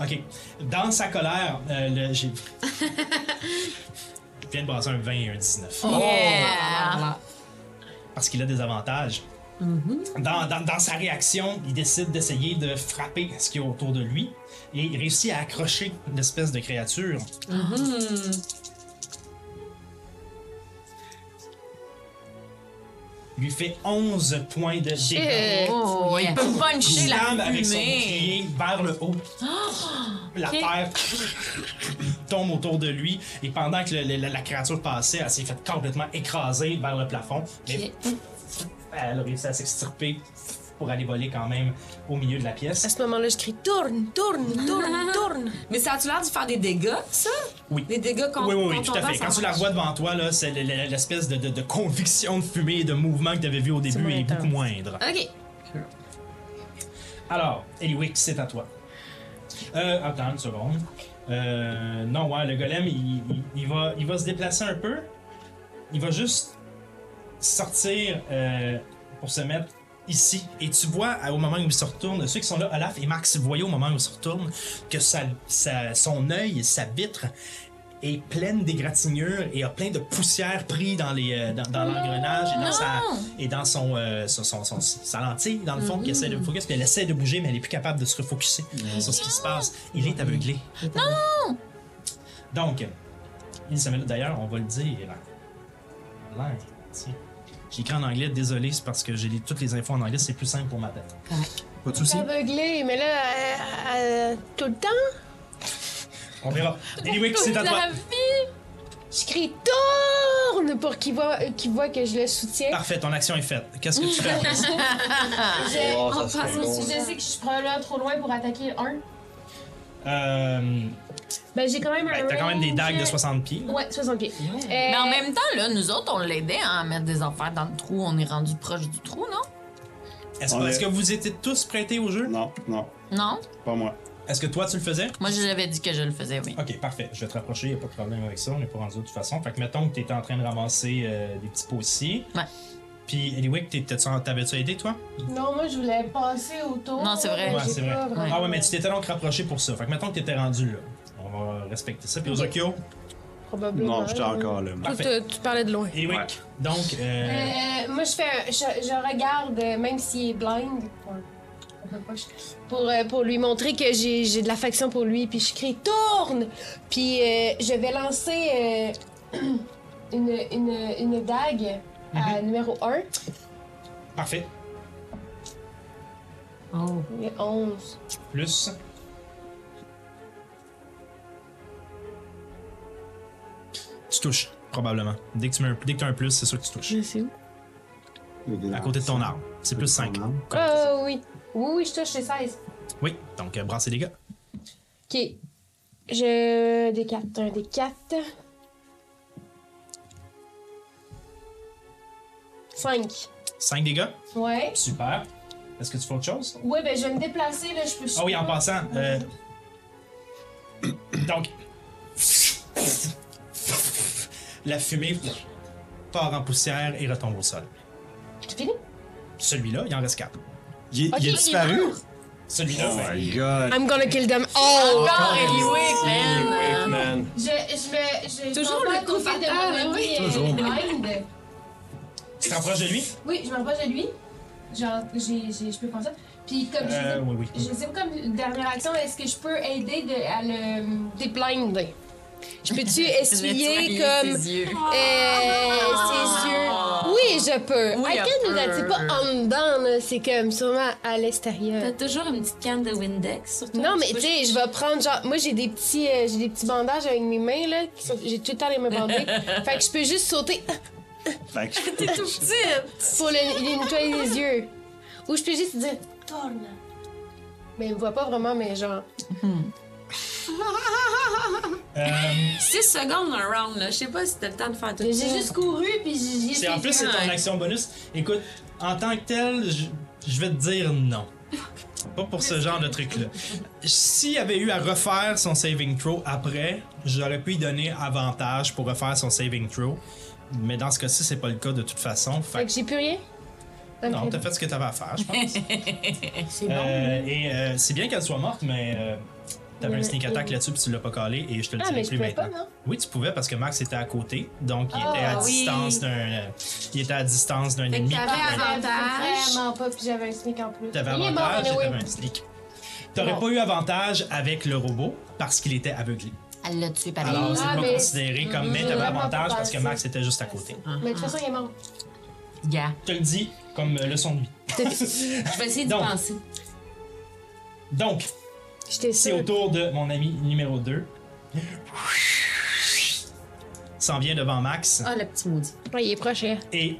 Speaker 5: Ok. Dans sa colère, euh, le- j'ai. Je viens de brasser un 20 et un 19.
Speaker 2: Yeah!
Speaker 5: Parce qu'il a des avantages. dans, dans- dans sa réaction, il décide d'essayer de frapper ce qu'il y a autour de lui. Et il réussit à accrocher l'espèce de créature. Il lui fait 11 points de dégâts.
Speaker 3: Oh, il peut puncher la
Speaker 5: slam avec son
Speaker 3: fumée.
Speaker 5: bouclier vers le haut. La terre (laughs) tombe autour de lui et pendant que le- le- la, la créature passait, elle s'est faite complètement écraser vers le plafond. Mais elle a réussi à s'extirper pour aller voler quand même au milieu de la
Speaker 7: À
Speaker 5: pièce.
Speaker 7: ce moment-là, je crie tourne, tourne, tourne, tourne.
Speaker 2: Mais ça a-tu l'air de faire des dégâts, ça?
Speaker 5: Oui.
Speaker 2: Des dégâts contre
Speaker 5: Oui, oui, oui,
Speaker 2: contre
Speaker 5: tout à
Speaker 2: ton
Speaker 5: fait.
Speaker 2: vent,
Speaker 5: Quand
Speaker 2: ça
Speaker 5: tu la
Speaker 2: marche.
Speaker 5: vois devant toi, là, c'est le- le- l'espèce de, de- de conviction de fumée et de mouvement que tu avais vu au début
Speaker 7: moins
Speaker 5: est beaucoup
Speaker 7: intense.
Speaker 5: moindre.
Speaker 2: Ok.
Speaker 5: Alors, Eliwick, c'est à toi. Euh, attends une seconde. Euh, non, ouais, le golem, il, il- il va, il va se déplacer un peu. Il va juste sortir euh, pour se mettre ici. Et tu vois, à- au moment où il se retourne, ceux qui sont là, Olaf et Max, vous voyez au moment où il se retourne que sa, sa- son œil, sa vitre est pleine d'égratignures et a plein de poussière pris dans les euh, dans, dans l'engrenage et dans sa et dans son, euh, son- son- son- sa lentille dans le fond qui essaie de focus puis elle essaie de bouger mais elle est plus capable de se refocuser sur ce qui se passe il est aveuglé non donc il se met là- d'ailleurs on va le dire L'air, tiens. j'écris en anglais désolé c'est parce que j'ai les- toutes les infos en anglais c'est plus simple pour ma tête
Speaker 4: Pas de soucis.
Speaker 3: Ah
Speaker 7: Aveuglé, mais là, euh, euh, tout le temps.
Speaker 5: on verra anyway c'est à toi
Speaker 7: La vie. Je crie tourne pour qu'il voit, euh, qu'il voit que je le soutiens.
Speaker 5: parfait ton action est faite qu'est-ce que tu fais après ça?
Speaker 7: Je,
Speaker 1: Oh,
Speaker 2: On
Speaker 1: ça serait
Speaker 2: passe au
Speaker 1: bon.
Speaker 7: je sais que je suis probablement trop loin pour attaquer un.
Speaker 5: Euh,
Speaker 7: Ben, j'ai quand même un.
Speaker 5: ben, t'as quand même des dagues de 60 pieds là.
Speaker 7: Ouais, 60 pieds. Euh,
Speaker 3: Mais en même temps, là, nous autres, on l'aidait à mettre des affaires dans le trou. On est rendu proche du trou, non?
Speaker 5: est-ce
Speaker 4: On
Speaker 5: est-ce
Speaker 4: est-
Speaker 5: que vous étiez tous prêtés au jeu
Speaker 4: Non, non,
Speaker 3: Non?
Speaker 4: pas moi.
Speaker 5: est-ce que toi tu le faisais
Speaker 3: Moi, je l'avais dit que je le faisais, oui.
Speaker 5: Ok, parfait. Je vais te rapprocher, il a pas de problème avec ça. On est pas rendu de toute façon. Fait que mettons que t'étais en train de ramasser euh, des petits pots-ci.
Speaker 3: Ouais.
Speaker 5: Puis, anyway, t'es- t'es- t'avais-tu aidé, toi?
Speaker 7: Non, moi, je voulais passer autour.
Speaker 3: Non, c'est vrai.
Speaker 7: mais
Speaker 5: Ouais,
Speaker 7: Euh, j'ai
Speaker 5: c'est
Speaker 7: pas
Speaker 5: vrai.
Speaker 7: vraiment-
Speaker 5: Ah ouais, mais tu t'étais donc rapproché pour ça. Fait que mettons que t'étais rendu là. On va respecter ça. Puis, Ozokyo,
Speaker 7: Probablement.
Speaker 4: Non, j'étais encore là. moi.
Speaker 7: Toi,
Speaker 5: Parfait.
Speaker 7: tu- tu parlais de loin.
Speaker 5: anyway.
Speaker 4: Ouais.
Speaker 5: Donc,
Speaker 7: Euh,
Speaker 5: euh,
Speaker 7: moi, je fais, un- je, je regarde, euh, même s'il est blind, pour- pour, euh, pour lui montrer que j'ai j'ai de l'affection pour lui, puis je crie tourne, puis euh, je vais lancer euh, (clears throat) une, une, une dague à numéro 1,
Speaker 5: parfait.
Speaker 2: Oh.
Speaker 7: le 11.
Speaker 5: Plus. Tu touches, probablement. Dès que tu mets un- dès que t'as un plus, c'est sûr que tu touches.
Speaker 7: sais où.
Speaker 5: À côté de ton arbre. C'est plus 5.
Speaker 7: Ah oui. Oui, oui, je touche, c'est 16.
Speaker 5: Oui, donc euh, brasser les gars.
Speaker 7: Ok. Je. Des 4, un des 4. 5.
Speaker 5: 5 dégâts.
Speaker 7: Ouais.
Speaker 5: Super. Est-ce que tu fais autre chose?
Speaker 7: Ouais, ben je vais me déplacer, là, je peux.
Speaker 5: Ah oui, en passant. euh, Donc. La fumée part en poussière et retombe au sol.
Speaker 7: C'est fini?
Speaker 5: Celui-là, il en reste 4.
Speaker 4: Il, est- il est disparu?
Speaker 5: Celui-là,
Speaker 4: Oh
Speaker 5: ben,
Speaker 4: my god.
Speaker 7: I'm gonna kill them all!
Speaker 3: Encore Eliwick, man!
Speaker 1: Man.
Speaker 7: Je, je me. Je
Speaker 2: Toujours
Speaker 7: je m'en
Speaker 2: le
Speaker 7: vais à côté
Speaker 2: coup fatal,
Speaker 7: de mon ami, euh,
Speaker 1: Toujours.
Speaker 7: Blind.
Speaker 5: Tu te rapproches de lui?
Speaker 7: Oui, je me rapproche de lui. Genre, j'ai, j'ai, je peux prendre ça. Puis comme
Speaker 5: Euh,
Speaker 7: je
Speaker 5: oui, oui.
Speaker 7: dis, je sais pas comme une dernière action, est-ce que je peux aider de, à le déblinder? (laughs) Je peux-tu essuyer comme
Speaker 10: ses yeux.
Speaker 7: euh, ses yeux? Ah! Oui, je peux.
Speaker 10: Oui,
Speaker 7: I
Speaker 10: elle
Speaker 7: can do that.
Speaker 10: peut.
Speaker 7: C'est pas en dedans, là. c'est comme sûrement à
Speaker 3: T'as
Speaker 7: l'extérieur.
Speaker 3: toujours une petite canne de Windex sur toi?
Speaker 7: Non, mais
Speaker 3: Parce que
Speaker 7: tu sais, je vais prendre genre. Moi, j'ai des petits euh, j'ai des petits bandages avec mes mains, là. qui sont- J'ai tout le temps les mains (laughs) bandées. fait que je peux juste sauter
Speaker 4: Fait que
Speaker 3: (laughs) T'es tout petite!
Speaker 7: pour le, lui nettoyer les yeux. Ou je peux juste dire tourne. Mais il me voit pas vraiment, mais genre.
Speaker 5: Euh,
Speaker 3: 6 secondes, un round, là. Je sais pas si t'as le temps de faire tout
Speaker 7: J'ai
Speaker 3: ça.
Speaker 7: juste couru puis j'ai.
Speaker 5: C'est- en plus, c'est ton action bonus. Écoute, en tant que tel, je- je vais te dire non. Pas pour ce genre de truc-là. S'il avait eu à refaire son saving throw après, j'aurais pu lui donner avantage pour refaire son saving throw. Mais dans ce cas-ci, c'est pas le cas de toute façon. Fait
Speaker 7: Fait
Speaker 5: que-
Speaker 7: que j'ai plus rien?
Speaker 5: non,
Speaker 7: Ok.
Speaker 5: t'as fait ce que t'avais à faire, je
Speaker 7: (laughs)
Speaker 5: pense. Euh, et euh, c'est bien qu'elle soit morte, mais euh, t'avais un
Speaker 7: Mais-
Speaker 5: sneak attack là-dessus puis tu l'as pas collé et je te le
Speaker 7: Ah,
Speaker 5: dirai
Speaker 7: mais je
Speaker 5: plus
Speaker 7: pouvais
Speaker 5: maintenant.
Speaker 7: pas, non?
Speaker 5: oui, tu pouvais parce que Max était à côté, donc il était à
Speaker 7: Ah, oui.
Speaker 5: distance d'un, euh, il était à distance d'un ennemi.
Speaker 3: t'avais
Speaker 5: Ouais.
Speaker 3: avantage.
Speaker 7: Vraiment pas, puis j'avais un sneak en plus.
Speaker 5: T'avais
Speaker 7: Il est
Speaker 5: avantage et
Speaker 7: mort,
Speaker 5: t'avais
Speaker 7: anyway.
Speaker 5: un sneak. T'aurais
Speaker 7: Bon.
Speaker 5: pas eu avantage avec le robot parce qu'il était aveuglé.
Speaker 10: Elle l'a tué par
Speaker 5: Alors,
Speaker 10: les
Speaker 5: c'est
Speaker 7: Ah,
Speaker 5: pas
Speaker 7: mais-
Speaker 5: considéré comme, mais t'avais
Speaker 7: J'aurais pas
Speaker 5: avantage
Speaker 7: pensé.
Speaker 5: parce que Max était juste à côté.
Speaker 7: Mais de toute façon, il est mort.
Speaker 10: gars.
Speaker 5: Je te le dis comme euh, leçon de vie.
Speaker 3: Je vais essayer d'y
Speaker 5: Donc.
Speaker 3: penser.
Speaker 5: Donc,
Speaker 7: J'étais
Speaker 5: c'est au
Speaker 7: sûre.
Speaker 5: tour de mon ami numéro 2. S'en vient devant Max
Speaker 3: Ah, le petit maudit.
Speaker 7: Ouais, il est proche, hein.
Speaker 5: et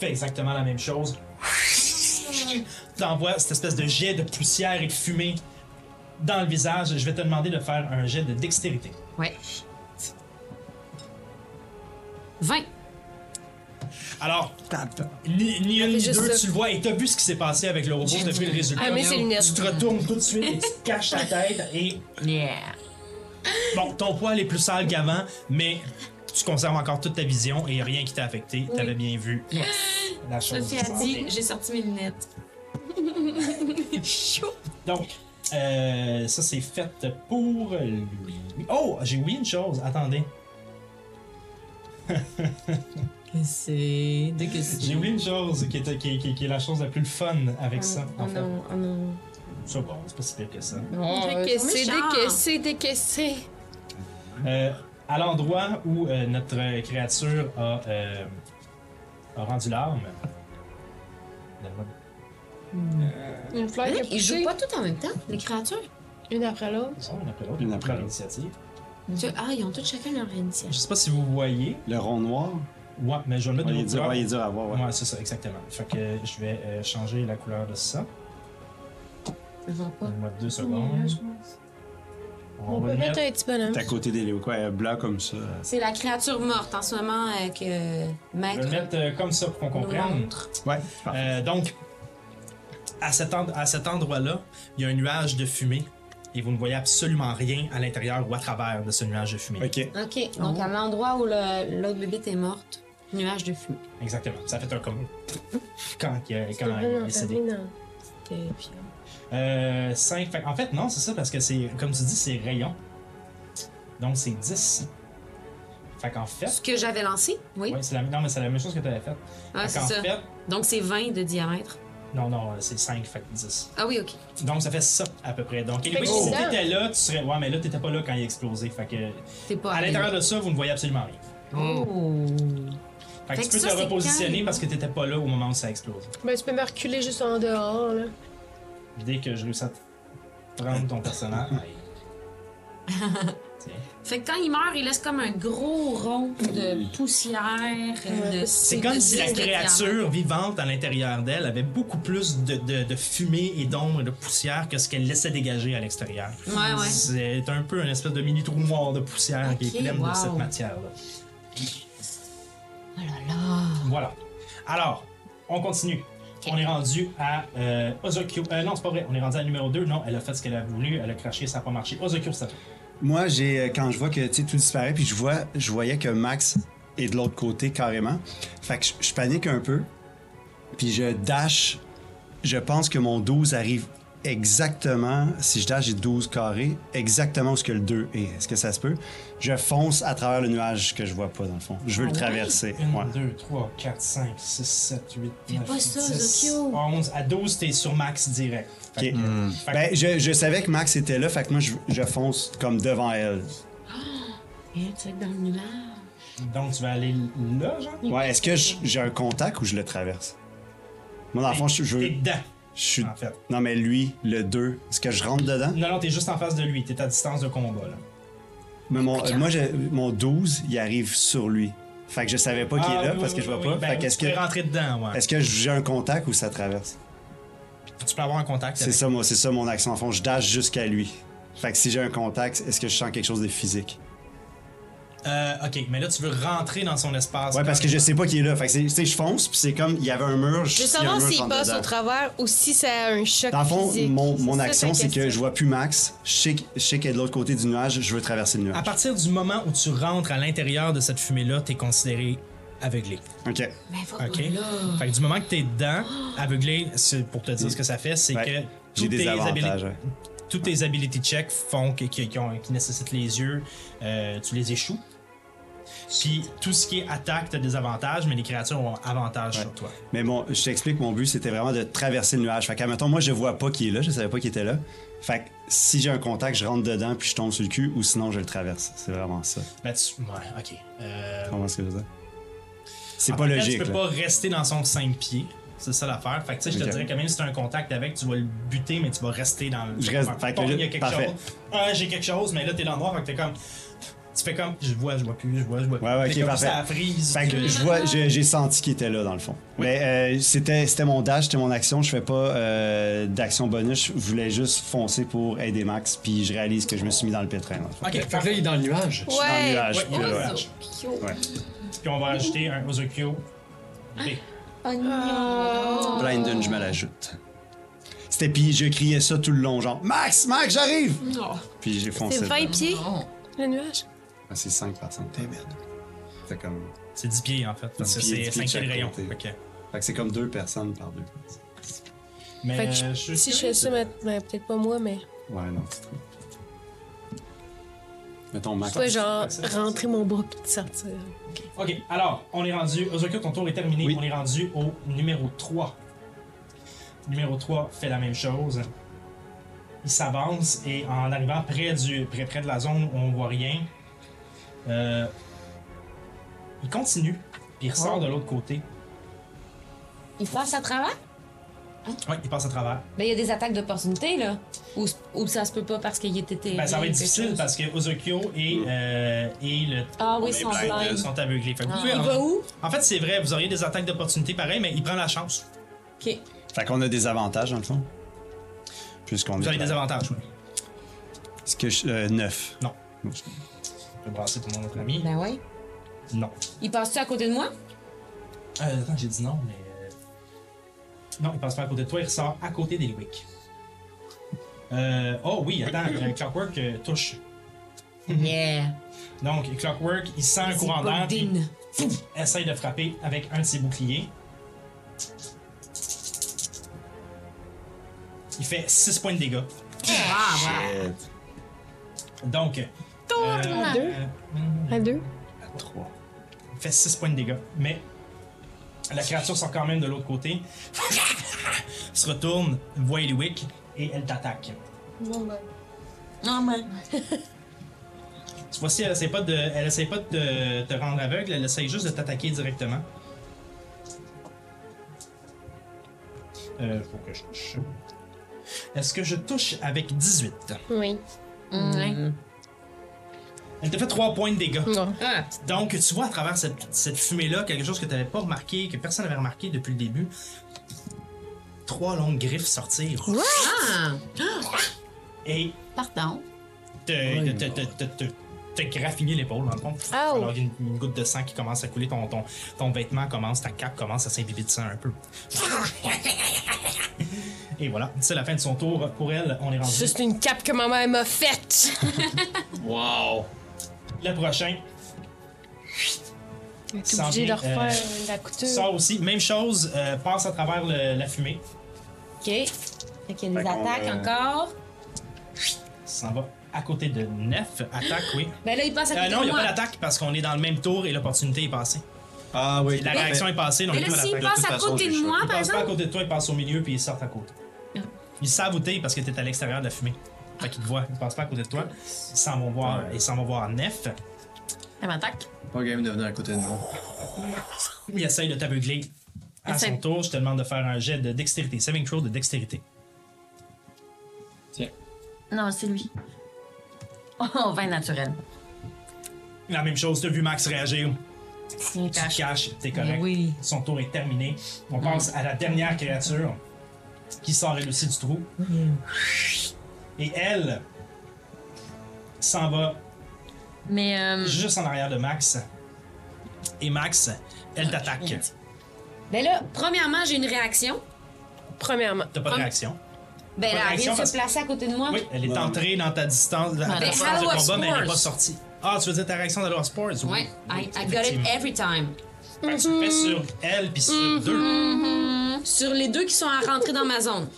Speaker 5: fait exactement la même chose. T'envoies cette espèce de jet de poussière et de fumée dans le visage. Je vais te demander de faire un jet de dextérité.
Speaker 10: Ouais.
Speaker 3: 20.
Speaker 5: Alors, ni, ni une
Speaker 7: fait
Speaker 5: ni
Speaker 7: Ah, juste
Speaker 5: deux,
Speaker 7: ça.
Speaker 5: tu le vois et t'as vu ce qui s'est passé avec le robot, t'as vu le résultat.
Speaker 7: Ah, mais c'est lunettes.
Speaker 5: Tu te retournes tout de suite et tu te caches la tête et
Speaker 10: Yeah.
Speaker 5: bon, ton poil est plus sale qu'avant, mais tu conserves encore toute ta vision et rien qui t'a affecté. T'avais bien vu la chose.
Speaker 3: Sophie a
Speaker 5: qui s'en
Speaker 3: dit, j'ai sorti mes lunettes.
Speaker 5: Donc, euh, ça c'est fait pour lui. Oh, j'ai oublié une chose. Attendez,
Speaker 10: C'est. Dès que
Speaker 5: j'ai oublié une chose qui est, qui, est- qui est- qui est la chose la plus fun avec ça. En fait,
Speaker 7: oh non.
Speaker 5: c'est bon, c'est pas si pire que ça.
Speaker 7: Décaissé,
Speaker 3: méchants.
Speaker 7: décaissé, décaissé.
Speaker 5: Euh, à l'endroit où euh, notre créature a, euh, a rendu l'arme. Donne-moi-
Speaker 7: Une fleur qui a
Speaker 3: Ils jouent
Speaker 7: poussé.
Speaker 3: pas tout en même temps, les créatures?
Speaker 7: Une après l'autre.
Speaker 5: Ils sont une après l'autre,
Speaker 4: Une
Speaker 5: ils
Speaker 4: après
Speaker 5: prennent
Speaker 4: l'autre.
Speaker 5: l'initiative.
Speaker 3: Tu- Ah, ils ont tous chacun leur
Speaker 5: Je
Speaker 3: initiative.
Speaker 5: sais pas si vous voyez.
Speaker 4: le rond noir,
Speaker 5: Ouais, mais je vais le mettre
Speaker 4: ouais,
Speaker 5: de
Speaker 4: il est
Speaker 5: l'autre
Speaker 4: dur,
Speaker 5: couleur.
Speaker 4: ouais, il est dur à voir. ouais.
Speaker 5: Ouais, c'est ça, exactement. Fait que je vais euh, changer la couleur de ça.
Speaker 3: Ils vont pas.
Speaker 5: Donne-moi deux
Speaker 7: Mmh.
Speaker 5: secondes.
Speaker 7: On peut
Speaker 5: va
Speaker 7: mettre
Speaker 5: mettre-
Speaker 7: un petit bonhomme.
Speaker 4: T'es à côté des Léo, quoi, euh, blanc comme ça.
Speaker 3: C'est la créature morte en ce moment euh, que
Speaker 5: Je vais le
Speaker 3: Maître
Speaker 5: mettre euh, comme ça pour qu'on
Speaker 3: nous
Speaker 5: comprenne.
Speaker 3: montre.
Speaker 4: Ouais, parfait.
Speaker 5: Euh, donc, à cet, end- à cet endroit-là, il y a un nuage de fumée et vous ne voyez absolument rien à l'intérieur ou à travers de ce nuage de fumée.
Speaker 4: Ok.
Speaker 3: Ok, donc à l'endroit où le- l'autre bébé est morte, nuage de fumée.
Speaker 5: Exactement. Ça fait un comme. Quand il, a-
Speaker 7: C'est
Speaker 5: quand il est
Speaker 7: vraiment
Speaker 5: décédé.
Speaker 7: terminant.
Speaker 5: Euh, 5. en fait, non, c'est ça parce que c'est. Comme tu dis, c'est rayon. Donc c'est 10. Fait qu'en fait.
Speaker 3: Ce que j'avais lancé, oui.
Speaker 5: Ouais, c'est la, non, mais c'est la même chose que tu avais faite.
Speaker 3: Ah,
Speaker 5: fait
Speaker 3: c'est
Speaker 5: qu'en
Speaker 3: ça.
Speaker 5: fait.
Speaker 3: Donc c'est 20 de diamètre.
Speaker 5: Non, non, c'est 5, fait que 10.
Speaker 3: Ah oui, ok.
Speaker 5: Donc ça fait ça à peu près. Donc, anyway,
Speaker 7: que
Speaker 5: si
Speaker 7: c'est ça.
Speaker 5: t'étais là, tu serais. Ouais, mais là, t'étais pas là quand il a explosé. Fait que.
Speaker 3: T'es pas
Speaker 5: À
Speaker 3: arrivé.
Speaker 5: l'intérieur de ça, vous ne voyez absolument rien.
Speaker 3: Oh.
Speaker 5: Fait que
Speaker 3: Fait
Speaker 5: tu
Speaker 3: que
Speaker 5: peux
Speaker 3: ça,
Speaker 5: te
Speaker 3: c'est
Speaker 5: repositionner
Speaker 3: calme.
Speaker 5: parce que t'étais pas là au moment où ça explose.
Speaker 7: Ben, tu peux me reculer juste en dehors, là.
Speaker 5: Puis Dès que je réussis à te prendre ton personnage. Tiens.
Speaker 3: Fait que quand il meurt, il laisse comme un gros rond de poussière. euh, de-
Speaker 5: C'est comme
Speaker 3: de-
Speaker 5: si la
Speaker 3: de- de-
Speaker 5: créature vivante à l'intérieur d'elle avait beaucoup plus de, de- de fumée et d'ombre et de poussière que ce qu'elle laissait dégager à l'extérieur.
Speaker 3: Ouais, ouais.
Speaker 5: C'est un peu une espèce de mini trou noir de poussière qui est
Speaker 3: Ok,
Speaker 5: pleine de
Speaker 3: wow.
Speaker 5: cette matière-là.
Speaker 3: Oh là là.
Speaker 5: Voilà. Alors, on continue. On est rendu à euh, Ozokyo. Euh, non, c'est pas vrai. On est rendu à numéro 2. Non, elle a fait ce qu'elle a voulu. Elle a craché, ça n'a pas marché. Ozokyo, ça
Speaker 4: Moi, j'ai euh, quand je vois que tu sais, tout disparaît, puis je vois, je voyais que Max est de l'autre côté carrément. Fait que je, je panique un peu, puis je dash. Je pense que mon 12 arrive exactement, si je dash, j'ai 12 carrés, exactement où ce que le 2 est. Est-ce que ça se peut? Je fonce à travers le nuage que je vois pas, dans le fond. Je veux le traverser.
Speaker 5: 1,
Speaker 4: Ouais.
Speaker 5: 2, 3, 4, 5, 6, 7, 8, 9,
Speaker 2: pas ça,
Speaker 5: 10,
Speaker 2: Zocchio.
Speaker 5: 11. À 12, t'es sur max direct. Fait
Speaker 4: Ok.
Speaker 5: que- fait que-
Speaker 4: Ben, je, je savais que Max était là, fait que moi, je, je fonce comme devant elle.
Speaker 2: Hein, tu vas être dans le nuage.
Speaker 5: Donc, tu vas aller là, genre?
Speaker 4: Ouais, est-ce que je- j'ai un contact ou je le traverse? Moi, dans le fond, je, je
Speaker 5: T'es
Speaker 4: veux.
Speaker 5: dedans.
Speaker 4: Je suis...
Speaker 5: En fait.
Speaker 4: Non, mais lui, le 2, est-ce que je rentre dedans?
Speaker 5: Non, non, t'es juste en face de lui. T'es à distance de combat, là.
Speaker 4: Mais mon, euh, moi, j'ai- mon 12, il arrive sur lui. Fait que je savais pas qu'il est là parce que je vois pas. fait
Speaker 5: Ben,
Speaker 4: que est-ce
Speaker 5: tu peux
Speaker 4: que,
Speaker 5: rentrer dedans, ouais.
Speaker 4: est-ce que j'ai un contact ou ça traverse?
Speaker 5: Tu peux avoir un contact
Speaker 4: C'est
Speaker 5: avec...
Speaker 4: ça, moi, c'est ça mon action en fond. Je dash jusqu'à lui. Fait que si j'ai un contact, est-ce que je sens quelque chose de physique?
Speaker 5: Ah, Euh, ok, mais là, tu veux rentrer dans son espace.
Speaker 4: Ouais, parce que je
Speaker 5: carrément.
Speaker 4: sais pas qu'il est là. Fait que c'est- tu sais, je fonce, puis c'est comme il y avait un mur.
Speaker 7: Je
Speaker 4: s'il
Speaker 7: veux
Speaker 4: y a un
Speaker 7: savoir
Speaker 4: mur, je
Speaker 7: s'il
Speaker 4: rentre
Speaker 7: passe
Speaker 4: dedans.
Speaker 7: au travers ou si ça a un choc.
Speaker 4: Dans le fond,
Speaker 7: physique.
Speaker 4: mon,
Speaker 7: C'est
Speaker 4: mon
Speaker 7: ça,
Speaker 4: action,
Speaker 7: la
Speaker 4: c'est que
Speaker 7: question.
Speaker 4: je vois plus Max. Je sais que- je sais qu'elle est de l'autre côté du nuage, je veux traverser le
Speaker 5: À
Speaker 4: nuage.
Speaker 5: partir du moment où tu rentres à l'intérieur de cette fumée-là, t'es considéré aveuglé.
Speaker 4: Ok.
Speaker 2: Mais va
Speaker 5: OK?
Speaker 2: pas là.
Speaker 5: Fait que du moment que t'es dedans, aveuglé, c'est pour te dire ce que ça fait, c'est
Speaker 4: Ouais.
Speaker 5: que
Speaker 4: J'ai
Speaker 5: tous
Speaker 4: des
Speaker 5: tes
Speaker 4: avantages.
Speaker 5: habili-
Speaker 4: ouais.
Speaker 5: tous tes ability checks font que, qui, qui ont- qui nécessitent les yeux, euh, tu les échoues. Puis tout ce qui est attaque, t'as des avantages, mais les créatures ont avantage sur toi.
Speaker 4: Mais bon, je t'explique, mon but, c'était vraiment de traverser le nuage. Fait que, admettons, moi, je vois pas qu'il est là, je savais pas qu'il était là. Fait que, si j'ai un contact, je rentre dedans puis je tombe sur le cul, ou sinon, je le traverse. C'est vraiment ça.
Speaker 5: Ben, tu- ouais, ok. Euh,
Speaker 4: Tu comprends ce que je veux dire? C'est
Speaker 5: en
Speaker 4: pas
Speaker 5: tant que tel,
Speaker 4: logique.
Speaker 5: Tu peux
Speaker 4: là.
Speaker 5: pas rester dans son 5 pieds. C'est ça l'affaire. Fait que tu sais, je
Speaker 4: Ok.
Speaker 5: te dirais que même si t'as un contact avec, tu vas le buter, mais tu vas rester dans le.
Speaker 4: Je reste-
Speaker 5: Faire
Speaker 4: fait que
Speaker 5: pogner
Speaker 4: là,
Speaker 5: quelque
Speaker 4: parfait.
Speaker 5: chose. Ah, j'ai quelque chose, mais là, t'es dans le noir, fait que t'es comme. Tu fais comme. Je vois, je vois plus, je vois, je vois plus.
Speaker 4: Ouais, ouais,
Speaker 5: T'es
Speaker 4: ok,
Speaker 5: comme
Speaker 4: parfait.
Speaker 5: Ça frise.
Speaker 4: Fait que je vois, j'ai j'ai senti qu'il était là dans le fond. Mais euh, c'était c'était mon dash, c'était mon action. Je fais pas euh, d'action bonus. Je voulais juste foncer pour aider Max. Puis je réalise que je me suis mis dans le pétrin. Dans le fond.
Speaker 5: Ok,
Speaker 1: Fait que là, il est dans le nuage.
Speaker 4: Je suis dans le
Speaker 7: Ouais.
Speaker 4: nuage.
Speaker 5: Ouais,
Speaker 4: puis
Speaker 3: Ah,
Speaker 4: là,
Speaker 5: ouais.
Speaker 7: Zocchio.
Speaker 5: Puis on va ajouter un Ozokyo.
Speaker 7: Oh non.
Speaker 4: Blinded, je me l'ajoute. C'était puis je criais ça tout le long, genre Max, Max, j'arrive. Puis j'ai foncé.
Speaker 7: C'est 20
Speaker 4: dedans.
Speaker 7: pieds,
Speaker 3: Non.
Speaker 7: le nuage.
Speaker 4: Ah, c'est 5 personnes. Eh merde. C'est comme,
Speaker 5: C'est 10 pieds en fait, parce que
Speaker 4: 10 pieds,
Speaker 5: c'est
Speaker 4: 10 pieds
Speaker 5: 5 pieds
Speaker 4: de
Speaker 5: de
Speaker 4: chaque
Speaker 5: rayon.
Speaker 4: côté.
Speaker 5: Ok.
Speaker 4: fait que c'est comme deux personnes par deux.
Speaker 5: Mais
Speaker 7: Fait que je-
Speaker 5: euh, je suis
Speaker 7: Si je fais ça, mais- mais peut-être pas moi, mais.
Speaker 4: Ouais, non, c'est trop. Mettons
Speaker 7: Je
Speaker 4: Max.
Speaker 7: pourrais genre rentrer mon bras puis te sortir.
Speaker 5: Ok, alors, on est rendu. Ozokyo, ton tour est terminé.
Speaker 4: Oui.
Speaker 5: On est rendu au numéro 3. Numéro 3 fait la même chose. Il s'avance et en arrivant près, du, près, près de la zone où on voit rien, euh, il continue. Puis il ressort de l'autre côté.
Speaker 2: Il passe à travers?
Speaker 5: Ouais, il passe à travers.
Speaker 2: Ben, il y a des attaques d'opportunité, là. Ou, ou ça se peut pas parce qu'il était
Speaker 5: Ben, ça va être difficile parce que Ozokyo et, euh, et le
Speaker 2: Ah oui,
Speaker 8: est
Speaker 2: son
Speaker 8: blind.
Speaker 2: blind.
Speaker 5: sont aveuglés. Fait que vous
Speaker 11: Ah.
Speaker 3: Ah.
Speaker 5: pouvez-
Speaker 2: Il va où?
Speaker 5: en fait, c'est vrai, vous auriez des attaques d'opportunité pareil, mais il prend la chance.
Speaker 2: Ok.
Speaker 4: Fait qu'on a des avantages dans le fond. Puisqu'on
Speaker 5: Vous
Speaker 4: est.
Speaker 5: avez des avantages, oui.
Speaker 4: Est-ce que je. euh, 9.
Speaker 5: Non. Je vais brasser tout mon autre ami.
Speaker 2: Ben ouais.
Speaker 5: Non.
Speaker 2: Il passe-tu à côté de moi?
Speaker 5: Euh, attends, j'ai dit non, mais. euh, Non, il passe pas à côté de toi, il ressort à côté d'Elwick. Euh, oh oui, attends, euh, Clockwork euh, touche.
Speaker 3: Yeah.
Speaker 5: Donc, Clockwork, il sent un Mhm. courant d'air, puis
Speaker 2: Zipodine.
Speaker 5: il essaye de frapper avec un de ses boucliers. Il fait 6 points de dégâts. Donc. euh,
Speaker 7: À deux.
Speaker 5: euh, hum,
Speaker 7: À deux.
Speaker 5: Il fait 6 points de dégâts. Mais la créature sort quand même de l'autre côté. (laughs) se retourne, voit Eliwick et elle t'attaque.
Speaker 9: Bon, ben.
Speaker 6: Non, mais.
Speaker 5: Cette fois-ci, elle essaie pas de, elle essaie pas de te- te rendre aveugle, elle essaie juste de t'attaquer directement. Euh, faut que je touche. Est-ce que je touche avec 18?
Speaker 7: Oui.
Speaker 3: Mm.
Speaker 5: Elle te fait 3 points de dégâts.
Speaker 7: Non.
Speaker 5: Donc, tu vois à travers cette, cette fumée-là quelque chose que tu n'avais pas remarqué, que personne n'avait remarqué depuis le début. Trois longues griffes sortir.
Speaker 3: Ah.
Speaker 5: Et
Speaker 3: Pardon.
Speaker 5: te, te, te, te, te, te graffiner l'épaule, dans le fond.
Speaker 7: Ah,
Speaker 5: Alors,
Speaker 7: oh.
Speaker 5: il y a une, une goutte de sang qui commence à couler, ton, ton, ton vêtement commence, ta cape commence à s'imbiber de sang un peu. Et voilà, c'est la fin de son tour. Pour elle, on est rendu.
Speaker 7: Juste une cape que ma mère m'a faite.
Speaker 1: Wow!
Speaker 5: Le prochain
Speaker 7: T'es
Speaker 5: Sans
Speaker 7: obligé de
Speaker 5: bien,
Speaker 7: refaire
Speaker 5: euh,
Speaker 7: la couture.
Speaker 5: sort aussi. Même chose, euh, passe à travers le- la fumée.
Speaker 7: Ok.
Speaker 11: Fait qu'il nous
Speaker 4: Fait qu'on,
Speaker 11: attaque
Speaker 4: euh,
Speaker 11: encore.
Speaker 5: Ça va à côté de 9. Attaque,
Speaker 11: (laughs)
Speaker 5: oui.
Speaker 11: Ben là, il passe
Speaker 5: Euh,
Speaker 11: à côté
Speaker 5: non,
Speaker 11: de
Speaker 5: il n'y a
Speaker 11: moi.
Speaker 5: pas d'attaque parce qu'on est dans le même tour et l'opportunité est passée.
Speaker 4: Ah oui,
Speaker 5: La réaction est passée, donc
Speaker 11: Mais
Speaker 5: il
Speaker 11: là,
Speaker 5: peut
Speaker 11: s'il
Speaker 5: l'attaquer.
Speaker 11: passe à
Speaker 4: façon,
Speaker 11: côté
Speaker 4: j'ai
Speaker 11: de moi,
Speaker 5: Ils
Speaker 11: par
Speaker 5: passent pas à
Speaker 11: exemple. Ah.
Speaker 5: côté de toi, ils passent au milieu puis ils sortent à côté. Ils savent où t'es parce que t'es à l'extérieur de la fumée. Fait qu'ils te voient, ils passent pas à côté de toi. Ils s'en vont voir, ils s'en vont voir Nef.
Speaker 3: Elle m'attaque.
Speaker 1: Pas game de venir à côté de nous.
Speaker 5: Il essaye de t'aveugler. À
Speaker 3: Essaye.
Speaker 5: son tour, je te demande de faire un jet de dextérité, saving throw de dextérité.
Speaker 3: Non, c'est lui. (laughs) Oh, vin naturel.
Speaker 5: La même chose, t'as vu Max réagir,
Speaker 3: C'est une
Speaker 5: tu te
Speaker 3: cache.
Speaker 5: caches, t'es correct.
Speaker 3: Mais oui.
Speaker 5: Son tour est terminé. On passe à la dernière créature qui sort elle aussi du trou.
Speaker 3: Mm.
Speaker 5: Et elle s'en va
Speaker 3: Mais euh,
Speaker 5: juste en arrière de Max. Et Max, elle t'attaque.
Speaker 3: rien
Speaker 11: Ben là, premièrement, j'ai une réaction.
Speaker 7: Premièrement.
Speaker 5: T'as pas de réaction.
Speaker 11: Ben
Speaker 5: Pas
Speaker 11: là,
Speaker 5: de
Speaker 11: elle
Speaker 5: réaction
Speaker 11: vient de
Speaker 5: parce-
Speaker 11: se placer à côté de moi.
Speaker 5: Oui, elle est entrée dans ta distance, dans ta
Speaker 3: Mais
Speaker 5: distance de
Speaker 11: Halo of
Speaker 5: combat, mais elle n'est pas
Speaker 11: Spores.
Speaker 5: sortie. Ah, tu veux dire ta réaction de Law Sports? Oui.
Speaker 11: Ouais, I,
Speaker 5: Oui,
Speaker 11: I got it
Speaker 5: effectivement.
Speaker 11: every time.
Speaker 5: Fait que tu le fais sur elle puis sur
Speaker 11: Mm-hmm.
Speaker 5: deux.
Speaker 11: Sur les deux qui sont à rentrer dans ma zone.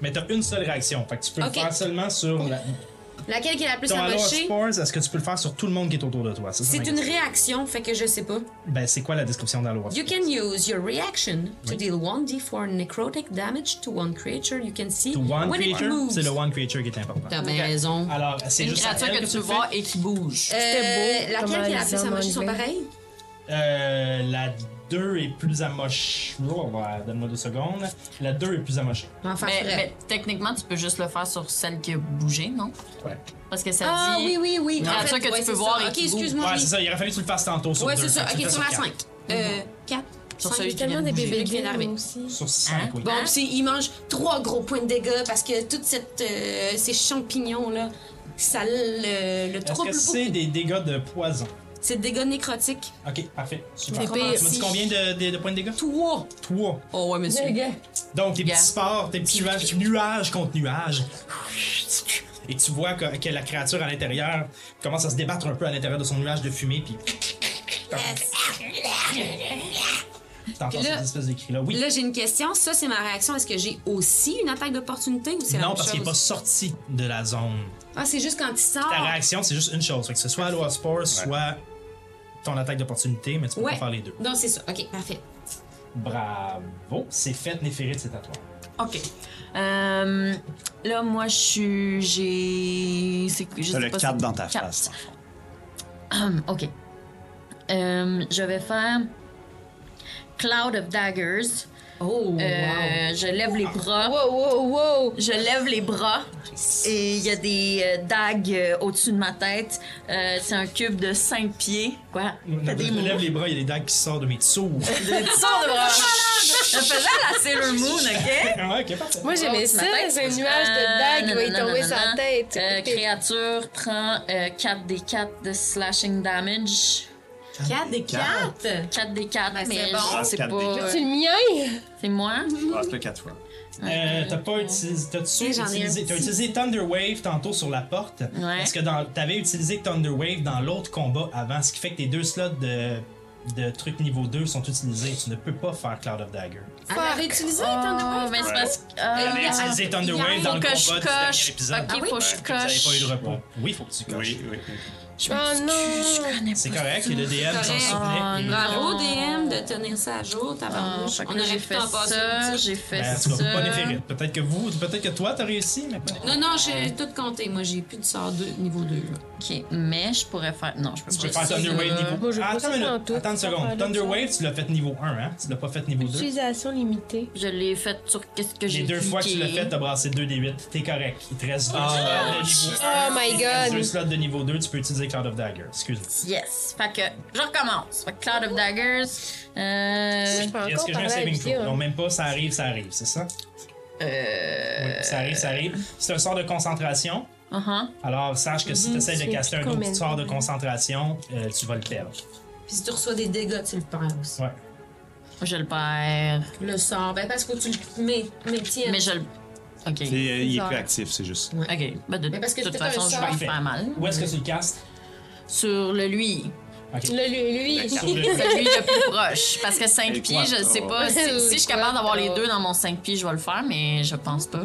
Speaker 5: Mais t'as une seule réaction. Fait que tu peux
Speaker 11: Ok.
Speaker 5: le faire seulement sur la...
Speaker 11: Laquelle qui est la plus
Speaker 5: ton Halo of
Speaker 11: amochée?
Speaker 5: Spores. Est-ce que tu peux le faire sur tout le monde qui est autour de toi? Ça,
Speaker 11: C'est
Speaker 5: ma
Speaker 11: une
Speaker 5: question.
Speaker 11: réaction, fait que je sais pas.
Speaker 5: Ben, c'est quoi la description d'Halo of
Speaker 11: You
Speaker 5: Spores?
Speaker 11: can use your reaction to deal 1d4 necrotic damage to one creature you can see
Speaker 5: To one
Speaker 11: when it
Speaker 5: creature,
Speaker 11: moves.
Speaker 5: c'est le one creature qui est important.
Speaker 11: T'as bien raison.
Speaker 5: Alors, c'est
Speaker 3: une
Speaker 5: juste à
Speaker 3: créature
Speaker 5: elle
Speaker 3: que,
Speaker 5: tu
Speaker 3: tu
Speaker 5: le
Speaker 3: vois
Speaker 5: fais.
Speaker 3: et qui bouge.
Speaker 11: Euh,
Speaker 7: C'était beau,
Speaker 11: laquelle
Speaker 7: comment
Speaker 11: qui est la
Speaker 7: ils
Speaker 11: plus
Speaker 7: ont
Speaker 11: amochée sont
Speaker 7: enlevé.
Speaker 11: pareils?
Speaker 5: Euh, la 2 est plus amochée. Oh, ouais, Donne-moi deux secondes. La 2 est plus amochée.
Speaker 11: Enfin,
Speaker 3: Mais,
Speaker 11: bref.
Speaker 3: mais techniquement, tu peux juste le faire sur celle qui a bougé, non?
Speaker 5: Ouais.
Speaker 3: Parce que ça
Speaker 11: Ah
Speaker 3: dit.
Speaker 11: oui, oui, oui.
Speaker 3: Non. Créature que tu peux
Speaker 11: c'est
Speaker 3: voir
Speaker 11: ça.
Speaker 3: et
Speaker 11: Ok,
Speaker 3: qui bouge.
Speaker 11: excuse-moi.
Speaker 5: ouais,
Speaker 11: je
Speaker 5: c'est ça. Il aurait fallu que tu le fasses tantôt sur
Speaker 11: l'ai- Ouais,
Speaker 5: deux.
Speaker 11: c'est ça.
Speaker 5: Fait que tu
Speaker 11: Ok,
Speaker 5: le fais
Speaker 11: sur la
Speaker 5: quatre.
Speaker 11: 5. Euh,
Speaker 3: Mhm.
Speaker 11: 4.
Speaker 3: Sur celui qui
Speaker 7: Tellement
Speaker 3: vient
Speaker 7: des
Speaker 3: de bouger.
Speaker 7: bébés
Speaker 11: qui vient d'arriver.
Speaker 7: grilles, moi aussi.
Speaker 5: Sur 5,
Speaker 3: Hein?
Speaker 5: oui.
Speaker 11: Bon, puis c'est- il mange 3 gros points de dégâts parce que toutes cette, euh, ces champignons-là, ça le, le
Speaker 5: Est-ce
Speaker 11: trouble
Speaker 5: que
Speaker 11: beaucoup.
Speaker 5: c'est des dégâts de poison?
Speaker 11: C'est des dégâts nécrotiques.
Speaker 5: Ok, parfait. Super.
Speaker 11: C'est
Speaker 5: Tu m'as
Speaker 11: pire.
Speaker 5: dit combien de, de, de points de dégâts?
Speaker 11: 3.
Speaker 5: 3.
Speaker 11: Oh ouais, monsieur.
Speaker 5: Donc, tes
Speaker 3: Yeah.
Speaker 5: petits spores, tes petits nuages, nuages contre nuages. Et tu vois que, que la créature à l'intérieur commence à se débattre un peu à l'intérieur de son nuage de fumée, puis. T'entends
Speaker 11: Puis là-
Speaker 5: cette espèce de cri-là. Oui.
Speaker 11: Là, j'ai une question. Ça, c'est ma réaction. Est-ce que j'ai aussi une attaque d'opportunité ou c'est la
Speaker 5: non,
Speaker 11: même
Speaker 5: parce
Speaker 11: chose?
Speaker 5: qu'il n'est pas sorti de la zone.
Speaker 11: Ah, c'est juste quand il
Speaker 5: Ta
Speaker 11: sort.
Speaker 5: réaction, c'est juste une chose. Fait que ce soit Aloha Spore, soit ton attaque d'opportunité, mais tu peux
Speaker 11: Ouais.
Speaker 5: pas faire les deux.
Speaker 11: Non, c'est ça. Ok, parfait.
Speaker 5: Bravo. C'est fait, Néphérite, c'est à toi.
Speaker 3: Ok. Euh, là, moi, je suis. J'ai. C'est je
Speaker 4: T'as
Speaker 3: sais
Speaker 4: le
Speaker 3: pas
Speaker 4: 4
Speaker 3: c'est-
Speaker 4: dans ta
Speaker 3: Quatre.
Speaker 4: face.
Speaker 3: Hum, ok. Euh, je vais faire Cloud of Daggers.
Speaker 11: Oh,
Speaker 3: Euh, Je lève les bras.
Speaker 7: Wow, wow, wow!
Speaker 3: Je lève les bras et il y a des euh, dagues euh, au-dessus de ma tête. Euh, c'est un cube de 5 pieds. Quoi?
Speaker 5: Je
Speaker 3: T'as des
Speaker 5: me
Speaker 3: mots.
Speaker 5: lève les bras, il y a des dagues qui sortent de mes
Speaker 11: (laughs)
Speaker 5: dessous.
Speaker 3: Sors de bras. Je faisais la Sailor Moon, OK?
Speaker 5: Ah, ok, parfait.
Speaker 7: Moi, j'aimais
Speaker 3: Oh,
Speaker 7: ça,
Speaker 3: ma tête.
Speaker 7: c'est un nuage de dagues
Speaker 3: Euh,
Speaker 7: où il est tombé
Speaker 3: nanana,
Speaker 7: sur la
Speaker 3: nanana.
Speaker 7: tête.
Speaker 3: Euh, créature prend euh, 4 des 4 de slashing damage.
Speaker 11: 4 des 4.
Speaker 3: 4 des 4,
Speaker 11: Ben,
Speaker 3: mais
Speaker 11: c'est bon.
Speaker 3: je sais
Speaker 4: 4 des
Speaker 3: pas.
Speaker 7: C'est le mien!
Speaker 3: C'est moi?
Speaker 4: Ah, c'est 4 fois.
Speaker 5: Euh, t'as pas utilisé. T'as-tu
Speaker 11: Oui, j'en ai un
Speaker 5: utilisé. T'as
Speaker 11: petit.
Speaker 5: utilisé Thunder Wave tantôt sur la porte.
Speaker 3: Ouais.
Speaker 5: Parce que dans- t'avais utilisé Thunder Wave dans l'autre combat avant, ce qui fait que tes deux slots de, de trucs niveau 2 sont utilisés. Tu ne peux pas faire Cloud of Dagger.
Speaker 11: Elle l'avait utilisé,
Speaker 3: Oh,
Speaker 11: Thunderwave?
Speaker 3: mais c'est parce que. euh,
Speaker 5: T'avais utilisé Thunder
Speaker 11: il y a-
Speaker 5: Wave dans
Speaker 3: faut
Speaker 5: le
Speaker 3: que
Speaker 5: combat
Speaker 3: je
Speaker 5: du
Speaker 3: coche.
Speaker 5: dernier Ah épisode.
Speaker 3: Ok, faut que je
Speaker 5: Vous avez pas eu de
Speaker 3: coche.
Speaker 5: repos. Oui, faut que tu coches.
Speaker 4: Oui, oui.
Speaker 3: Je
Speaker 7: Oh
Speaker 3: m'excuse,
Speaker 7: non.
Speaker 3: je connais
Speaker 5: C'est
Speaker 3: pas
Speaker 5: correct, le DM s'en
Speaker 11: correct.
Speaker 5: souvenait. et-
Speaker 11: Bravo,
Speaker 2: ben,
Speaker 3: Non.
Speaker 11: DM, de tenir ça à jour,
Speaker 3: Ah,
Speaker 11: tabarnouche.
Speaker 3: fait que
Speaker 11: On
Speaker 3: là,
Speaker 11: aurait
Speaker 3: j'ai
Speaker 11: pu
Speaker 3: fait
Speaker 11: en passer.
Speaker 3: ça, j'ai fait
Speaker 5: Ben, tu
Speaker 3: ça.
Speaker 5: vas pas Néphérite. Peut-être que vous, peut-être que toi, t'as réussi, mais pas
Speaker 11: Non, non, j'ai tout compté. Moi, j'ai plus de sort 2, niveau 2. là.
Speaker 3: Ok, mais je pourrais faire. Non, je peux
Speaker 5: Tu peux
Speaker 3: pas.
Speaker 5: faire
Speaker 3: Ça,
Speaker 5: Thunder
Speaker 3: là.
Speaker 5: Wave
Speaker 7: Moi,
Speaker 5: niveau
Speaker 7: j'ai
Speaker 5: 1.
Speaker 7: pas
Speaker 5: Attends
Speaker 7: ça
Speaker 5: une minute,
Speaker 7: pantoute,
Speaker 5: attends une
Speaker 7: cette affaire-là,
Speaker 5: seconde. Thunder
Speaker 7: ça.
Speaker 5: Wave, tu l'as fait niveau 1, hein? Tu l'as pas fait niveau 2.
Speaker 7: Utilisation limitée.
Speaker 3: Je l'ai fait sur qu'est-ce que j'ai
Speaker 5: Les deux fois que tu l'as
Speaker 3: cliqué.
Speaker 5: fait, t'as brassé 2 des 8. T'es correct. Il te reste 2 slots de niveau 1.
Speaker 7: Oh my
Speaker 5: Deux
Speaker 7: god!
Speaker 5: slots de niveau 2, tu peux utiliser Cloud of Dagger. Excuse-moi.
Speaker 3: Yes. Fait que je recommence. Fait que Cloud of Daggers. Euh.
Speaker 7: Je peux
Speaker 5: Est-ce
Speaker 7: encore
Speaker 5: que j'ai un
Speaker 7: parler à
Speaker 5: saving
Speaker 7: Vicky,
Speaker 5: throw?
Speaker 7: hein.
Speaker 5: Non, même pas, ça arrive, ça arrive, c'est ça? Euh... Oui, ça arrive, ça arrive. C'est un sort de concentration.
Speaker 3: uh-huh.
Speaker 5: Alors, sache que si
Speaker 3: Mhm.
Speaker 5: tu essaies
Speaker 7: je
Speaker 5: de
Speaker 7: sais
Speaker 5: caster
Speaker 7: plus
Speaker 5: un
Speaker 7: combien
Speaker 5: autre
Speaker 7: de
Speaker 5: sort de
Speaker 7: fois.
Speaker 5: concentration, euh, tu vas le perdre.
Speaker 11: Puis si tu reçois des dégâts, tu le perds aussi.
Speaker 5: Ouais.
Speaker 3: Je le perds.
Speaker 11: Le sort, ben parce que tu le mets, mets tiens.
Speaker 3: Mais je le. Ok.
Speaker 4: Et, euh, il est plus actif, c'est juste.
Speaker 3: Ok. Ben, de
Speaker 11: Mais parce que
Speaker 3: toute
Speaker 11: c'était un
Speaker 3: façon, je
Speaker 11: sort.
Speaker 3: vais lui
Speaker 5: Parfait.
Speaker 3: faire mal.
Speaker 5: Où est-ce que tu le castes?
Speaker 3: Sur le lui.
Speaker 5: Ok.
Speaker 7: Là, lui, lui
Speaker 5: D'accord.
Speaker 3: (laughs) Celui le plus proche. Parce que 5 pieds, je sais pas. Si,
Speaker 7: Ouais.
Speaker 3: si je suis capable d'avoir les deux dans mon 5 pieds, je vais le faire, mais je pense pas.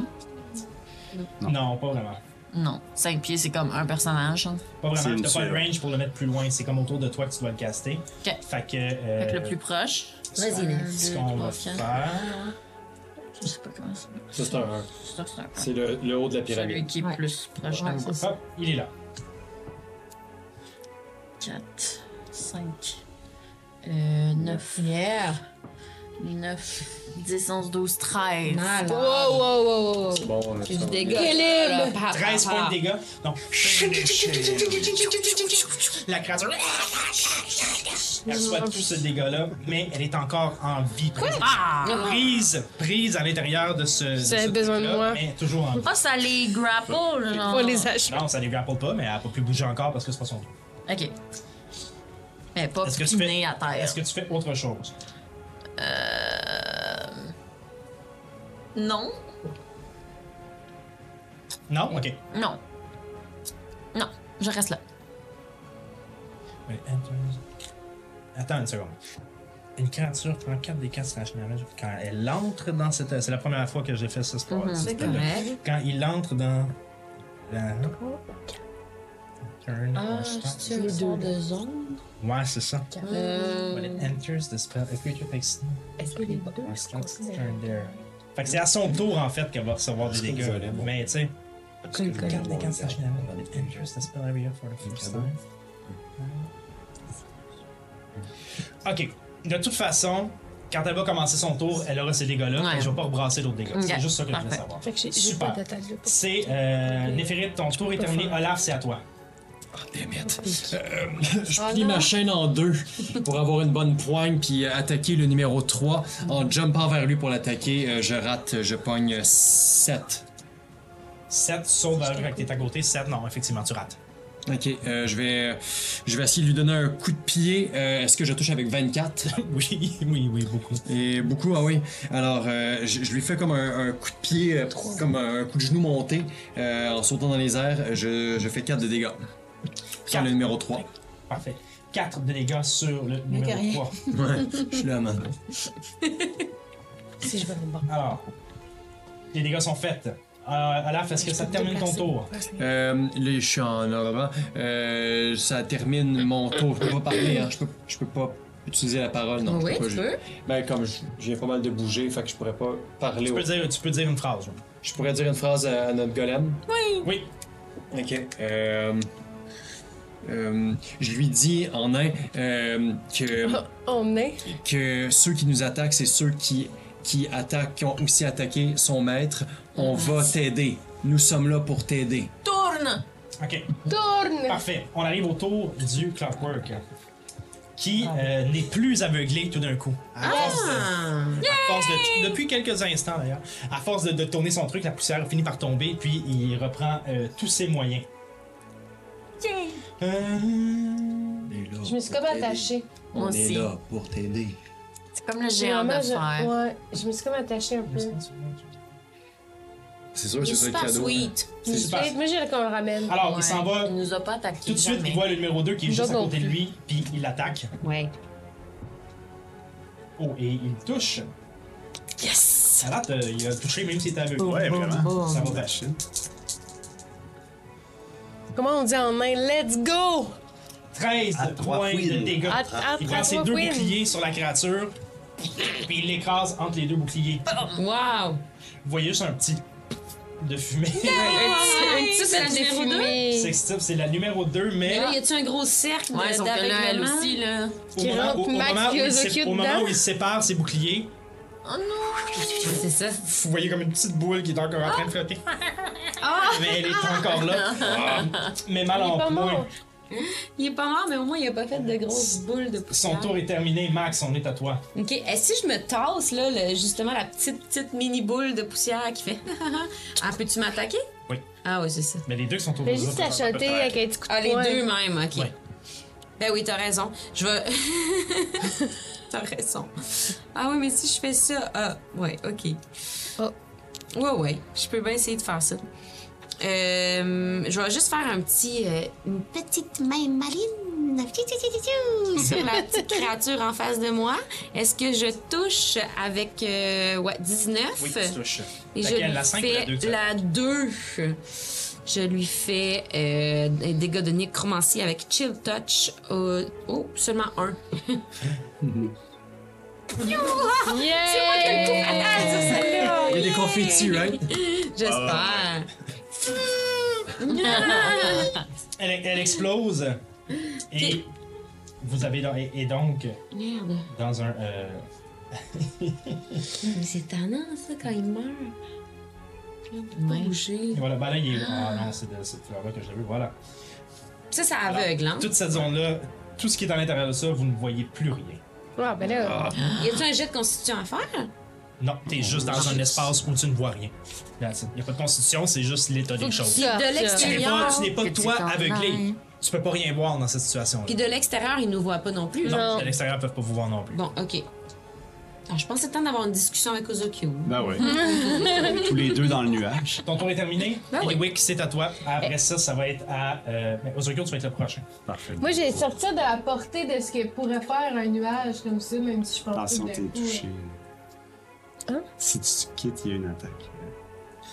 Speaker 5: Non. pas vraiment.
Speaker 3: Non. 5 pieds, c'est comme un personnage. hein.
Speaker 5: Pas
Speaker 4: C'est
Speaker 5: vraiment.
Speaker 4: une
Speaker 5: T'as pas le
Speaker 4: seule.
Speaker 5: range pour le mettre plus loin. C'est comme autour de toi que tu dois le caster.
Speaker 3: Ok.
Speaker 5: Fait que. euh,
Speaker 3: Fait que le plus proche.
Speaker 2: Vas-y, Nef.
Speaker 5: Ce qu'on va
Speaker 3: Deux, trois,
Speaker 5: faire.
Speaker 3: Je sais pas comment ça.
Speaker 1: Ça, c'est un un.
Speaker 3: ça, c'est un-
Speaker 1: C'est le, le haut de la pyramide.
Speaker 3: Celui qui est
Speaker 2: Ouais.
Speaker 3: plus proche de
Speaker 2: Ouais,
Speaker 3: moi.
Speaker 2: c'est ça.
Speaker 5: Hop, il est là.
Speaker 3: 4, 5, euh, 9,
Speaker 2: Yeah.
Speaker 3: 9, 10, 11, 12, 13.
Speaker 2: Malade.
Speaker 7: Wow, wow, wow, wow.
Speaker 1: Bon, euh, on a
Speaker 2: Du
Speaker 1: ça.
Speaker 2: dégât.
Speaker 7: Caleb!
Speaker 5: 13 points
Speaker 7: Ah.
Speaker 5: de dégâts. Donc. La créature. Elle reçoit tout ce dégât-là, mais elle est encore en vie.
Speaker 3: Ah!
Speaker 5: Prise, prise à l'intérieur de ce. de
Speaker 7: Ça a
Speaker 5: ce
Speaker 7: besoin de
Speaker 5: truc-là,
Speaker 7: moi.
Speaker 5: Mais toujours en vie.
Speaker 3: Ah, ça les grapple, genre.
Speaker 7: Faut les achever.
Speaker 5: Non, ça les grapple pas, mais elle a pas pu bouger encore parce que c'est pas son tour.
Speaker 3: Ok. Mais pas
Speaker 5: Est-ce que tu fais.
Speaker 3: piné à terre.
Speaker 5: Est-ce que tu fais autre chose?
Speaker 3: Non.
Speaker 5: Non? Ok.
Speaker 3: Non. Non. Je reste là.
Speaker 5: Mais enters- Attends une seconde. Une créature prend 4 des 4 slash damage quand elle entre dans cette. C'est la première fois que j'ai fait ça, ce sport. ce
Speaker 7: Mm-hmm.
Speaker 2: C'est
Speaker 5: spell-là.
Speaker 2: correct.
Speaker 5: Quand il entre dans. La... Turn
Speaker 3: Ah,
Speaker 5: or stop.
Speaker 2: C'est les deux de zone.
Speaker 5: Ouais, c'est ça. When
Speaker 3: Euh...
Speaker 5: it enters the spell, a creature takes or stop turn there. Fait que c'est à son tour en fait qu'elle va recevoir des
Speaker 1: C'est
Speaker 5: dégâts.
Speaker 1: désolé, moi.
Speaker 5: Mais tu sais.
Speaker 2: Je le
Speaker 5: 4 des
Speaker 2: connais.
Speaker 5: 4 slash damage when it enters the spell area for the first time. Ok. De toute façon, quand elle va commencer son tour, elle aura ces dégâts-là.
Speaker 3: Ouais.
Speaker 5: et Je vais pas rebrasser d'autres dégâts. C'est
Speaker 3: Ok,
Speaker 5: juste ça que je
Speaker 3: parfait.
Speaker 5: voulais savoir.
Speaker 7: Fait que j'ai- j'ai
Speaker 5: Super.
Speaker 7: pas d'attaque là.
Speaker 5: C'est euh, Néphérite, ton tour est
Speaker 7: pas
Speaker 5: terminé.
Speaker 7: faire.
Speaker 5: Olaf, c'est à toi.
Speaker 1: Ah, Damn it. Euh, (laughs) je plie ma chaîne en deux pour avoir une bonne poigne puis euh, attaquer le numéro 3 en jumpant vers lui pour l'attaquer. euh, je rate, je pogne 7.
Speaker 5: 7, sauf avec t'es à côté. 7, non, effectivement, tu rates. (laughs)
Speaker 1: Ok, euh, je vais je vais essayer de lui donner un coup de pied. Euh, Est-ce que je touche avec 24
Speaker 5: oui, oui, oui, beaucoup.
Speaker 1: Et beaucoup, ah oui. Alors, euh, je, je lui fais comme un, un coup de pied, euh, comme un coup de genou monté euh, en sautant dans les airs. Je, je fais 4 de dégâts. Sur
Speaker 5: Quatre.
Speaker 1: le numéro 3.
Speaker 5: Parfait. 4 de dégâts sur le numéro
Speaker 2: rien.
Speaker 5: 3.
Speaker 1: Ouais, je suis là, man.
Speaker 7: Si je vais me battre.
Speaker 5: Alors, les dégâts sont faits. Euh, Olaf, est-ce que ça termine ton tour?
Speaker 1: Euh, là, je suis en Laurent. Euh, ça termine mon tour. Je peux pas parler, hein. Je peux, je peux pas utiliser la parole, non. je
Speaker 2: Oui,
Speaker 1: peux pas,
Speaker 2: tu
Speaker 1: je-
Speaker 2: peux.
Speaker 1: Ben, comme je- j'ai pas mal de bouger, fait que je pourrais pas parler.
Speaker 5: Tu peux
Speaker 1: au-
Speaker 5: dire, tu peux dire une phrase. oui.
Speaker 1: Je pourrais dire une phrase à, à notre golem.
Speaker 5: Oui.
Speaker 1: Ok. Euh, euh, je lui dis en un euh, que,
Speaker 7: Oh, On est.
Speaker 1: que ceux qui nous attaquent, c'est ceux qui, qui attaquent, qui ont aussi attaqué son maître. On va t'aider. Nous sommes là pour t'aider.
Speaker 3: Tourne!
Speaker 5: OK.
Speaker 7: Tourne!
Speaker 5: Parfait. On arrive au tour du Clockwork, qui euh, n'est plus aveuglé tout d'un coup. À force de- à force de- depuis quelques instants d'ailleurs, à force de, de tourner son truc, la poussière finit par tomber, puis il reprend euh, tous ses moyens. Euh,
Speaker 7: Je me suis comme attachée.
Speaker 3: Moi aussi.
Speaker 1: pour t'aider.
Speaker 3: C'est comme le géant de
Speaker 7: Vraiment, je-
Speaker 3: fer.
Speaker 7: Ouais, je me suis comme attachée un peu.
Speaker 8: C'est sûr,
Speaker 11: Il
Speaker 8: c'est
Speaker 11: est
Speaker 8: ça le
Speaker 11: super
Speaker 8: cadeau. hein.
Speaker 11: sweet.
Speaker 5: C'est super.
Speaker 7: Moi, j'irais qu'on le ramène.
Speaker 5: Alors,
Speaker 3: Ouais,
Speaker 5: Ah, il s'en va
Speaker 3: Il nous a pas attaqué.
Speaker 5: tout de suite,
Speaker 3: jamais.
Speaker 5: il voit le numéro 2 qui est
Speaker 7: Nous
Speaker 5: juste à
Speaker 7: autres
Speaker 5: côté de
Speaker 7: non plus.
Speaker 5: lui, puis il l'attaque.
Speaker 2: Ouais.
Speaker 5: Oh, et il touche.
Speaker 3: Yes!
Speaker 5: Ça rate, euh, il a touché même s'il était aveugle.
Speaker 4: Ouais, vraiment.
Speaker 5: Ça va
Speaker 4: La
Speaker 5: vache.
Speaker 4: Chine.
Speaker 7: Comment on dit en main? Let's go!
Speaker 5: 13
Speaker 4: À trois
Speaker 5: points de
Speaker 4: fouines.
Speaker 5: dégâts.
Speaker 7: À- à
Speaker 5: il
Speaker 7: trois
Speaker 5: prend ses deux
Speaker 7: fouines.
Speaker 5: boucliers sur la créature, puis il l'écrase entre les deux boucliers.
Speaker 2: Wow.
Speaker 5: Vous voyez juste un petit de fumée. (laughs)
Speaker 2: Un petit
Speaker 11: c'est la numéro deux?
Speaker 5: C'est que ça, c'est la numéro 2, mais
Speaker 11: Là, y a-tu un gros cercle
Speaker 3: Ouais, sauf que là, elle aussi, là.
Speaker 5: au,
Speaker 7: Qui
Speaker 5: moment,
Speaker 7: rentre
Speaker 5: au- au
Speaker 7: Max
Speaker 5: moment où il
Speaker 7: Kyozoki
Speaker 5: sé- au
Speaker 7: dedans?
Speaker 5: moment où il sépare ses boucliers,
Speaker 3: Oh non!
Speaker 2: C'est ça.
Speaker 5: vous voyez comme une petite boule qui est encore en train de flotter. Mais elle est encore là.
Speaker 7: (laughs)
Speaker 5: Mais mal
Speaker 7: Ah! Il est
Speaker 5: en
Speaker 7: pas mort.
Speaker 5: point.
Speaker 11: Il est pas mort, mais au moins, il a pas fait de grosses boules de
Speaker 5: Son tour est terminé, Max, on est à toi.
Speaker 11: Ok, et si je me tasse, là, le- justement, la petite, petite mini boule de poussière qui fait. (laughs) ah, peux-tu m'attaquer?
Speaker 5: Oui.
Speaker 11: Ah, oui, c'est ça.
Speaker 5: Mais les deux qui sont autour
Speaker 7: Fais
Speaker 5: de
Speaker 7: juste
Speaker 5: vous,
Speaker 7: la chanter
Speaker 5: peut-être.
Speaker 7: avec un petit coup de
Speaker 11: Ah, les
Speaker 7: poing.
Speaker 11: deux même, ok.
Speaker 5: Ouais.
Speaker 11: Ben oui, t'as raison. Je vais. (laughs) t'as raison. Ah, oui, mais si je fais ça. Ah, ouais, ok.
Speaker 7: Ah.
Speaker 11: Ouais, ouais, je peux bien essayer de faire ça. Euh, je vais juste faire un petit. euh, une petite main maline. 19 tchou, tchou, tchou,
Speaker 7: (laughs)
Speaker 11: tchou, tchou, sur la petite créature en face de moi. Est-ce que je touche avec euh, ouais, 19?
Speaker 5: Oui, tu touches.
Speaker 11: Et je
Speaker 5: Laquelle,
Speaker 11: lui
Speaker 5: la cinq ou la
Speaker 11: fais
Speaker 5: deux que tu
Speaker 11: la 2. Je lui fais euh, un dégât de nécromancie avec Chill Touch. euh, oh, seulement un. C'est moi qui ai le coup fatal sur
Speaker 8: hein.
Speaker 11: celle-là!
Speaker 1: Il y a des confettis,
Speaker 7: (laughs)
Speaker 1: right?
Speaker 11: J'espère. (laughs)
Speaker 5: Elle, elle explose. Et vous avez donc, et, et donc
Speaker 11: Merde.
Speaker 5: dans un euh,
Speaker 11: Mais c'est tannant, ça, quand il meurt. Là, on peut pas bouger.
Speaker 5: et voilà ben là il est ah non c'est de cette fleur là que j'avais voilà
Speaker 11: Ça, ça
Speaker 5: Alors,
Speaker 11: aveugle, hein?
Speaker 5: toute cette zone là tout ce qui est à l'intérieur de ça vous ne voyez plus rien
Speaker 7: Ah, ben là.
Speaker 11: Y a-tu un jet de constitution à faire?
Speaker 5: non
Speaker 11: Ah.
Speaker 5: t'es juste dans un espace où tu ne vois rien Là, c'est- il n'y a pas de constitution c'est juste l'état des choses
Speaker 3: Ah.
Speaker 7: sortes.
Speaker 11: De
Speaker 5: tu n'es pas,
Speaker 11: l'extérieur.
Speaker 5: tu n'es pas toi aveuglé tu peux pas rien voir dans cette situation
Speaker 11: Puis de l'extérieur, ils nous voient pas non plus.
Speaker 5: non,
Speaker 7: non.
Speaker 5: de l'extérieur ils peuvent pas vous voir non plus
Speaker 11: Bon, ok. Alors, je pense que c'est temps d'avoir une discussion avec Ozokyo.
Speaker 4: Ben
Speaker 7: (laughs)
Speaker 4: ouais. Tous les deux dans le nuage.
Speaker 5: ton tour est terminé
Speaker 11: Ben oui. Eh.
Speaker 5: Eliwick, c'est à toi après ça ça va être à euh, ben, Ozokyo, tu vas être le prochain
Speaker 4: Parfait.
Speaker 7: Moi, j'ai sorti de la portée de ce que pourrait faire un nuage comme ça, même si je pense
Speaker 4: Attention,
Speaker 7: pas que
Speaker 4: t'es
Speaker 7: d'un coup- euh.
Speaker 4: touché.
Speaker 7: Hein?
Speaker 4: Si tu te quittes, il y a une attaque.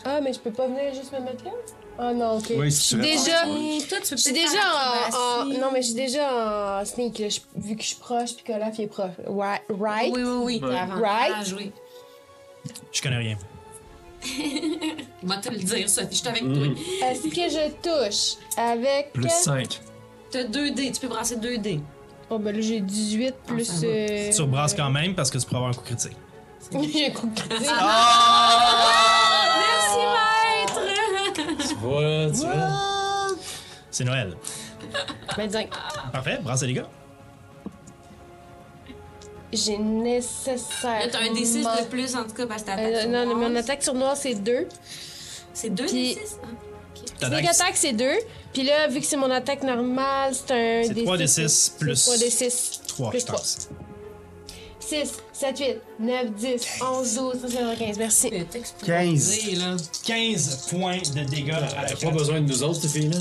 Speaker 7: Ah, mais je peux pas venir juste me mettre là? Ah non, ok.
Speaker 4: Oui,
Speaker 7: je
Speaker 4: si
Speaker 7: suis
Speaker 4: tu restes
Speaker 7: déjà.
Speaker 4: en
Speaker 11: Et toi, tu
Speaker 7: Je
Speaker 11: peux
Speaker 7: suis
Speaker 11: peut-être
Speaker 7: déjà
Speaker 11: faire
Speaker 7: en, en-
Speaker 11: l'acrobatie.
Speaker 7: Non, mais je suis déjà en sneak, là, je- vu que je suis proche puis que Olaf il est proche. Right? right.
Speaker 11: Oui, oui, oui. T'as avantage, oui.
Speaker 5: je connais rien
Speaker 11: Je vais te le dire, Sophie. Je suis avec
Speaker 5: Mhm.
Speaker 11: toi.
Speaker 7: Est-ce que je touche avec.
Speaker 1: Plus 5.
Speaker 11: T'as 2 dés. Tu peux brasser 2 dés.
Speaker 7: Oh, ben là, j'ai 18 plus.
Speaker 11: Ah, ça va.
Speaker 7: euh,
Speaker 5: tu rebrasses quand même parce que tu pourras avoir un coup critique
Speaker 7: (laughs) j'ai un coup de critique.
Speaker 11: Ah, Merci, maître!
Speaker 1: Tu vois, tu vois.
Speaker 5: c'est Noël
Speaker 7: Ben, dis donc,
Speaker 5: Parfait, brassez les gars.
Speaker 7: j'ai nécessaire.
Speaker 11: Là, t'as un D6 de plus, en tout cas, parce que t'as attaqué.
Speaker 7: Euh, non, non, mon attaque sur noir, c'est 2.
Speaker 11: C'est 2
Speaker 7: Puis-
Speaker 11: D6? hein?
Speaker 7: Sneak attack, c'est 2. Puis là, vu que c'est mon attaque normale, c'est un.
Speaker 5: C'est 3 des 6 plus
Speaker 7: 3 des 6.
Speaker 5: 3,
Speaker 7: plus
Speaker 5: je pense.
Speaker 7: 6, 7, 8, 9, 10, 11, 12, 13, 14, 15. Merci.
Speaker 11: Mais t'as explosé,
Speaker 4: 15.
Speaker 11: là.
Speaker 5: 15 points de dégâts à la
Speaker 1: Elle a
Speaker 5: créature.
Speaker 1: pas besoin de nous autres, cette fille-là.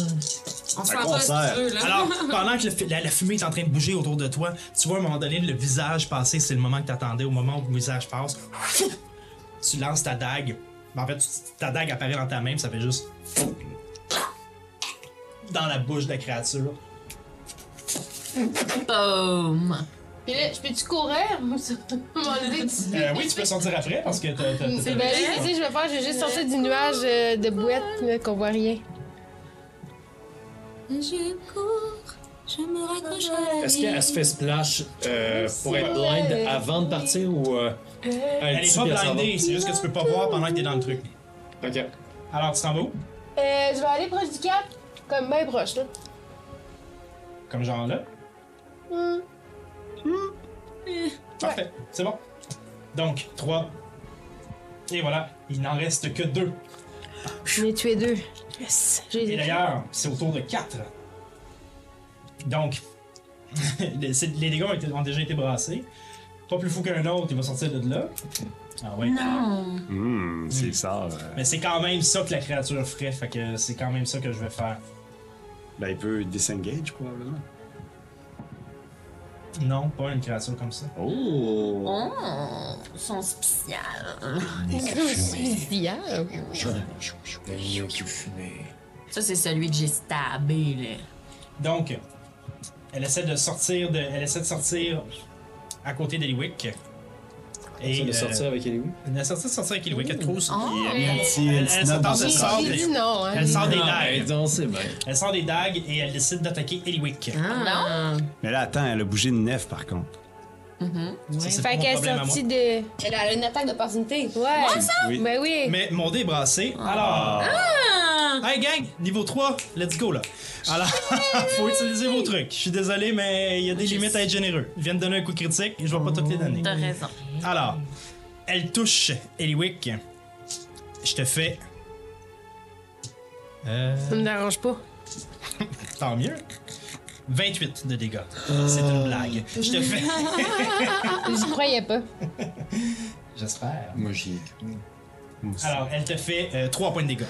Speaker 11: On se fait
Speaker 4: Un
Speaker 11: pas
Speaker 4: concert.
Speaker 11: si tu veux, là.
Speaker 5: Alors, pendant que le fu- la, la fumée est en train de bouger autour de toi, tu vois à un moment donné le visage passer, c'est le moment que t'attendais, au moment où le visage passe, tu lances ta dague. Ben, En fait, tu- ta dague apparaît dans ta main, puis ça fait juste dans la bouche de la créature.
Speaker 3: Boom!
Speaker 7: Puis là, je peux-tu courir (laughs) ou ça? M'enlever du.
Speaker 5: Euh, oui, tu peux sortir après parce que t'as- t'as-
Speaker 7: C'est
Speaker 5: t'as-
Speaker 7: bien, Ben, vas-y, je vais faire, je vais juste sortir du nuage euh, de bouette là, qu'on voit rien.
Speaker 11: Je cours, je me raccroche à la
Speaker 1: Est-ce qu'elle se fait splash euh, pour être blind avant de partir ou euh, elle
Speaker 5: Elle est
Speaker 1: tue
Speaker 5: pas
Speaker 1: puis elle s'en va?
Speaker 5: blindée, c'est juste que tu peux pas voir pendant que t'es dans le truc.
Speaker 1: Ok.
Speaker 5: Alors, tu t'en vas où?
Speaker 7: Euh, je vais aller proche du cap, comme bien proche, là.
Speaker 5: Comme genre là.
Speaker 7: Hmm. Eh.
Speaker 5: Parfait, c'est bon. Donc, 3. Et voilà, il n'en reste que 2.
Speaker 7: Je vais tuer deux. Yes. J'ai
Speaker 5: Et
Speaker 7: les ai
Speaker 5: d'ailleurs, c'est autour de 4. Donc, (laughs) les c'est- les dégâts ont, été- ont déjà été brassés. Pas plus fou qu'un autre, il va sortir de là. Ah ouais.
Speaker 4: Hum, c'est ça. euh.
Speaker 5: Mais c'est quand même ça que la créature ferait, fait que c'est quand même ça que je vais faire.
Speaker 4: Ben, il peut disengage, probablement.
Speaker 5: Non, pas une créature comme ça.
Speaker 4: Oh!
Speaker 3: Oh, son spécial. Ça, c'est celui que j'ai stabé, là.
Speaker 5: Donc, elle essaie de sortir de, elle essaie de sortir à côté d'Eliwick.
Speaker 1: Et
Speaker 5: euh,
Speaker 1: de sortir avec Eliwi.
Speaker 5: Elle a sorti de sortir avec Eliwick, elle trouve ça.
Speaker 3: Oh.
Speaker 4: Il y a un petit- une
Speaker 5: Elle-
Speaker 4: petite
Speaker 5: elle
Speaker 4: note
Speaker 5: s'entend
Speaker 4: dans
Speaker 5: de
Speaker 4: le
Speaker 5: ça.
Speaker 4: sable.
Speaker 7: dit non, hein.
Speaker 5: Elle sort des
Speaker 1: Ah,
Speaker 5: dagues.
Speaker 1: non, c'est bien.
Speaker 5: Elle sort des dagues et elle décide d'attaquer Eliwick.
Speaker 11: Ah,
Speaker 4: Mais là, attends, elle a bougé de neuf, par contre.
Speaker 5: Ça, c'est pas
Speaker 7: Fait
Speaker 5: mon
Speaker 7: qu'elle
Speaker 5: problème à moi.
Speaker 7: sortit de.
Speaker 11: Elle a une attaque d'opportunité.
Speaker 7: Ouais.
Speaker 4: Oui.
Speaker 7: Ben oui.
Speaker 5: Mais mon dé est brassé.
Speaker 3: Ah.
Speaker 5: Alors. Hey gang, niveau 3, let's go là. Alors, (laughs) faut utiliser vos trucs. Je suis désolé, mais il y a des limites à être généreux. Je viens de donner un coup critique et je vais pas toutes les donner.
Speaker 3: T'as raison.
Speaker 5: Alors, elle touche Eliwick. Je te fais. Euh,
Speaker 7: Ça me dérange pas.
Speaker 5: tant mieux. 28 de dégâts. C'est une blague. Je
Speaker 3: (laughs)
Speaker 5: te fais.
Speaker 7: Je croyais pas.
Speaker 5: J'espère.
Speaker 8: Moi, j'y ai.
Speaker 7: Ben,
Speaker 5: Alors, elle te fait 3 points de dégâts.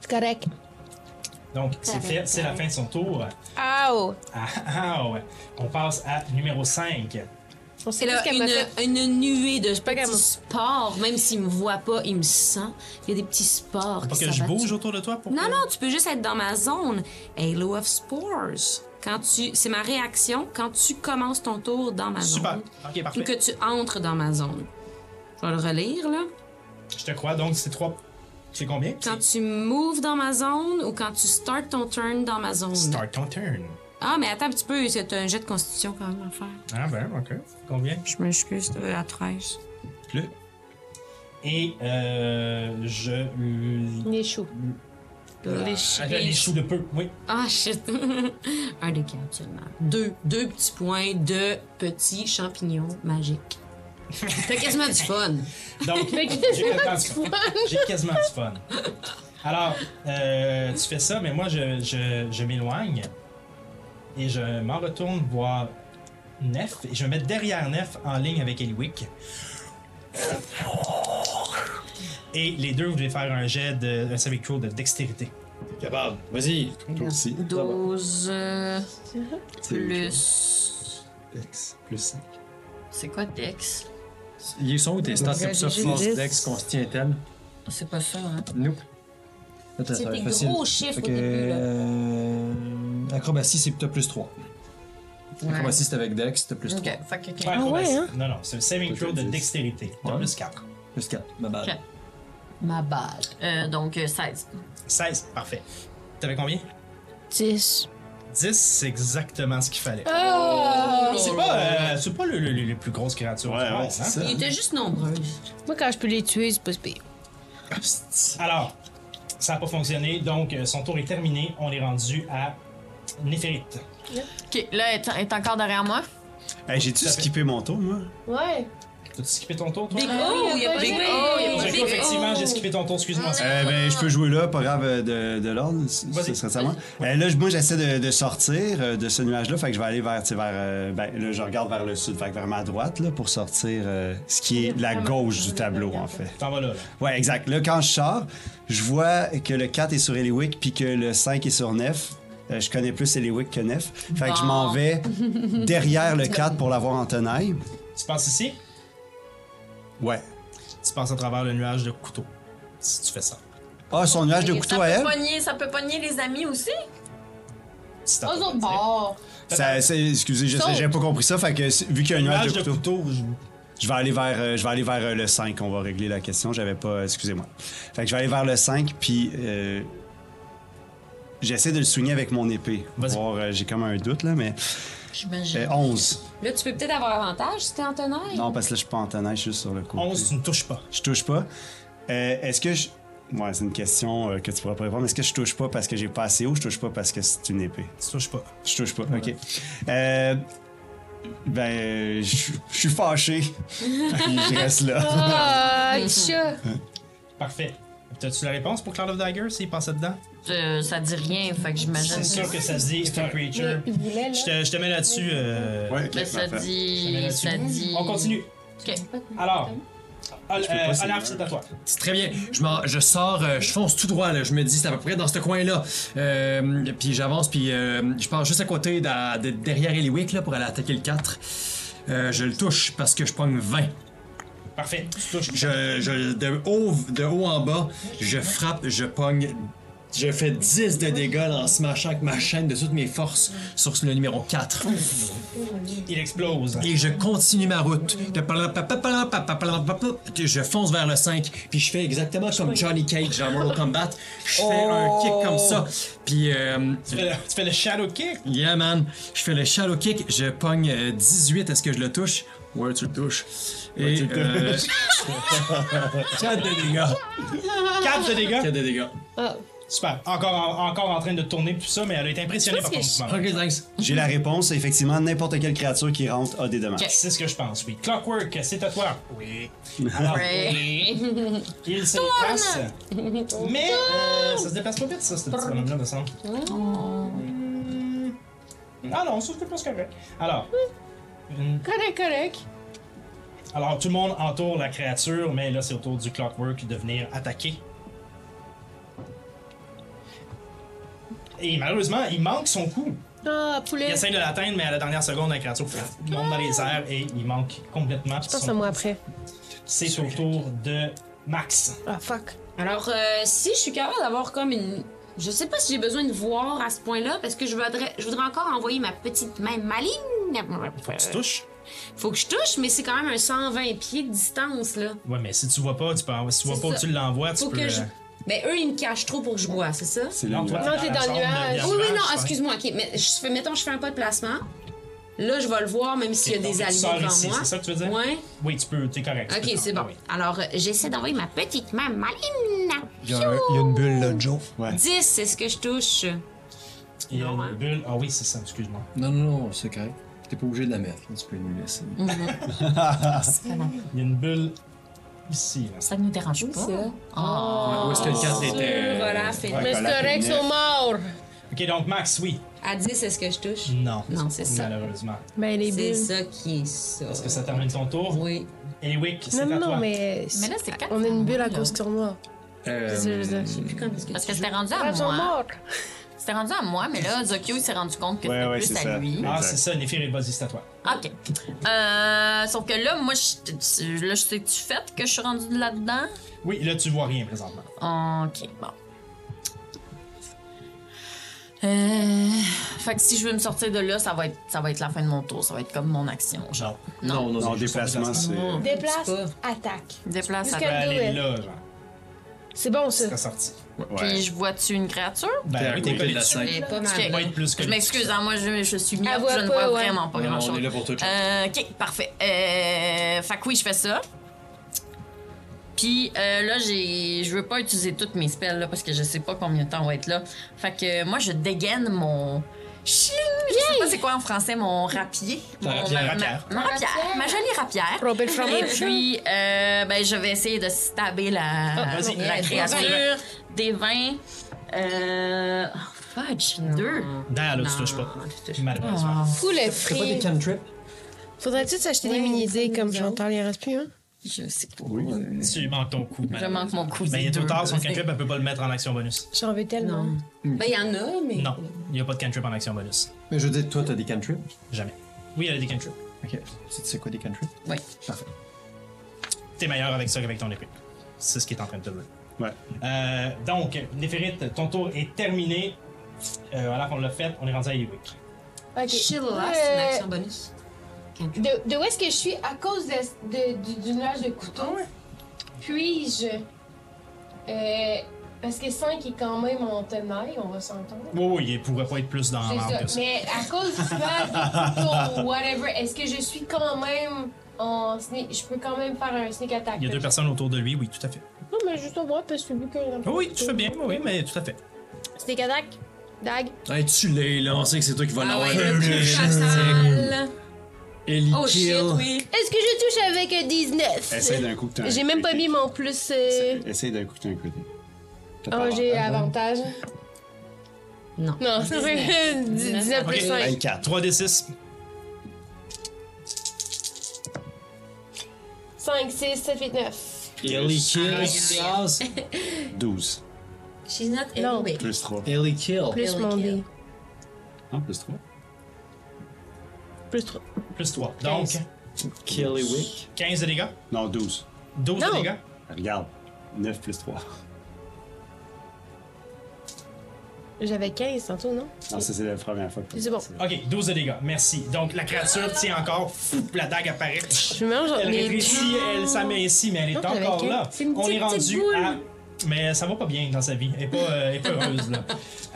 Speaker 7: C'est correct.
Speaker 5: Donc, c'est fait, c'est la fin de son tour.
Speaker 7: Ow!
Speaker 5: Ah, ah, ouais. On passe à numéro 5.
Speaker 7: On
Speaker 11: C'est
Speaker 7: sait plus
Speaker 11: là
Speaker 7: ce qu'elle
Speaker 11: une,
Speaker 7: m'a fait.
Speaker 11: une nuée de
Speaker 7: qu'elle m'a-
Speaker 11: petits spores. Même s'il me voit pas, il me sent. Il y a des petits spores.
Speaker 5: Pour
Speaker 11: qui
Speaker 5: que je
Speaker 11: s'abattent.
Speaker 5: bouge autour de toi pour.
Speaker 11: Non, non, tu peux juste être dans ma zone. Halo of Spores. Quand tu, c'est ma réaction quand tu commences ton tour dans ma
Speaker 5: Super.
Speaker 11: zone.
Speaker 5: Ok,
Speaker 11: Ou
Speaker 5: parfait.
Speaker 11: que tu entres dans ma zone. Je vais le relire, là.
Speaker 5: Je te crois, donc c'est 3. C'est combien
Speaker 11: Quand tu moves dans ma zone ou quand tu starts ton turn dans ma zone.
Speaker 5: Start ton turn.
Speaker 11: Ah, mais attends un petit peu, c'est un jet de constitution quand même à faire.
Speaker 5: Ah ben, ok. Combien
Speaker 11: Je m'excuse, euh, à 13.
Speaker 5: Plus. Et euh, je.
Speaker 7: Les choux.
Speaker 11: Les
Speaker 5: Ah, les choux de peu, oui.
Speaker 11: Ah, shit. (laughs) un des quatre seulement. Deux, deux petits points de petits champignons magiques. T'as quasiment du fun.
Speaker 5: Donc,
Speaker 7: Fait que
Speaker 5: j'ai
Speaker 7: j'ai
Speaker 5: quasiment
Speaker 7: pas
Speaker 5: du
Speaker 7: du
Speaker 5: fun.
Speaker 7: fun. (laughs)
Speaker 5: J'ai quasiment du fun. Alors, euh, tu fais ça, mais moi, je, je, je m'éloigne et je m'en retourne voir Nef et je me mets derrière Nef en ligne avec Eliwick. Et les deux, vous devez faire un jet de un saving throw de dextérité.
Speaker 1: Capable. Vas-y.
Speaker 8: Toi aussi.
Speaker 11: 12 euh,
Speaker 8: C'est-
Speaker 11: plus.
Speaker 8: Dex, Plus 5.
Speaker 3: C'est quoi Dex?
Speaker 1: Ils sont où tes stats comme ça?
Speaker 3: J'ai
Speaker 1: Force
Speaker 3: juste-
Speaker 1: Dex, Constitution Intel?
Speaker 3: C'est pas ça, hein?
Speaker 1: Nope. Attends,
Speaker 11: C'est
Speaker 1: ça va
Speaker 11: des
Speaker 1: être facile.
Speaker 11: gros chiffres
Speaker 1: Fait
Speaker 11: au
Speaker 1: que,
Speaker 11: début, là.
Speaker 1: euh, Acrobatie, c'est peut-être plus 3. Acrobatie, c'est avec Dex, c'était plus 3.
Speaker 3: Ok, fait que
Speaker 5: Pas
Speaker 3: quelqu'un.
Speaker 5: acrobatie.
Speaker 7: ouais, hein?
Speaker 5: Non, non, c'est un saving throw de
Speaker 8: Peut-être dix.
Speaker 5: dextérité. T'as
Speaker 1: Ouais.
Speaker 5: plus 4.
Speaker 1: Plus 4, ma balle.
Speaker 3: Ok.
Speaker 11: Ma balle.
Speaker 3: Euh, donc, euh, 16.
Speaker 5: 16, parfait. T'avais combien
Speaker 7: 10.
Speaker 5: 10, c'est exactement ce qu'il fallait.
Speaker 7: Ah!
Speaker 5: C'est pas, euh, c'est pas le, le- le- les plus grosses créatures
Speaker 8: Ouais,
Speaker 5: du
Speaker 8: ouais,
Speaker 5: monde,
Speaker 8: c'est
Speaker 5: hein?
Speaker 8: ça.
Speaker 11: Il était juste nombreux.
Speaker 7: Moi, quand je peux les tuer, c'est pas si pire.
Speaker 1: Ah,
Speaker 5: Alors, ça n'a pas fonctionné, donc euh, son tour est terminé. On est rendu à Néphérite.
Speaker 3: Ok, là, elle est, elle est encore derrière moi.
Speaker 4: Hey, J'ai-tu skippé mon tour, moi?
Speaker 7: Ouais.
Speaker 5: T'as-tu skippé ton tour, toi?
Speaker 11: Big
Speaker 7: Ah,
Speaker 3: Oh,
Speaker 11: O, Oh, il y a pas
Speaker 7: Big O,
Speaker 11: Big
Speaker 7: il y a
Speaker 11: O,
Speaker 5: J'ai
Speaker 11: Big
Speaker 5: cru, effectivement,
Speaker 11: O.
Speaker 5: j'ai skippé ton tour, excuse-moi. ça.
Speaker 4: Euh, ben, je peux jouer là, pas grave euh, de, de l'ordre, si-
Speaker 5: Vas-y.
Speaker 4: ce serait ça moi. Euh, là, je- moi, j'essaie de, de sortir euh, de ce nuage-là, fait que je vais aller vers, tu sais, vers euh, ben, là, je regarde vers le sud, fait que vers ma droite, là, pour sortir euh, ce qui est la gauche du tableau, en fait.
Speaker 5: Euh, T'en vas là, là.
Speaker 4: Ouais, exact. Là, quand je sors, je vois que le 4 est sur Eliwick, puis que le 5 est sur Nef. Euh, je connais plus Eliwick que Nef, fait que je m'en
Speaker 3: Ah.
Speaker 4: vais derrière le 4 pour l'avoir en tenaille.
Speaker 5: Tu passes ici,
Speaker 4: Ouais.
Speaker 5: tu passes à travers le nuage de couteaux. Si tu fais ça.
Speaker 4: Ah, son nuage de
Speaker 3: Et
Speaker 4: couteau
Speaker 3: ça
Speaker 4: à elle.
Speaker 3: peut pogner, ça peut pogner les amis aussi?
Speaker 5: Si t'as
Speaker 7: Aux
Speaker 5: pas de
Speaker 7: autres
Speaker 5: tir.
Speaker 7: bords.
Speaker 4: Ça, c'est- excusez, je sais, j'avais pas compris ça. Fait que c'est- vu qu'il y a un nuage de couteau,
Speaker 5: je-
Speaker 4: je vais aller vers, euh, je vais aller vers euh, le 5. On va régler la question. J'avais pas, excusez-moi. Fait que je vais aller vers le 5, puis euh, j'essaie de le soigner avec mon épée.
Speaker 5: Vas-y.
Speaker 4: Voir, euh, j'ai comme un doute là, mais
Speaker 3: J'imagine.
Speaker 4: euh, 11.
Speaker 11: Là, tu peux peut-être avoir avantage si t'es en tenaille.
Speaker 4: Non, parce que là, je suis pas en tenaille, je suis juste sur le côté.
Speaker 5: 11, tu ne touches pas.
Speaker 4: Je touche pas. Euh, est-ce que je. Ouais, c'est une question euh, que tu pourras pas répondre. Est-ce que je touche pas parce que j'ai pas assez haut, je touche pas parce que c'est une épée?
Speaker 5: Tu touches pas.
Speaker 4: Je touche pas, ok. Euh, ben, je suis- je suis fâché.
Speaker 3: (laughs)
Speaker 4: Puis je reste là.
Speaker 7: Ah, le chat.
Speaker 5: Parfait. T'as-tu la réponse pour Cloud of Dagger s'il passait dedans?
Speaker 3: Euh, ça dit rien, fait que j'imagine
Speaker 5: C'est sûr
Speaker 3: que.
Speaker 5: que ça se dit, c'est un creature.
Speaker 7: Il voulait, là.
Speaker 5: Je te, je te mets là-dessus. euh,
Speaker 4: Ouais, ok,
Speaker 3: Mais Ben, ça
Speaker 5: je
Speaker 4: parfait.
Speaker 5: te mets
Speaker 3: dit.
Speaker 5: là-dessus.
Speaker 3: Ça dit.
Speaker 5: On continue.
Speaker 3: Ok.
Speaker 5: Alors, Ol-
Speaker 4: pas,
Speaker 5: euh,
Speaker 4: c'est
Speaker 5: Olaf,
Speaker 4: mieux.
Speaker 5: c'est à toi.
Speaker 1: C'est très bien. Je, m'en- je sors, euh, je fonce tout droit, là. je me dis, c'est à peu près dans ce coin-là. Euh, puis j'avance, puis euh, je pars juste à côté, d'a- de- derrière Eliwick, là, pour aller attaquer le 4. Euh, je le touche parce que je pogne 20.
Speaker 5: Parfait. Tu touches.
Speaker 1: Je, je- de, haut, de haut en bas, je frappe, je pogne. Je fais 10 de dégâts en smashant avec ma chaîne de toutes mes forces sur le numéro 4.
Speaker 5: Il explose.
Speaker 1: Et je continue ma route. De palapapapalapapapalapapa, Je fonce vers le 5, puis je fais exactement comme Johnny Cage dans Mortal Kombat. Je fais un
Speaker 8: Oh!
Speaker 1: kick comme ça, puis... euh,
Speaker 5: Tu fais, le, tu fais le shadow kick.
Speaker 1: Yeah, man. Je fais le shallow kick, je pogne euh, 18. Est-ce que je le touche? Ouais, tu le touches. Et,
Speaker 8: tu le
Speaker 1: euh, (laughs) 4 de dégâts.
Speaker 5: 4 de dégâts.
Speaker 1: 4 de dégâts.
Speaker 7: Ah.
Speaker 5: Super. Encore en, encore en train de tourner tout ça, mais elle a été impressionnée par ton mouvement.
Speaker 1: Ok, thanks.
Speaker 4: J'ai la réponse. Effectivement, n'importe quelle créature qui rentre a des dommages.
Speaker 5: C'est ce que je pense, oui. Clockwork, c'est à toi. Oui. Alors,
Speaker 3: Ouais.
Speaker 5: il se déplace. Mais euh, ça se déplace pas vite, ça, ce petit bonhomme-là, me semble. Ah non, ça, c'est pas correct. Alors, une-
Speaker 7: Correct, correct.
Speaker 5: alors, tout le monde entoure la créature, mais là, c'est au tour du Clockwork de venir attaquer. Et malheureusement, il manque son coup.
Speaker 7: Ah, poulet.
Speaker 5: Il essaie de l'atteindre, mais à la dernière seconde, la créature pff, monte dans les airs et il manque complètement.
Speaker 7: Je pense
Speaker 5: son-
Speaker 7: à moi après.
Speaker 5: C'est au tour de Max.
Speaker 7: Ah, fuck.
Speaker 11: Alors, euh, si je suis capable d'avoir comme une. Je sais pas si j'ai besoin de voir à ce point-là, parce que je voudrais, je voudrais encore envoyer ma petite main maligne.
Speaker 5: Faut que tu touches.
Speaker 11: Faut que je touche, mais c'est quand même un 120 pieds de distance, là.
Speaker 5: Ouais, mais si tu vois pas, tu peux envoyer- si tu vois
Speaker 11: C'est
Speaker 5: pas,
Speaker 11: ça.
Speaker 5: tu l'envoies, tu
Speaker 11: Faut
Speaker 5: peux.
Speaker 11: que
Speaker 5: euh,
Speaker 11: je. Ben, eux, ils me cachent trop pour que je vois, c'est ça?
Speaker 4: C'est le
Speaker 5: toi,
Speaker 4: nuage.
Speaker 7: Non, t'es dans le
Speaker 5: zone de
Speaker 7: nuage.
Speaker 5: nuage,
Speaker 11: Oui, oui, non,
Speaker 5: ouais.
Speaker 11: excuse-moi, ok. Mais je fais, mettons, je fais un pas de placement. Là, je vais le voir, même s'il y a
Speaker 5: Ok, donc,
Speaker 11: des
Speaker 5: tu
Speaker 11: alliés
Speaker 5: sors
Speaker 11: devant
Speaker 5: ici,
Speaker 11: moi.
Speaker 5: c'est ça que tu veux dire?
Speaker 11: Ouais.
Speaker 5: Oui, tu peux, t'es correct. tu
Speaker 11: Ok,
Speaker 5: peux
Speaker 11: c'est
Speaker 5: t'en- Ah
Speaker 11: bon.
Speaker 5: oui.
Speaker 11: Alors, euh, j'essaie d'envoyer ma petite main maligne.
Speaker 8: Il y, a un- il y a une bulle là, Joe.
Speaker 4: Ouais.
Speaker 11: 10, c'est ce que je touche.
Speaker 5: Il y a
Speaker 11: Non, hein.
Speaker 5: une bulle. Ah oui, c'est ça, excuse-moi.
Speaker 1: Non, non, non, c'est correct. T'es pas obligé de la mettre. là, Tu peux nous laisser.
Speaker 5: Il y a une bulle ici. Là.
Speaker 3: Ça nous dérange pas.
Speaker 11: hein?
Speaker 3: Ah.
Speaker 1: Ouais, Où est-ce que le 4
Speaker 5: euh,
Speaker 1: était.
Speaker 11: Ah,
Speaker 1: euh,
Speaker 11: Voilà, fait.
Speaker 4: Ouais.
Speaker 7: Mais c'est
Speaker 4: voilà,
Speaker 7: correct,
Speaker 4: t'es
Speaker 7: ils sont morts.
Speaker 5: Ok, donc Max, oui.
Speaker 11: À 10, Ah, c'est ce que je touche.
Speaker 5: Non.
Speaker 11: Non, c'est ça.
Speaker 5: Malheureusement.
Speaker 7: Ben, les
Speaker 11: C'est
Speaker 7: bulles.
Speaker 11: ça qui est ça.
Speaker 5: Est-ce que ça termine ton tour?
Speaker 11: Oui.
Speaker 5: Eliwick, c'est à
Speaker 7: Non, non,
Speaker 5: toi.
Speaker 7: non, mais.
Speaker 3: Mais là, c'est 4.
Speaker 7: On a une bulle à cause qu'ils sont noirs.
Speaker 1: Euh,
Speaker 11: Plus comme ce que
Speaker 3: Parce
Speaker 11: tu
Speaker 3: que
Speaker 11: joues.
Speaker 3: c'était rendu à
Speaker 7: Ils sont
Speaker 3: moi.
Speaker 7: morts.
Speaker 3: C'était rendu à moi, mais là, Zokyo il s'est rendu compte que
Speaker 4: Ouais,
Speaker 3: c'était
Speaker 4: ouais,
Speaker 3: plus
Speaker 4: c'est
Speaker 3: à
Speaker 4: ça.
Speaker 3: lui.
Speaker 5: Ah,
Speaker 4: Exact.
Speaker 5: c'est ça, Néphir et Buzzy, c'est à toi.
Speaker 3: OK. Euh, sauf que là, moi, je, tu- là, je sais que tu fais que je suis rendue là-dedans.
Speaker 5: Oui, là, tu vois rien présentement.
Speaker 3: OK, bon. Euh, fait que si je veux me sortir de là, ça va être, ça va être la fin de mon tour. Ça va être comme mon action. Genre,
Speaker 5: Genre,
Speaker 4: Non, non,
Speaker 1: non,
Speaker 4: déplacement, c'est.
Speaker 9: Déplace,
Speaker 11: C'est pas-
Speaker 9: attaque.
Speaker 3: déplace à
Speaker 5: tu peux
Speaker 9: Jusqu'à-
Speaker 5: aller
Speaker 9: Ouais.
Speaker 5: là, genre.
Speaker 7: C'est bon, ça.
Speaker 5: C'est la sortie.
Speaker 3: Puis
Speaker 4: Ouais.
Speaker 3: je vois-tu une créature?
Speaker 1: T'es
Speaker 5: Ben
Speaker 1: à
Speaker 5: oui, t'es
Speaker 1: côté
Speaker 5: collé
Speaker 1: de la
Speaker 5: dessus.
Speaker 1: scène.
Speaker 11: Elle est pas
Speaker 3: Ok.
Speaker 5: Tu
Speaker 11: mal.
Speaker 5: peux être plus
Speaker 3: Je
Speaker 5: collé
Speaker 3: m'excuse,
Speaker 5: dessus.
Speaker 3: hein, moi, je, je suis myope,
Speaker 7: voit
Speaker 3: je ne
Speaker 7: pas,
Speaker 3: vois
Speaker 7: ouais.
Speaker 3: vraiment pas
Speaker 1: Non, non, on
Speaker 3: grand-chose.
Speaker 1: est là pour tout.
Speaker 3: Euh, ok, parfait. Euh, fait que oui, je fais ça. Puis euh, là, j'ai, je veux pas utiliser toutes mes spells là, parce que je sais pas combien de temps on va être là. Fait que euh, moi, je dégaine mon. Chling! Je sais pas c'est quoi en français, mon rapier.
Speaker 5: Ta
Speaker 3: Mon-
Speaker 5: rapière,
Speaker 3: ma,
Speaker 5: rapière.
Speaker 3: ma- ma rapière, ma jolie rapière.
Speaker 7: Robert
Speaker 3: Et
Speaker 7: Fromage.
Speaker 3: puis, euh, ben, je vais essayer de stabber la,
Speaker 5: Ah, vas-y.
Speaker 3: la créature des 20. Euh... Oh, fudge, deux. Oh,
Speaker 5: D'ailleurs, là, tu touches pas. Malheureusement.
Speaker 7: Poulet
Speaker 1: T'as pas des
Speaker 7: frit.
Speaker 1: cantrips?
Speaker 7: Faudrait-tu s'acheter des mini-dés comme Chantal, il en reste plus, hein?
Speaker 3: Je sais pas.
Speaker 5: Tu manques ton coup.
Speaker 3: Je manque mon coup.
Speaker 5: Mais Ben, il est
Speaker 3: deux.
Speaker 5: trop tard, son cantrip, elle peut pas le mettre en action bonus.
Speaker 7: J'en veux tellement.
Speaker 11: Ben, il y en a, mais.
Speaker 5: Non, il n'y a pas de cantrip en action bonus.
Speaker 1: Mais je veux dire, toi, t'as des cantrips?
Speaker 5: Jamais. Oui, elle a des cantrips.
Speaker 1: Ok. C'est c'est quoi des cantrips?
Speaker 3: Oui.
Speaker 1: Parfait.
Speaker 5: T'es meilleur avec ça qu'avec ton épée. C'est ce qui est en train de te dire.
Speaker 4: Ouais.
Speaker 5: Euh, donc, Néphérite, ton tour est terminé. Euh, alors qu'on l'a fait, on est rendu à Eliwick.
Speaker 9: Ok.
Speaker 11: Chill,
Speaker 9: Euh,
Speaker 11: là, c'est une action bonus.
Speaker 9: de, de où est-ce que je suis à cause de- de- du, du nuage de
Speaker 3: Ah
Speaker 9: couteau? Puis-je. euh, parce que 5 est quand même en tenaille, on va s'entendre.
Speaker 5: Oui, oui, il pourrait pas être plus dans
Speaker 9: C'est
Speaker 5: l'arbre que
Speaker 9: ça.
Speaker 5: ça.
Speaker 9: Mais à cause
Speaker 5: (laughs)
Speaker 9: du nuage de couteau ou whatever, est-ce que je suis quand même en sneak. Je peux quand même faire un sneak attack.
Speaker 5: Il y a deux personnes autour de lui, oui, tout à fait.
Speaker 7: Non, mais juste au bras, parce que vu qu'un
Speaker 5: Oh Oui, tu fais bien, oui, mais tout à fait.
Speaker 7: Sneak attack, dag.
Speaker 1: Hey, tu l'es, là, on sait que c'est toi qui vas
Speaker 11: Ah
Speaker 1: l'avoir.
Speaker 11: ouais, le plus Chantal.
Speaker 1: Ellie
Speaker 11: Oh shit,
Speaker 1: Kill.
Speaker 11: oui.
Speaker 7: Est-ce que je touche avec un 19?
Speaker 4: Essaye d'un coup que t'as un
Speaker 7: J'ai même pas mis
Speaker 4: critique.
Speaker 7: mon plus. euh,
Speaker 4: Essaye d'un coup que t'as un côté.
Speaker 7: Oh, j'ai avantage.
Speaker 11: Non.
Speaker 7: Non, c'est vrai. (laughs) 19 plus
Speaker 5: Ok.
Speaker 7: 5.
Speaker 4: 24.
Speaker 5: 3d6.
Speaker 9: 5, 6, 7, 8, 9.
Speaker 1: Ellie Kill.
Speaker 11: Aïe.
Speaker 4: 12.
Speaker 11: She's not
Speaker 7: Non.
Speaker 11: anyway.
Speaker 4: Plus 3.
Speaker 1: Ellie Kill.
Speaker 7: Plus mon dé.
Speaker 4: Ah, plus 3.
Speaker 7: Plus 3.
Speaker 5: Plus 3. Donc,
Speaker 7: Quinze.
Speaker 1: Kill Wick.
Speaker 5: 15 de dégâts.
Speaker 4: Non, 12.
Speaker 5: 12 de
Speaker 7: Non.
Speaker 5: dégâts.
Speaker 4: Regarde. 9 plus 3.
Speaker 7: J'avais 15 tantôt, non?
Speaker 4: Non, ça, c'est la première fois. que-
Speaker 7: C'est bon.
Speaker 5: Ok, 12 de dégâts, merci. Donc, la créature tient encore, fou, la dague apparaît.
Speaker 7: Je mélange
Speaker 5: Elle
Speaker 7: mes
Speaker 5: rétrécit, elle s'amincit, mais elle est
Speaker 7: Non, j'avais
Speaker 5: encore
Speaker 7: quel-
Speaker 5: là.
Speaker 7: c'est une
Speaker 5: On
Speaker 7: petite,
Speaker 5: est
Speaker 7: petite
Speaker 5: rendu
Speaker 7: boule.
Speaker 5: à. Mais ça va pas bien dans sa vie. Elle est pas, euh, elle est pas heureuse,
Speaker 7: (laughs)
Speaker 5: là.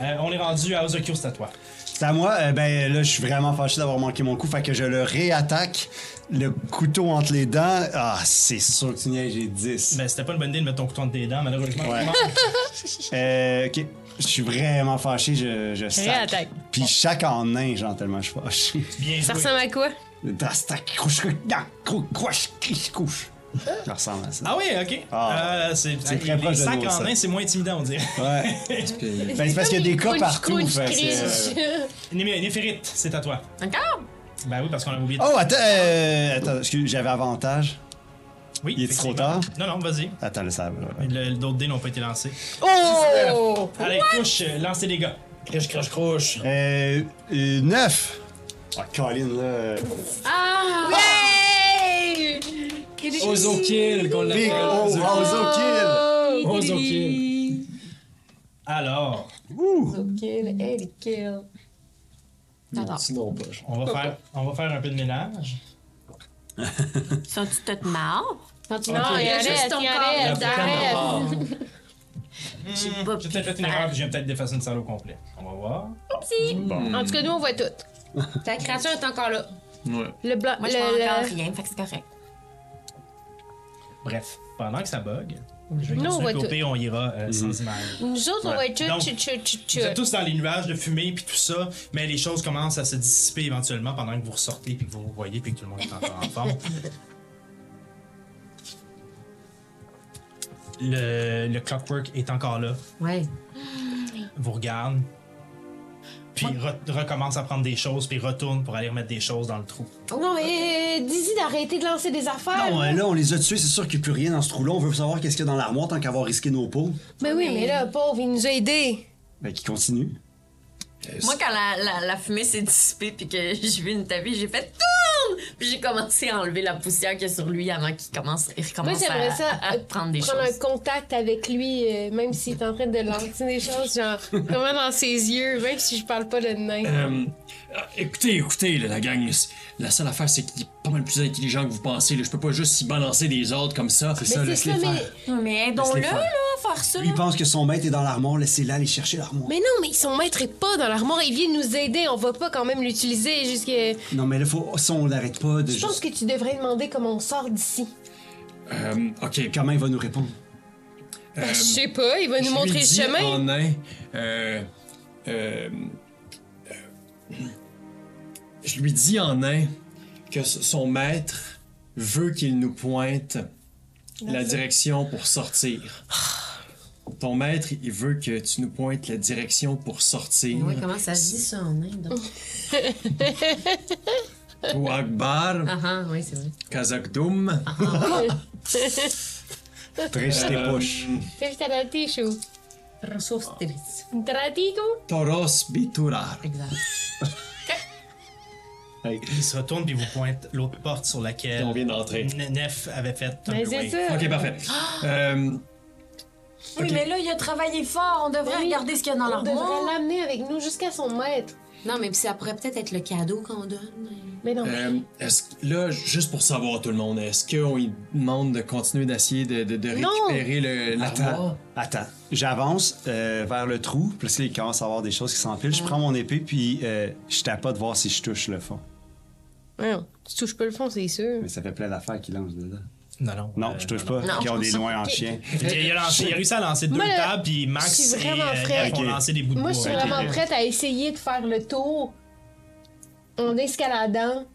Speaker 5: Euh, on est rendu à Ozokyo, c'est à toi.
Speaker 4: C'est à moi. euh, ben là, je suis vraiment fâché d'avoir manqué mon coup. Fait que je le réattaque. Le couteau entre les dents. Ah, c'est sûr que tu niaises, j'ai 10.
Speaker 5: Mais Ben, c'était pas une bonne idée de mettre ton couteau entre tes dents, malheureusement.
Speaker 4: Ouais. Euh, ok. Je suis vraiment fâché. Je, je sac.
Speaker 7: Réattaque.
Speaker 4: Puis chaque en nain, genre, tellement je suis fâché. (laughs)
Speaker 5: Bien
Speaker 7: Ça
Speaker 5: joué.
Speaker 7: ressemble à quoi?
Speaker 4: Drastak, couche, couche, couche, couche, couche, couche. Ça ressemble à ça.
Speaker 5: Ah oui, ok.
Speaker 4: Ah.
Speaker 5: Euh, c'est
Speaker 4: C'est très
Speaker 5: les
Speaker 4: proche de
Speaker 5: sacs
Speaker 4: nous,
Speaker 5: en
Speaker 4: ça.
Speaker 5: main, c'est moins intimidant, on dirait.
Speaker 4: (laughs) Ouais.
Speaker 1: Puis-
Speaker 4: Ben, c'est parce qu'il y a des cas
Speaker 7: Crunch,
Speaker 4: partout.
Speaker 7: crunch,
Speaker 4: fait que, euh,
Speaker 7: crunch.
Speaker 5: Né- Néphérite, c'est à toi.
Speaker 3: Encore?
Speaker 5: Ben oui, parce qu'on a oublié. de-
Speaker 4: Oh, attends, euh, attends, excuse, j'avais avantage.
Speaker 5: oui,
Speaker 4: il est trop
Speaker 5: effectivement.
Speaker 4: tard?
Speaker 5: Non, non, vas-y.
Speaker 4: Attends, le sable.
Speaker 5: Le- D'autres dés n'ont pas été lancés.
Speaker 7: Oh!
Speaker 5: Allez, touche, euh, lance tes dégâts.
Speaker 1: Criche, crache, croche.
Speaker 4: Euh, euh, 9. Ah, Colin, là.
Speaker 7: Ah!
Speaker 3: Yay!
Speaker 1: Ozo kill, qu'on l'appelle.
Speaker 4: Big O,
Speaker 1: Ozo
Speaker 4: Ozo kill.
Speaker 1: kill. Ozo kill.
Speaker 5: Alors,
Speaker 7: Kill, elle kill.
Speaker 1: Non, sinon pas.
Speaker 5: on va, faire, on va faire un peu de ménage.
Speaker 3: Sont-tu toute mort?
Speaker 7: Non, Ah, tu
Speaker 5: Ok.
Speaker 7: non, il arrête, il arrête, arrête.
Speaker 5: J'ai peut-être fait une erreur, puis j'ai peut-être défacé une salle au complet. On va voir.
Speaker 7: Oupsie.
Speaker 1: Bon.
Speaker 7: En tout cas, nous, on voit tout. Ta créature est encore là.
Speaker 1: Ouais.
Speaker 7: Le blanc.
Speaker 3: Moi, je
Speaker 7: le-
Speaker 3: vois
Speaker 7: le-
Speaker 3: encore rien, fait que c'est correct.
Speaker 5: Bref, pendant que ça bug, je vais
Speaker 7: Nous, on
Speaker 5: continuer
Speaker 7: voit
Speaker 5: de
Speaker 7: tout.
Speaker 5: couper, on ira euh, sans image.
Speaker 7: Nous autres, on
Speaker 5: Ouais.
Speaker 7: va être
Speaker 5: Donc,
Speaker 7: chut, chut, chut, chut,
Speaker 5: Vous êtes
Speaker 7: chut.
Speaker 5: tous dans les nuages de fumée puis tout ça, mais les choses commencent à se dissiper éventuellement pendant que vous ressortez puis que vous vous voyez puis que tout le monde est encore en forme. Le, le clockwork est encore là,
Speaker 11: Ouais.
Speaker 5: vous regarde, puis re- recommence à prendre des choses puis retourne pour aller remettre des choses dans le trou.
Speaker 7: Non, mais euh, dis-y d'arrêter de lancer des affaires.
Speaker 4: Non, euh, là, on les a tués, c'est sûr qu'il n'y a plus rien dans ce trou-là. On veut savoir qu'est-ce qu'il y a dans l'armoire tant qu'avoir risqué nos peaux.
Speaker 7: Mais Ben oui, mais là, pauvre, il nous a aidés.
Speaker 4: Ben, qui continue.
Speaker 3: Moi, quand la, la- la fumée s'est dissipée puis que (laughs) j'ai vu une tapis, j'ai fait tourne! Puis j'ai commencé à enlever la poussière qu'il y a sur lui avant qu'il commence, il
Speaker 7: Moi,
Speaker 3: commence
Speaker 7: j'aimerais
Speaker 3: à,
Speaker 7: ça
Speaker 3: à- à
Speaker 7: euh,
Speaker 3: prendre des
Speaker 7: prendre
Speaker 3: choses.
Speaker 7: un contact avec lui, euh, même s'il est en train de lancer des choses, genre, vraiment dans ses yeux, même si je parle pas le nain.
Speaker 1: Euh, ah, écoutez, écoutez, là, la gang, c'est- la seule affaire, c'est qu'il est pas mal plus intelligent que vous pensez. Là. Je peux pas juste s'y balancer des ordres comme ça.
Speaker 4: C'est
Speaker 7: Mais
Speaker 4: ça,
Speaker 7: c'est
Speaker 4: laisse-les
Speaker 7: ça, mais-
Speaker 4: faire.
Speaker 3: Non, mais
Speaker 4: Laisse-les
Speaker 3: aidons-le,
Speaker 4: faire.
Speaker 3: là, à faire ça.
Speaker 4: Lui, il pense que son maître est dans l'armoire. Laissez-la aller chercher l'armoire.
Speaker 7: Mais non, mais son maître est pas dans l'armoire, il vient nous aider, on va pas quand même l'utiliser jusqu'à.
Speaker 4: Non, mais là, faut... ça, on l'arrête pas de
Speaker 7: Je pense
Speaker 4: juste.
Speaker 7: que tu devrais demander comment on sort d'ici.
Speaker 1: Euh, ok. euh,
Speaker 4: Comment il va nous répondre?
Speaker 7: Ben, je sais pas, il va nous
Speaker 1: je
Speaker 7: montrer
Speaker 1: lui
Speaker 7: le
Speaker 1: dis
Speaker 7: chemin.
Speaker 1: En nain, euh, euh, euh, je lui dis en nain que s- son maître veut qu'il nous pointe la direction pour sortir.
Speaker 7: Ah.
Speaker 1: Ton maître, il veut que tu nous pointes la direction pour sortir.
Speaker 11: Ouais, comment ça se dit ça en Inde?
Speaker 7: (laughs)
Speaker 1: Ou Akbar,
Speaker 11: Ah ah, oui, c'est vrai.
Speaker 1: Kazakdoum.
Speaker 4: Triche tes
Speaker 1: Euh,
Speaker 4: poches.
Speaker 7: Fais ta ratichou.
Speaker 11: Ressources
Speaker 3: Ah.
Speaker 11: terrestres.
Speaker 7: Ratichou.
Speaker 1: Toros Biturar.
Speaker 11: Exact.
Speaker 5: Il se retourne puis vous pointe l'autre porte sur laquelle
Speaker 1: On vient d'entrer.
Speaker 5: N- Nef avait fait
Speaker 7: Mais Ben, c'est
Speaker 5: Thunderwave.
Speaker 7: ça.
Speaker 1: Ok, parfait. Euh,
Speaker 6: Oui, mais là, il a travaillé fort. On devrait
Speaker 7: Oui.
Speaker 6: regarder ce qu'il y a dans
Speaker 7: On
Speaker 6: l'armoire.
Speaker 7: devrait l'amener avec nous jusqu'à son maître.
Speaker 11: Non, mais puis ça pourrait peut-être être le cadeau qu'on donne.
Speaker 7: Mais non,
Speaker 1: euh, est-ce que- là, juste pour savoir tout le monde, est-ce qu'on lui demande de continuer d'essayer de, de- de
Speaker 7: Non.
Speaker 1: récupérer le l'armoire?
Speaker 4: Attends, attends. J'avance euh, vers le trou, puis là, il commence à avoir des choses qui s'empilent. Je prends mon épée, puis euh, je tapote voir si je touche le fond.
Speaker 7: Voyons, tu touches pas le fond, c'est sûr.
Speaker 4: Mais ça fait plein d'affaires qui lance dedans.
Speaker 5: Non, non.
Speaker 4: Non,
Speaker 5: euh,
Speaker 4: je touche pas.
Speaker 3: Non,
Speaker 4: qui ont
Speaker 3: je
Speaker 4: des
Speaker 3: pense
Speaker 4: loins en chien.
Speaker 5: Il a, il a lancé- il a réussi à lancer deux
Speaker 7: Moi, là,
Speaker 5: tables, puis
Speaker 7: je
Speaker 5: Max
Speaker 7: suis
Speaker 5: et
Speaker 7: vraiment
Speaker 5: euh,
Speaker 7: prête.
Speaker 5: Nef ont
Speaker 4: Ok.
Speaker 5: lancé des bouts de
Speaker 7: Moi, je
Speaker 5: bois.
Speaker 7: suis vraiment prête à essayer de faire le tour en escaladant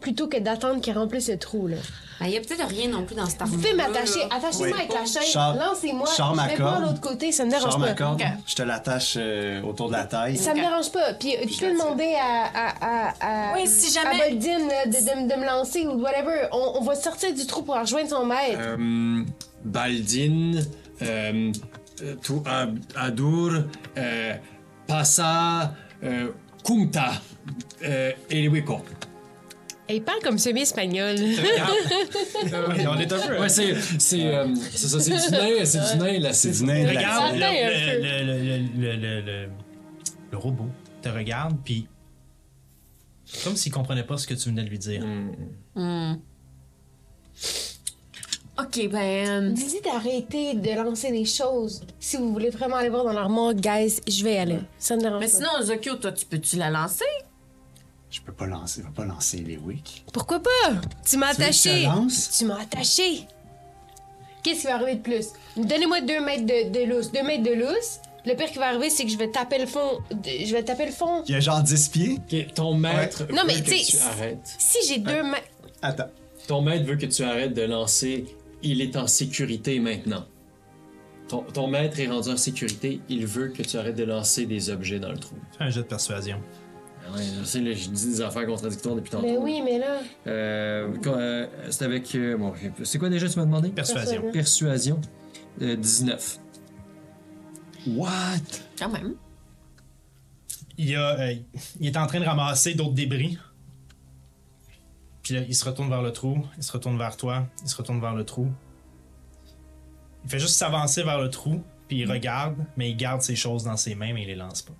Speaker 7: plutôt que d'attendre qu'il remplisse le trou. Là.
Speaker 11: Ben, il y a peut-être rien non plus dans cette armoire.
Speaker 7: Vous pouvez m'attacher. Attachez-moi
Speaker 4: Mm. Oui.
Speaker 7: avec la chaîne.
Speaker 4: Char-
Speaker 7: Lancez-moi.
Speaker 4: Char ma
Speaker 7: Je vais pas
Speaker 4: corde.
Speaker 7: de l'autre côté. Ça me
Speaker 4: Je sors
Speaker 7: dérange
Speaker 4: ma
Speaker 7: pas.
Speaker 4: corde,
Speaker 3: Ok.
Speaker 4: je te l'attache euh, autour de la taille.
Speaker 7: Ça me dérange pas. Puis euh, tu
Speaker 4: je
Speaker 7: peux
Speaker 4: la tire.
Speaker 7: demander à, à, à, à,
Speaker 6: Oui, si
Speaker 7: à
Speaker 6: jamais-
Speaker 7: Boldin là, de, de, me- de me lancer ou whatever. On, on va sortir du trou pour en rejoindre son maître.
Speaker 1: Euh, Baldin, euh, euh, Tou- Ab- Adur, euh, Passa, euh, Kumta, euh, Eliwiko.
Speaker 7: Et il parle comme semi-espagnol.
Speaker 5: Ouais, on est un peu.
Speaker 1: Ouais, c'est c'est, euh, c'est ça, c'est du nain, c'est du nain, là.
Speaker 4: C'est du nain de la
Speaker 5: Regarde,
Speaker 7: Ouais.
Speaker 5: le,
Speaker 7: Ouais,
Speaker 5: le,
Speaker 7: un
Speaker 5: le- le- le- le- le- le robot te regarde, puis. Comme s'il comprenait pas ce que tu venais de lui dire.
Speaker 7: Mm.
Speaker 3: Ok, ben.
Speaker 7: Dis-y d'arrêter de lancer des choses. Si vous voulez vraiment aller voir dans l'armoire, guys, je vais y aller. Ça me dérange
Speaker 3: Mais
Speaker 7: pas.
Speaker 3: sinon, Zokyo, toi, tu peux-tu la lancer?
Speaker 4: Je peux pas lancer, je peux pas lancer les wicks.
Speaker 7: Pourquoi pas? Tu m'as
Speaker 4: Tu veux que je te
Speaker 7: attaché.
Speaker 4: lance?
Speaker 7: Tu m'as attaché. Qu'est-ce qui va arriver de plus? Donnez-moi deux mètres de, de lousse. Deux mètres de lousse. Le pire qui va arriver, c'est que je vais taper le fond. de- Je vais taper le fond.
Speaker 4: Il y a genre 10 pieds.
Speaker 1: Ok, ton maître
Speaker 7: Non, mais
Speaker 1: veut que
Speaker 7: tu sais,
Speaker 1: tu arrêtes.
Speaker 7: Si j'ai deux mètres.
Speaker 4: Attends.
Speaker 1: Ton maître veut que tu arrêtes de lancer. Il est en sécurité maintenant. Ton, ton maître est rendu en sécurité. Il veut que tu arrêtes de lancer des objets dans le trou. Ah
Speaker 5: Fais un jeu de persuasion.
Speaker 1: Ouais, je sais, là, je dis des affaires contradictoires depuis tantôt.
Speaker 7: Ben oui, mais là.
Speaker 1: Euh, quand, euh, c'est avec. euh, bon, j'ai- c'est quoi déjà tu m'as demandé
Speaker 5: Persuasion.
Speaker 1: Persuasion. Euh, 19.
Speaker 4: What?
Speaker 3: Quand même.
Speaker 5: il, a, euh, il est en train de ramasser d'autres débris. Puis là, il se retourne vers le trou, il se retourne vers toi, il se retourne vers le trou. Il fait juste s'avancer vers le trou, puis il regarde, mais il garde ses choses dans ses mains, mais il les lance pas.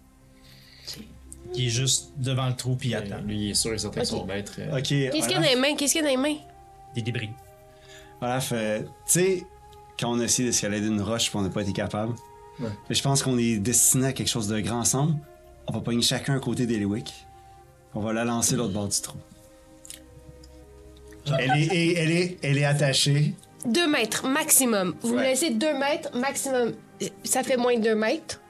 Speaker 5: Il est juste devant le trou, puis il attend.
Speaker 1: Euh, Lui, il est sûr et certain que son
Speaker 5: Ok.
Speaker 1: maître. euh,
Speaker 4: Ok.
Speaker 7: Qu'est-ce qu'il y a
Speaker 4: Olaf-
Speaker 7: dans les mains? Qu'est-ce qu'il y a dans les mains?
Speaker 5: Des débris.
Speaker 4: Olaf, euh, tu sais, quand on a essayé d'escalader une roche puis on n'a pas été capable,
Speaker 1: Ouais.
Speaker 4: mais je pense qu'on est destiné à quelque chose de grand ensemble. On va pogner chacun un côté d'Eliwick. On va la lancer de l'autre bord du trou. Elle est, elle, elle est, elle est attachée.
Speaker 7: Deux mètres maximum. Vous me
Speaker 4: Ouais.
Speaker 7: laissez deux mètres maximum. Ça fait moins de deux mètres.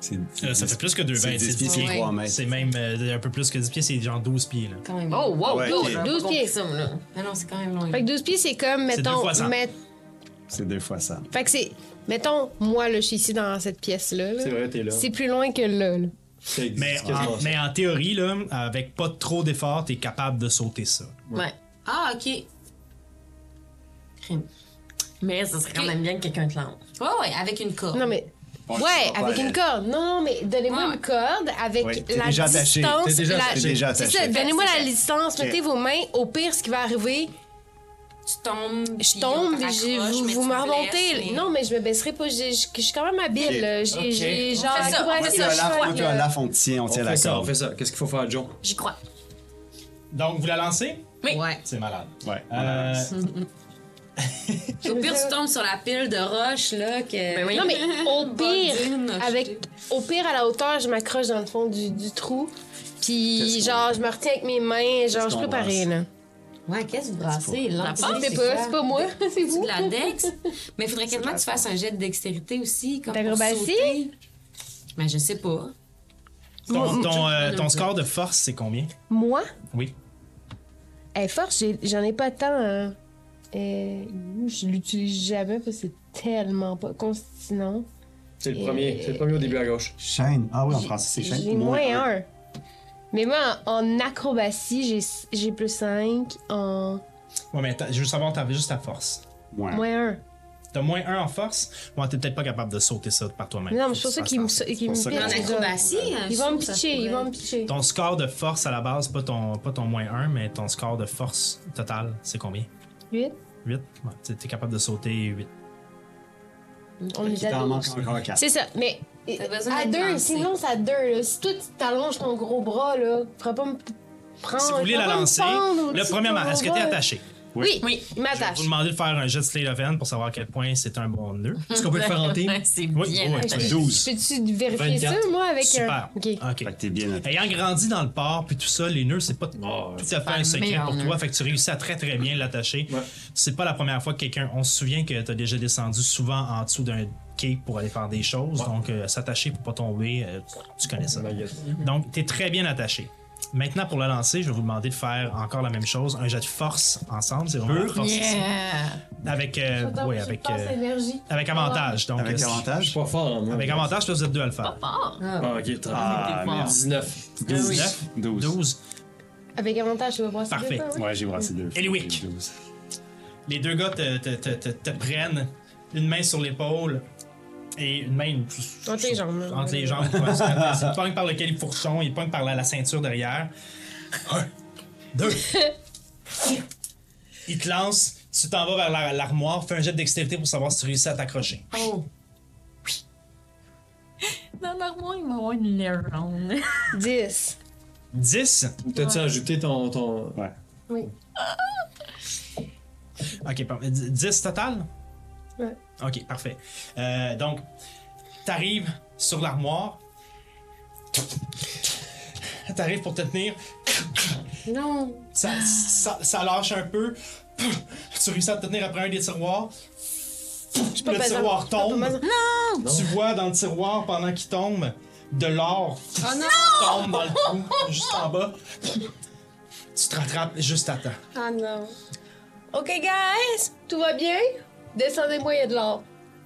Speaker 4: C'est
Speaker 5: Euh, ça fait plus que 2
Speaker 4: C'est
Speaker 5: mètres.
Speaker 4: 10 pieds, c'est
Speaker 5: Ouais.
Speaker 4: trois mètres.
Speaker 5: C'est même euh, un peu plus que 10 pieds, c'est genre 12 pieds. Là.
Speaker 11: Quand même.
Speaker 3: Oh, wow,
Speaker 4: Ah Ouais,
Speaker 3: 12,
Speaker 4: ok.
Speaker 3: 12
Speaker 7: Pas
Speaker 3: pieds.
Speaker 7: compris ça,
Speaker 11: Mais non, c'est quand même long.
Speaker 7: Fait que 12 pieds, c'est comme,
Speaker 5: C'est deux
Speaker 7: mettons.
Speaker 5: fois ça.
Speaker 7: met-
Speaker 4: C'est deux fois ça.
Speaker 7: Fait que c'est. Mettons, moi, là, je suis ici dans cette pièce-là. là.
Speaker 1: C'est vrai, t'es là.
Speaker 7: C'est plus loin que là. là.
Speaker 1: Ça existe
Speaker 5: Mais,
Speaker 1: quasiment,
Speaker 5: en,
Speaker 1: ça.
Speaker 5: mais en théorie, là, avec pas trop d'efforts, t'es capable de sauter ça.
Speaker 3: Ouais.
Speaker 11: Ah, ok. Crime.
Speaker 3: Mais ça serait quand même bien que quelqu'un te lance.
Speaker 11: Ouais, ouais, avec une corde.
Speaker 7: Non, mais.
Speaker 4: Bon,
Speaker 7: ouais,
Speaker 4: on va
Speaker 7: avec
Speaker 4: aller.
Speaker 7: une corde. Non, non, mais donnez-moi
Speaker 11: Ouais.
Speaker 7: une corde avec
Speaker 4: Ouais, t'es
Speaker 7: la
Speaker 4: déjà attaché.
Speaker 7: distance.
Speaker 4: T'es déjà-
Speaker 7: la-
Speaker 4: t'es déjà
Speaker 7: C'est
Speaker 4: attaché.
Speaker 7: ça, donnez-moi
Speaker 11: C'est
Speaker 7: la
Speaker 11: ça.
Speaker 7: distance, mettez vos mains. Au pire, ce qui va arriver,
Speaker 11: Tu tombes.
Speaker 7: je tombe, j'ai- vous, vous me remontez. Non, mais je me baisserai pas. j'ai- Je je suis quand même habile.
Speaker 4: Ok.
Speaker 7: là. J'ai
Speaker 1: Ok.
Speaker 7: j'ai genre.
Speaker 11: fait ça,
Speaker 7: la
Speaker 11: on
Speaker 4: Moi
Speaker 11: fait
Speaker 7: courage
Speaker 4: puis
Speaker 11: ça,
Speaker 7: de
Speaker 11: je
Speaker 4: Olaf,
Speaker 11: fais
Speaker 7: cheval,
Speaker 4: moi puis
Speaker 7: là.
Speaker 4: Olaf, on tient, on
Speaker 1: On
Speaker 4: tient
Speaker 1: fait
Speaker 4: la
Speaker 1: ça, on
Speaker 4: corde.
Speaker 1: fait ça. Qu'est-ce qu'il faut faire, John?
Speaker 11: J'y crois.
Speaker 5: Donc, vous la lancez?
Speaker 11: Oui.
Speaker 3: Ouais.
Speaker 5: C'est malade.
Speaker 4: Ouais.
Speaker 5: Euh,
Speaker 11: Au pire, tu tombes sur la pile de roches, là, que.
Speaker 3: Ben oui.
Speaker 7: Non,
Speaker 11: (laughs)
Speaker 7: mais (laughs) au
Speaker 11: Bonne
Speaker 7: pire,
Speaker 11: dune,
Speaker 7: avec, au pire, à la hauteur, je m'accroche dans le fond du, du trou. Puis,
Speaker 4: Qu'est-ce
Speaker 7: genre, je me retiens avec mes mains. Genre, je suis
Speaker 4: qu'on
Speaker 7: préparée, là.
Speaker 11: Ouais, qu'est-ce que vous brassez?
Speaker 7: Ah, c'est pas, c'est pas moi, (laughs) c'est
Speaker 11: C'est
Speaker 7: vous.
Speaker 11: de la dex. Mais il faudrait quasiment que tu fasses un jet de dextérité aussi. comme pour
Speaker 7: D'acrobatie?
Speaker 11: sauter. Mais je sais pas.
Speaker 5: ton, ton, euh, ton score de force, c'est combien?
Speaker 7: Moi?
Speaker 5: Oui.
Speaker 7: Eh, force, j'ai- j'en ai pas tant. hein. Euh, je l'utilise jamais parce que c'est tellement pas constinent.
Speaker 1: C'est le premier. C'est le premier au début à gauche.
Speaker 4: Chaîne. Ah oui, en français, c'est chaîne.
Speaker 7: J'ai moins un. Mais moi, en en acrobatie, j'ai- j'ai plus 5. En
Speaker 5: Ouais, mais t'as- je veux savoir, t'avais juste ta force.
Speaker 4: Moins un.
Speaker 7: moins 1.
Speaker 5: T'as moins 1 en force? Ouais, t'es peut-être pas capable de sauter ça par toi-même.
Speaker 7: Non, mais c'est pour ça qu'ils me, qu'ils me
Speaker 4: C'est pour ça
Speaker 7: pitchent,
Speaker 4: qu'on-
Speaker 11: En
Speaker 7: c'est ça.
Speaker 11: acrobatie, hein,
Speaker 7: Ils
Speaker 11: je
Speaker 7: vont me
Speaker 11: trouve ça
Speaker 7: pitcher, ils
Speaker 11: pourrait-
Speaker 7: vont me pitcher.
Speaker 5: Ton score de force à la base, pas ton, pas ton moins 1, mais ton score de force total, c'est combien?
Speaker 7: 8.
Speaker 5: 8? Ouais, t'es- t'es capable de sauter 8.
Speaker 7: On est
Speaker 4: Il
Speaker 7: à
Speaker 4: t'en
Speaker 7: deux.
Speaker 4: manque encore quatre.
Speaker 7: C'est ça, mais. euh,
Speaker 11: T'as besoin
Speaker 7: À
Speaker 11: d'être
Speaker 7: deux,
Speaker 11: lancé.
Speaker 7: sinon c'est à deux. Là. Si toi tu t'allonges ton gros bras, là, tu feras pas me p- prendre.
Speaker 5: Si vous voulez la lancer, le premier, est-ce que t'es attaché?
Speaker 7: Oui, oui, il
Speaker 5: Je vais
Speaker 7: m'attache.
Speaker 5: vous demander de faire un jet de Slate of Hand pour savoir à quel point c'est un bon nœud.
Speaker 1: Est-ce qu'on peut le faire
Speaker 7: (laughs)
Speaker 1: en team?
Speaker 3: Ouais, c'est
Speaker 5: Oui,
Speaker 3: bien.
Speaker 5: oui,
Speaker 3: attaché.
Speaker 5: oui.
Speaker 4: 12.
Speaker 7: Peux-tu vérifier
Speaker 1: 24.
Speaker 7: ça, moi, avec
Speaker 5: Super. Euh,
Speaker 7: un. Ok.
Speaker 4: Fait que t'es bien noté.
Speaker 5: Ayant grandi dans le port, puis tout ça, les nœuds, c'est pas
Speaker 1: Oh,
Speaker 5: tout à fait
Speaker 3: pas
Speaker 5: un
Speaker 3: le
Speaker 5: secret
Speaker 3: meilleur
Speaker 5: pour
Speaker 3: nœud.
Speaker 5: toi. Fait que tu réussis à très très bien l'attacher.
Speaker 1: Ouais.
Speaker 5: C'est pas la première fois que quelqu'un. On se souvient que t'as déjà descendu souvent en dessous d'un quai pour aller faire des choses. Donc, euh, s'attacher pour pas tomber, euh, tu- tu connais ça.
Speaker 1: Oh
Speaker 5: Donc, t'es très bien attaché. Maintenant, pour la lancer, je vais vous demander de faire encore la même chose. Un jet de force ensemble. C'est vraiment la force ici.
Speaker 3: Yeah.
Speaker 5: Avec, euh,
Speaker 9: Attends,
Speaker 5: ouais,
Speaker 9: j'ai
Speaker 5: avec,
Speaker 9: passe
Speaker 5: euh,
Speaker 9: énergie.
Speaker 5: avec avantage. Donc,
Speaker 4: Avec
Speaker 5: euh,
Speaker 1: Je suis
Speaker 4: avantage.
Speaker 1: pas fort, hein, moi.
Speaker 5: Avec avantage, parce que vous êtes deux à le faire.
Speaker 3: Fort.
Speaker 1: Ah, ok, très bien.
Speaker 4: Ah,
Speaker 3: Wow.
Speaker 4: merde.
Speaker 1: 19.
Speaker 5: 19,
Speaker 4: 12.
Speaker 5: 12.
Speaker 7: Avec avantage, tu vas voir ça.
Speaker 5: Parfait.
Speaker 4: Ouais, j'ai brassé deux.
Speaker 5: Eliwick.
Speaker 4: J'ai 12.
Speaker 5: Les deux gars te, te- te- te- te prennent, une main sur l'épaule et une main
Speaker 7: Entre les jambes, là.
Speaker 5: Entre les jambes. ouais, c'est la- c'est le pogne par lequel ils fourchon, il pogne par la, la ceinture derrière. Un, deux. il te lance, tu t'en vas vers la- l'armoire, fais un jet de dextérité pour savoir si tu réussis à t'accrocher.
Speaker 3: Dans l'armoire, il va y avoir une légende.
Speaker 7: 10.
Speaker 5: 10.
Speaker 1: T'as-tu ajouté ton. ton...
Speaker 4: Ouais.
Speaker 5: Ok, parfait. 10 total?
Speaker 7: Ouais.
Speaker 5: Ok, parfait. Euh, donc, t'arrives sur l'armoire. T'arrives pour te tenir.
Speaker 7: Non.
Speaker 5: Ça, ça, ça lâche un peu. Tu réussis à te tenir après un des tiroirs.
Speaker 7: pas
Speaker 5: Le
Speaker 7: pesante.
Speaker 5: tiroir tombe.
Speaker 7: pesante.
Speaker 5: Tu vois dans le tiroir pendant qu'il tombe de l'or
Speaker 11: Oh non!
Speaker 5: tombe dans le trou juste en bas. Tu te rattrapes juste à temps.
Speaker 7: Ah non. Ok, guys, tout va bien? Descendez-moi, il y a de l'or.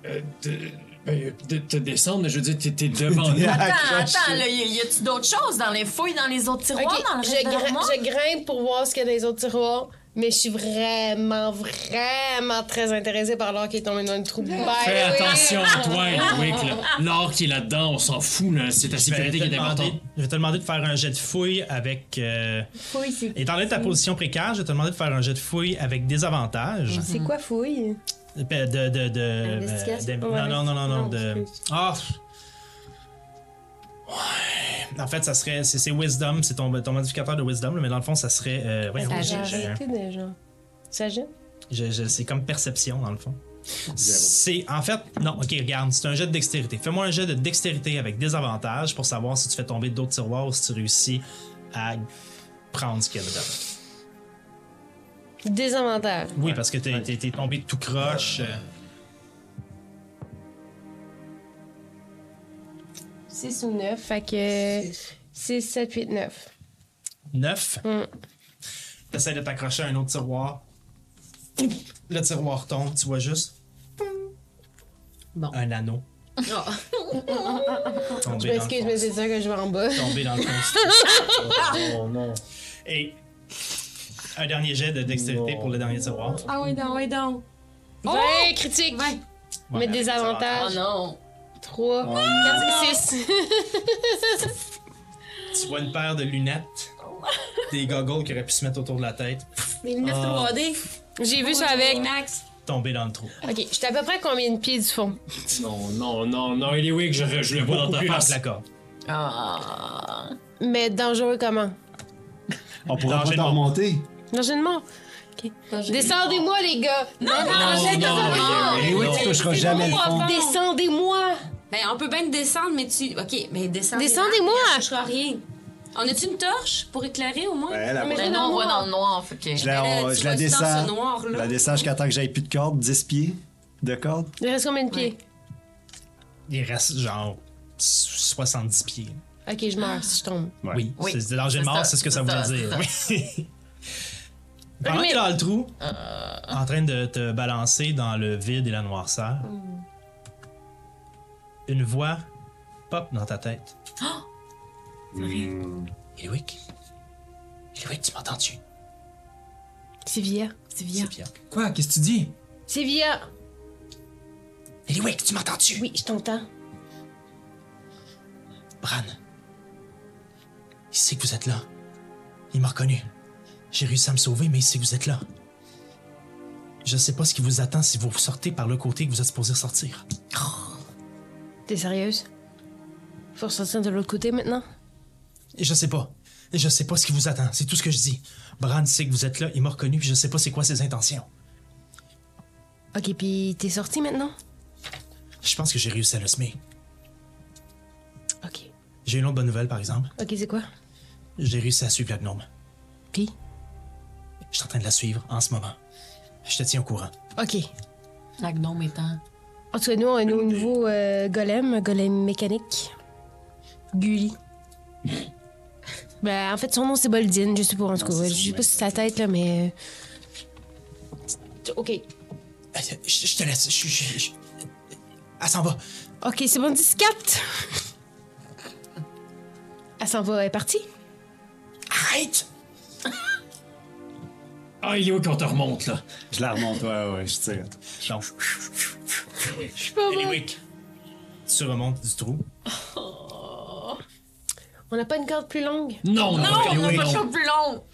Speaker 1: Euh, de- ben, de- te descendre, mais je veux dire, t'es- t'es
Speaker 5: (laughs)
Speaker 1: devant nous.
Speaker 3: Attends, attends, là, y y a-tu d'autres choses dans les fouilles, dans les autres
Speaker 7: Ok,
Speaker 3: tiroirs, dans le
Speaker 7: je,
Speaker 3: reste de
Speaker 7: grim-
Speaker 3: l'armoire?
Speaker 7: je grimpe pour voir ce qu'il y a dans les autres tiroirs. Mais je suis vraiment, vraiment très intéressée par l'or qui est tombé dans le trou. Ah, Ben
Speaker 1: Fais
Speaker 7: oui.
Speaker 1: attention, Antoine.
Speaker 5: Ah,
Speaker 1: Oui, que le- l'or qui est là-dedans, on s'en fout. là. C'est ta
Speaker 5: Je vais,
Speaker 1: sécurité
Speaker 5: te
Speaker 1: qui est
Speaker 5: demander,
Speaker 1: importante.
Speaker 5: je vais te demander de faire un jet de fouille avec. euh,
Speaker 9: Fouille, c'est.
Speaker 5: étant donné ta position précaire, je vais te demander de faire un jet de fouille avec des avantages.
Speaker 7: C'est quoi fouille?
Speaker 5: De, de, de, de-
Speaker 7: Investigation?
Speaker 5: de-
Speaker 7: Ouais,
Speaker 5: non, non, non, non,
Speaker 7: non,
Speaker 5: de. Ah! Ouais. En fait, ça serait. C'est c'est Wisdom, c'est ton, ton modificateur de Wisdom, là, mais dans le fond, ça serait. euh, voyons, j'ai- j'ai un-
Speaker 7: Arrêtez déjà. Sagesse?
Speaker 5: je- je- c'est comme perception, dans le fond. C'est. En fait, non, ok, regarde, c'est un jet de dextérité. Fais-moi un jet de dextérité avec des avantages pour savoir si tu fais tomber d'autres tiroirs ou si tu réussis à prendre ce qu'il y a dedans.
Speaker 7: Désavantage.
Speaker 5: Oui, parce que t'es t'es- t'es tombé tout croche. euh,
Speaker 7: 6 ou 9, fait que 6, 7, 8, 9.
Speaker 5: Neuf.
Speaker 7: Mm.
Speaker 5: T'essaies de t'accrocher à un autre tiroir. Le tiroir tombe, tu vois juste. Un anneau
Speaker 7: Ah. Je
Speaker 5: tombé dans, le
Speaker 7: m'excuse, mais c'est ça que je vais en bas.
Speaker 5: fond- tombé dans le fond.
Speaker 1: Oh non.
Speaker 5: (laughs) Et un dernier jet de dextérité pour le dernier tiroir.
Speaker 3: Oh.
Speaker 11: Ah oui, donc, oui, donc.
Speaker 7: 20, critique!
Speaker 5: Ouais,
Speaker 7: Mais
Speaker 5: avec
Speaker 7: des
Speaker 5: des
Speaker 7: avantages.
Speaker 3: Ah non.
Speaker 7: 3, 4, 6.
Speaker 5: Tu vois une paire de
Speaker 3: (laughs)
Speaker 5: lunettes, des goggles qui auraient pu se mettre autour de la tête,
Speaker 11: Les lunettes
Speaker 5: Ah.
Speaker 11: 3D.
Speaker 7: (laughs) J'ai vu ça avec.
Speaker 11: Max.
Speaker 5: tomber dans le trou.
Speaker 7: Ok, je suis à peu près à combien de pieds du fond?
Speaker 1: Non, non, non, non, il est weak, je, je le vois dans ta
Speaker 5: Plus dans le
Speaker 1: face.
Speaker 5: placard.
Speaker 3: Ah.
Speaker 7: Mais dangereux comment?
Speaker 4: On pourra pas
Speaker 5: Danger de
Speaker 4: t'en
Speaker 5: mort.
Speaker 4: remonter.
Speaker 7: Non, j'ai de mort. Descendez-moi, les gars!
Speaker 11: Non,
Speaker 2: Ah,
Speaker 11: non,
Speaker 1: non,
Speaker 11: Ah, j'ai
Speaker 5: Oh,
Speaker 1: non,
Speaker 11: non,
Speaker 1: il est
Speaker 4: Et Eh oui, tu toucheras jamais le fond.
Speaker 7: Descendez-moi!
Speaker 11: Ben, on peut bien te descendre, mais tu. Ok, mais descendez.
Speaker 7: Descendez-moi!
Speaker 11: Je toucherai à rien. On a-tu une torche pour éclairer au moins?
Speaker 4: Ouais, la-
Speaker 7: Mais
Speaker 3: Ben
Speaker 7: c'est
Speaker 3: non,
Speaker 7: dans
Speaker 3: on
Speaker 7: le
Speaker 3: voit
Speaker 7: noir.
Speaker 3: dans le noir. Fait que...
Speaker 4: Je la,
Speaker 11: Mais là,
Speaker 4: on-
Speaker 11: tu
Speaker 4: je
Speaker 11: vas
Speaker 4: la
Speaker 11: dans ce
Speaker 4: descends.
Speaker 11: noir-là.
Speaker 4: Je la descends jusqu'à temps que j'aille plus de corde, 10 pieds de corde.
Speaker 7: Il reste combien de pieds?
Speaker 5: Il reste genre 70 pieds.
Speaker 7: Ok, je meurs si je tombe.
Speaker 5: Oui,
Speaker 3: Oui,
Speaker 5: c'est c'est danger de
Speaker 3: c'est
Speaker 5: mort,
Speaker 3: ça,
Speaker 5: c'est ce que ça
Speaker 3: c'est
Speaker 5: voulait
Speaker 3: ça,
Speaker 5: dire.
Speaker 3: (laughs)
Speaker 5: Oui. Pendant
Speaker 7: Oui,
Speaker 5: que
Speaker 7: mais-
Speaker 5: t'es dans le trou,
Speaker 3: Euh.
Speaker 5: en train de te balancer dans le vide et la noirceur,
Speaker 3: Hmm.
Speaker 5: une voix pop dans ta tête. Eliwick? Eliwick, tu m'entends-tu?
Speaker 7: C'est Via.
Speaker 6: C'est bien.
Speaker 5: Pierre.
Speaker 8: Quoi, qu'est-ce que tu dis?
Speaker 7: C'est Via!
Speaker 5: Eliwick, tu m'entends-tu?
Speaker 7: Oui, je t'entends.
Speaker 5: Bran. Il sait que vous êtes là. Il m'a reconnu. J'ai réussi à me sauver, mais il sait que vous êtes là. Je sais pas ce qui vous attend si vous sortez par le côté que vous êtes supposé sortir.
Speaker 7: T'es sérieuse? Faut ressortir de l'autre côté maintenant?
Speaker 5: Je sais pas. Je sais pas ce qui vous attend. C'est tout ce que je dis. Bran sait que vous êtes là, il m'a reconnu, puis je sais pas c'est quoi ses intentions.
Speaker 7: Ok, puis t'es sorti maintenant?
Speaker 5: Je pense que j'ai réussi à le semer.
Speaker 7: Ok.
Speaker 5: J'ai une autre bonne nouvelle, par exemple.
Speaker 7: Ok, c'est quoi?
Speaker 5: J'ai réussi à suivre la gnome.
Speaker 7: Puis?
Speaker 5: Je suis en train de la suivre en ce moment. Je te tiens au courant.
Speaker 7: Ok.
Speaker 3: La gnome étant.
Speaker 7: En tout cas, nous, on a un nouveau euh, golem, un golem mécanique. (laughs) Gulli. ben, en fait, son nom, c'est Boldin, je sais pas, en tout cas. ouais, Je sais pas si c'est sa tête, là, mais. Ok.
Speaker 5: Euh, Je, je te laisse. Je, je- je- Elle s'en va.
Speaker 7: Ok, c'est bon, 10 capte! Elle s'en va, elle est partie?
Speaker 5: Arrête!
Speaker 1: Ah, il est weak quand te remonte, là.
Speaker 4: Je la remonte, ouais, ouais, je tire.
Speaker 5: Non.
Speaker 7: Je suis pas
Speaker 5: Tu remontes du trou.
Speaker 7: On n'a pas une corde plus longue?
Speaker 1: Non, non,
Speaker 3: on n'a pas de chose plus long.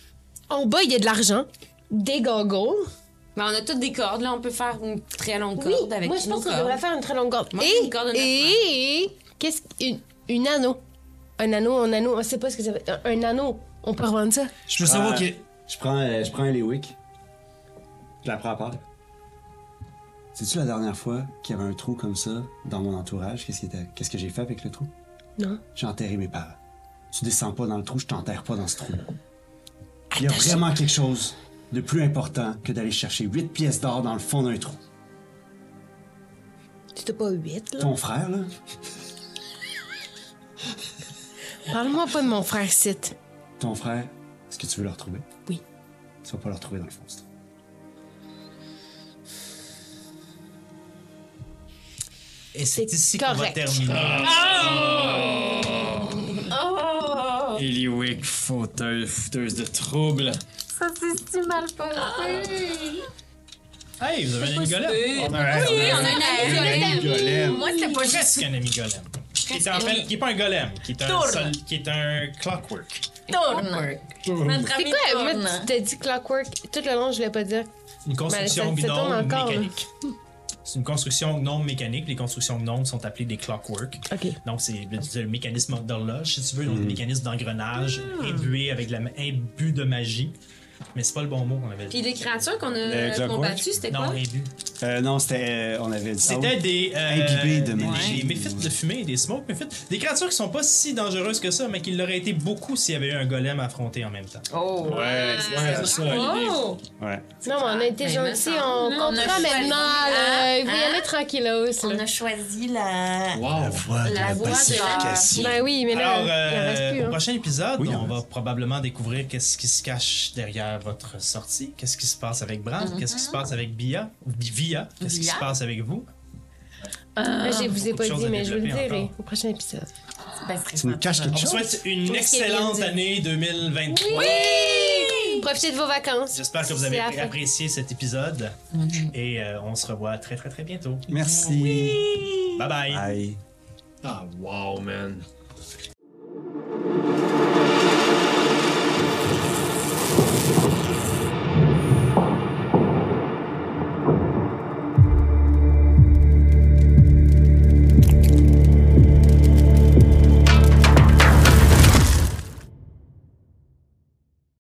Speaker 7: En bas, il y a de l'argent, des goggles.
Speaker 11: Mais Ben, on a toutes des cordes, là. On peut faire une très longue
Speaker 7: Oui,
Speaker 11: corde avec
Speaker 7: moi, je
Speaker 11: une
Speaker 7: pense
Speaker 11: autre
Speaker 7: qu'on
Speaker 11: corde.
Speaker 7: devrait faire une très longue corde.
Speaker 11: Moi,
Speaker 7: et,
Speaker 11: une corde de neuf
Speaker 7: et, qu'est-ce qu'une une anneau? Un anneau, un anneau, on sait pas ce que ça veut un, un anneau, on peut revendre ça.
Speaker 1: Je veux savoir
Speaker 4: Ah.
Speaker 1: qui.
Speaker 4: Je prends, euh, je prends les wicks. Je la prends à part. C'est-tu la dernière fois qu'il y avait un trou comme ça dans mon entourage? Qu'est-ce qui était- qu'est-ce que j'ai fait avec le trou?
Speaker 7: Non.
Speaker 4: J'ai enterré mes parents. Tu descends pas dans le trou, je t'enterre pas dans ce trou. Il y a vraiment quelque chose de plus important que d'aller chercher 8 pièces d'or dans le fond d'un trou.
Speaker 7: C'était pas huit, là.
Speaker 4: Ton frère, là,
Speaker 7: Parle-moi pas de mon frère Sith.
Speaker 4: ton frère, est-ce que tu veux le retrouver?
Speaker 7: Oui.
Speaker 4: Tu vas pas le retrouver dans le fond, ce trou.
Speaker 5: Et c'est
Speaker 7: C'est
Speaker 5: ici qu'on va
Speaker 7: correct.
Speaker 5: terminer.
Speaker 1: Eliwick, fauteuse, fauteuse de troubles.
Speaker 9: Ça s'est si mal passé.
Speaker 5: Hey, vous avez un ami golem?
Speaker 9: possible.
Speaker 5: On a un-
Speaker 9: Oui, on a un ami
Speaker 5: ami
Speaker 9: golem.
Speaker 5: golem.
Speaker 9: Moi, c'était pas juste-
Speaker 5: Presque un ami golem. Qui est, en fait- qui est pas un golem, qui est un,
Speaker 9: Tourne.
Speaker 5: sol- qui est un clockwork.
Speaker 3: Tourne. Notre ami
Speaker 7: C'est quoi?
Speaker 3: tourne.
Speaker 7: Moi, tu t'as dit clockwork. Tout le long, je voulais pas dire.
Speaker 5: Une construction
Speaker 7: Ben, ça- ça
Speaker 5: binôme
Speaker 7: tourne encore, là.
Speaker 5: mécanique. C'est une construction gnome mécanique. Les constructions gnomes sont appelées des clockwork. Donc, c'est le, c'est le mécanisme d'horloge, si tu veux, donc le mécanisme d'engrenage imbué avec de la, ma- imbu de magie. Mais c'est pas le bon mot qu'on avait
Speaker 11: Puis
Speaker 5: dit.
Speaker 11: les créatures qu'on
Speaker 6: Euh,
Speaker 3: Euh,
Speaker 4: Le
Speaker 11: a
Speaker 4: clockwork.
Speaker 11: combattues, c'était
Speaker 5: Non,
Speaker 11: quoi?
Speaker 5: imbu.
Speaker 4: Euh, non, c'était. euh, on avait dit. ça.
Speaker 5: C'était
Speaker 4: Ah oui.
Speaker 5: des. euh,
Speaker 4: Imbibés de
Speaker 5: des-
Speaker 4: magie.
Speaker 5: Des méfites de fumée, des smoke méfites. Des créatures qui sont pas si dangereuses que ça, mais qui l'auraient été beaucoup s'il y avait eu un golem à affronter en même temps.
Speaker 3: Oh!
Speaker 5: Ouais,
Speaker 3: c'est ça, l'idée.
Speaker 7: Oh!
Speaker 4: Ouais.
Speaker 7: Non, mais on a été
Speaker 3: Mais Ben, il
Speaker 7: gentils,
Speaker 3: me
Speaker 7: on
Speaker 3: semble, là, on a
Speaker 7: comprend
Speaker 3: choisi-
Speaker 7: maintenant.
Speaker 3: Hein?
Speaker 7: là, Il faut y
Speaker 3: Hein?
Speaker 7: aller tranquillos.
Speaker 6: On
Speaker 7: là.
Speaker 6: a choisi la.
Speaker 1: Wow!
Speaker 4: voix
Speaker 6: La voix de la-
Speaker 7: Ben oui, mais là,
Speaker 5: Alors,
Speaker 7: il en
Speaker 5: euh,
Speaker 7: reste plus.
Speaker 5: au
Speaker 7: hein.
Speaker 5: prochain épisode,
Speaker 4: Oui, il en
Speaker 5: on va probablement découvrir qu'est-ce qui se cache derrière votre sortie, qu'est-ce qui se passe avec Brad,
Speaker 7: Mm-hmm.
Speaker 5: qu'est-ce qui se passe avec Bia, Bi- Via, qu'est-ce qui
Speaker 3: Via.
Speaker 5: se passe avec vous.
Speaker 7: Là, Ah. je vous ai
Speaker 5: beaucoup
Speaker 7: pas
Speaker 5: de choses
Speaker 7: dit,
Speaker 5: à
Speaker 7: mais je vous le
Speaker 5: développer
Speaker 7: dirai
Speaker 5: encore.
Speaker 7: au prochain épisode.
Speaker 3: Ben,
Speaker 4: Tu nous caches
Speaker 5: On
Speaker 4: quelque
Speaker 5: vous
Speaker 4: chose?
Speaker 5: souhaite une
Speaker 7: Qu'est-ce qu'il
Speaker 5: excellente
Speaker 7: vient de
Speaker 5: année 2023.
Speaker 7: Profitez de vos vacances.
Speaker 5: J'espère que vous avez
Speaker 7: C'est Mm-hmm. la fin.
Speaker 5: apprécié cet épisode et euh, on se revoit très très très bientôt.
Speaker 4: Merci.
Speaker 5: Bye bye.
Speaker 4: Bye.
Speaker 1: Ah, wow, man!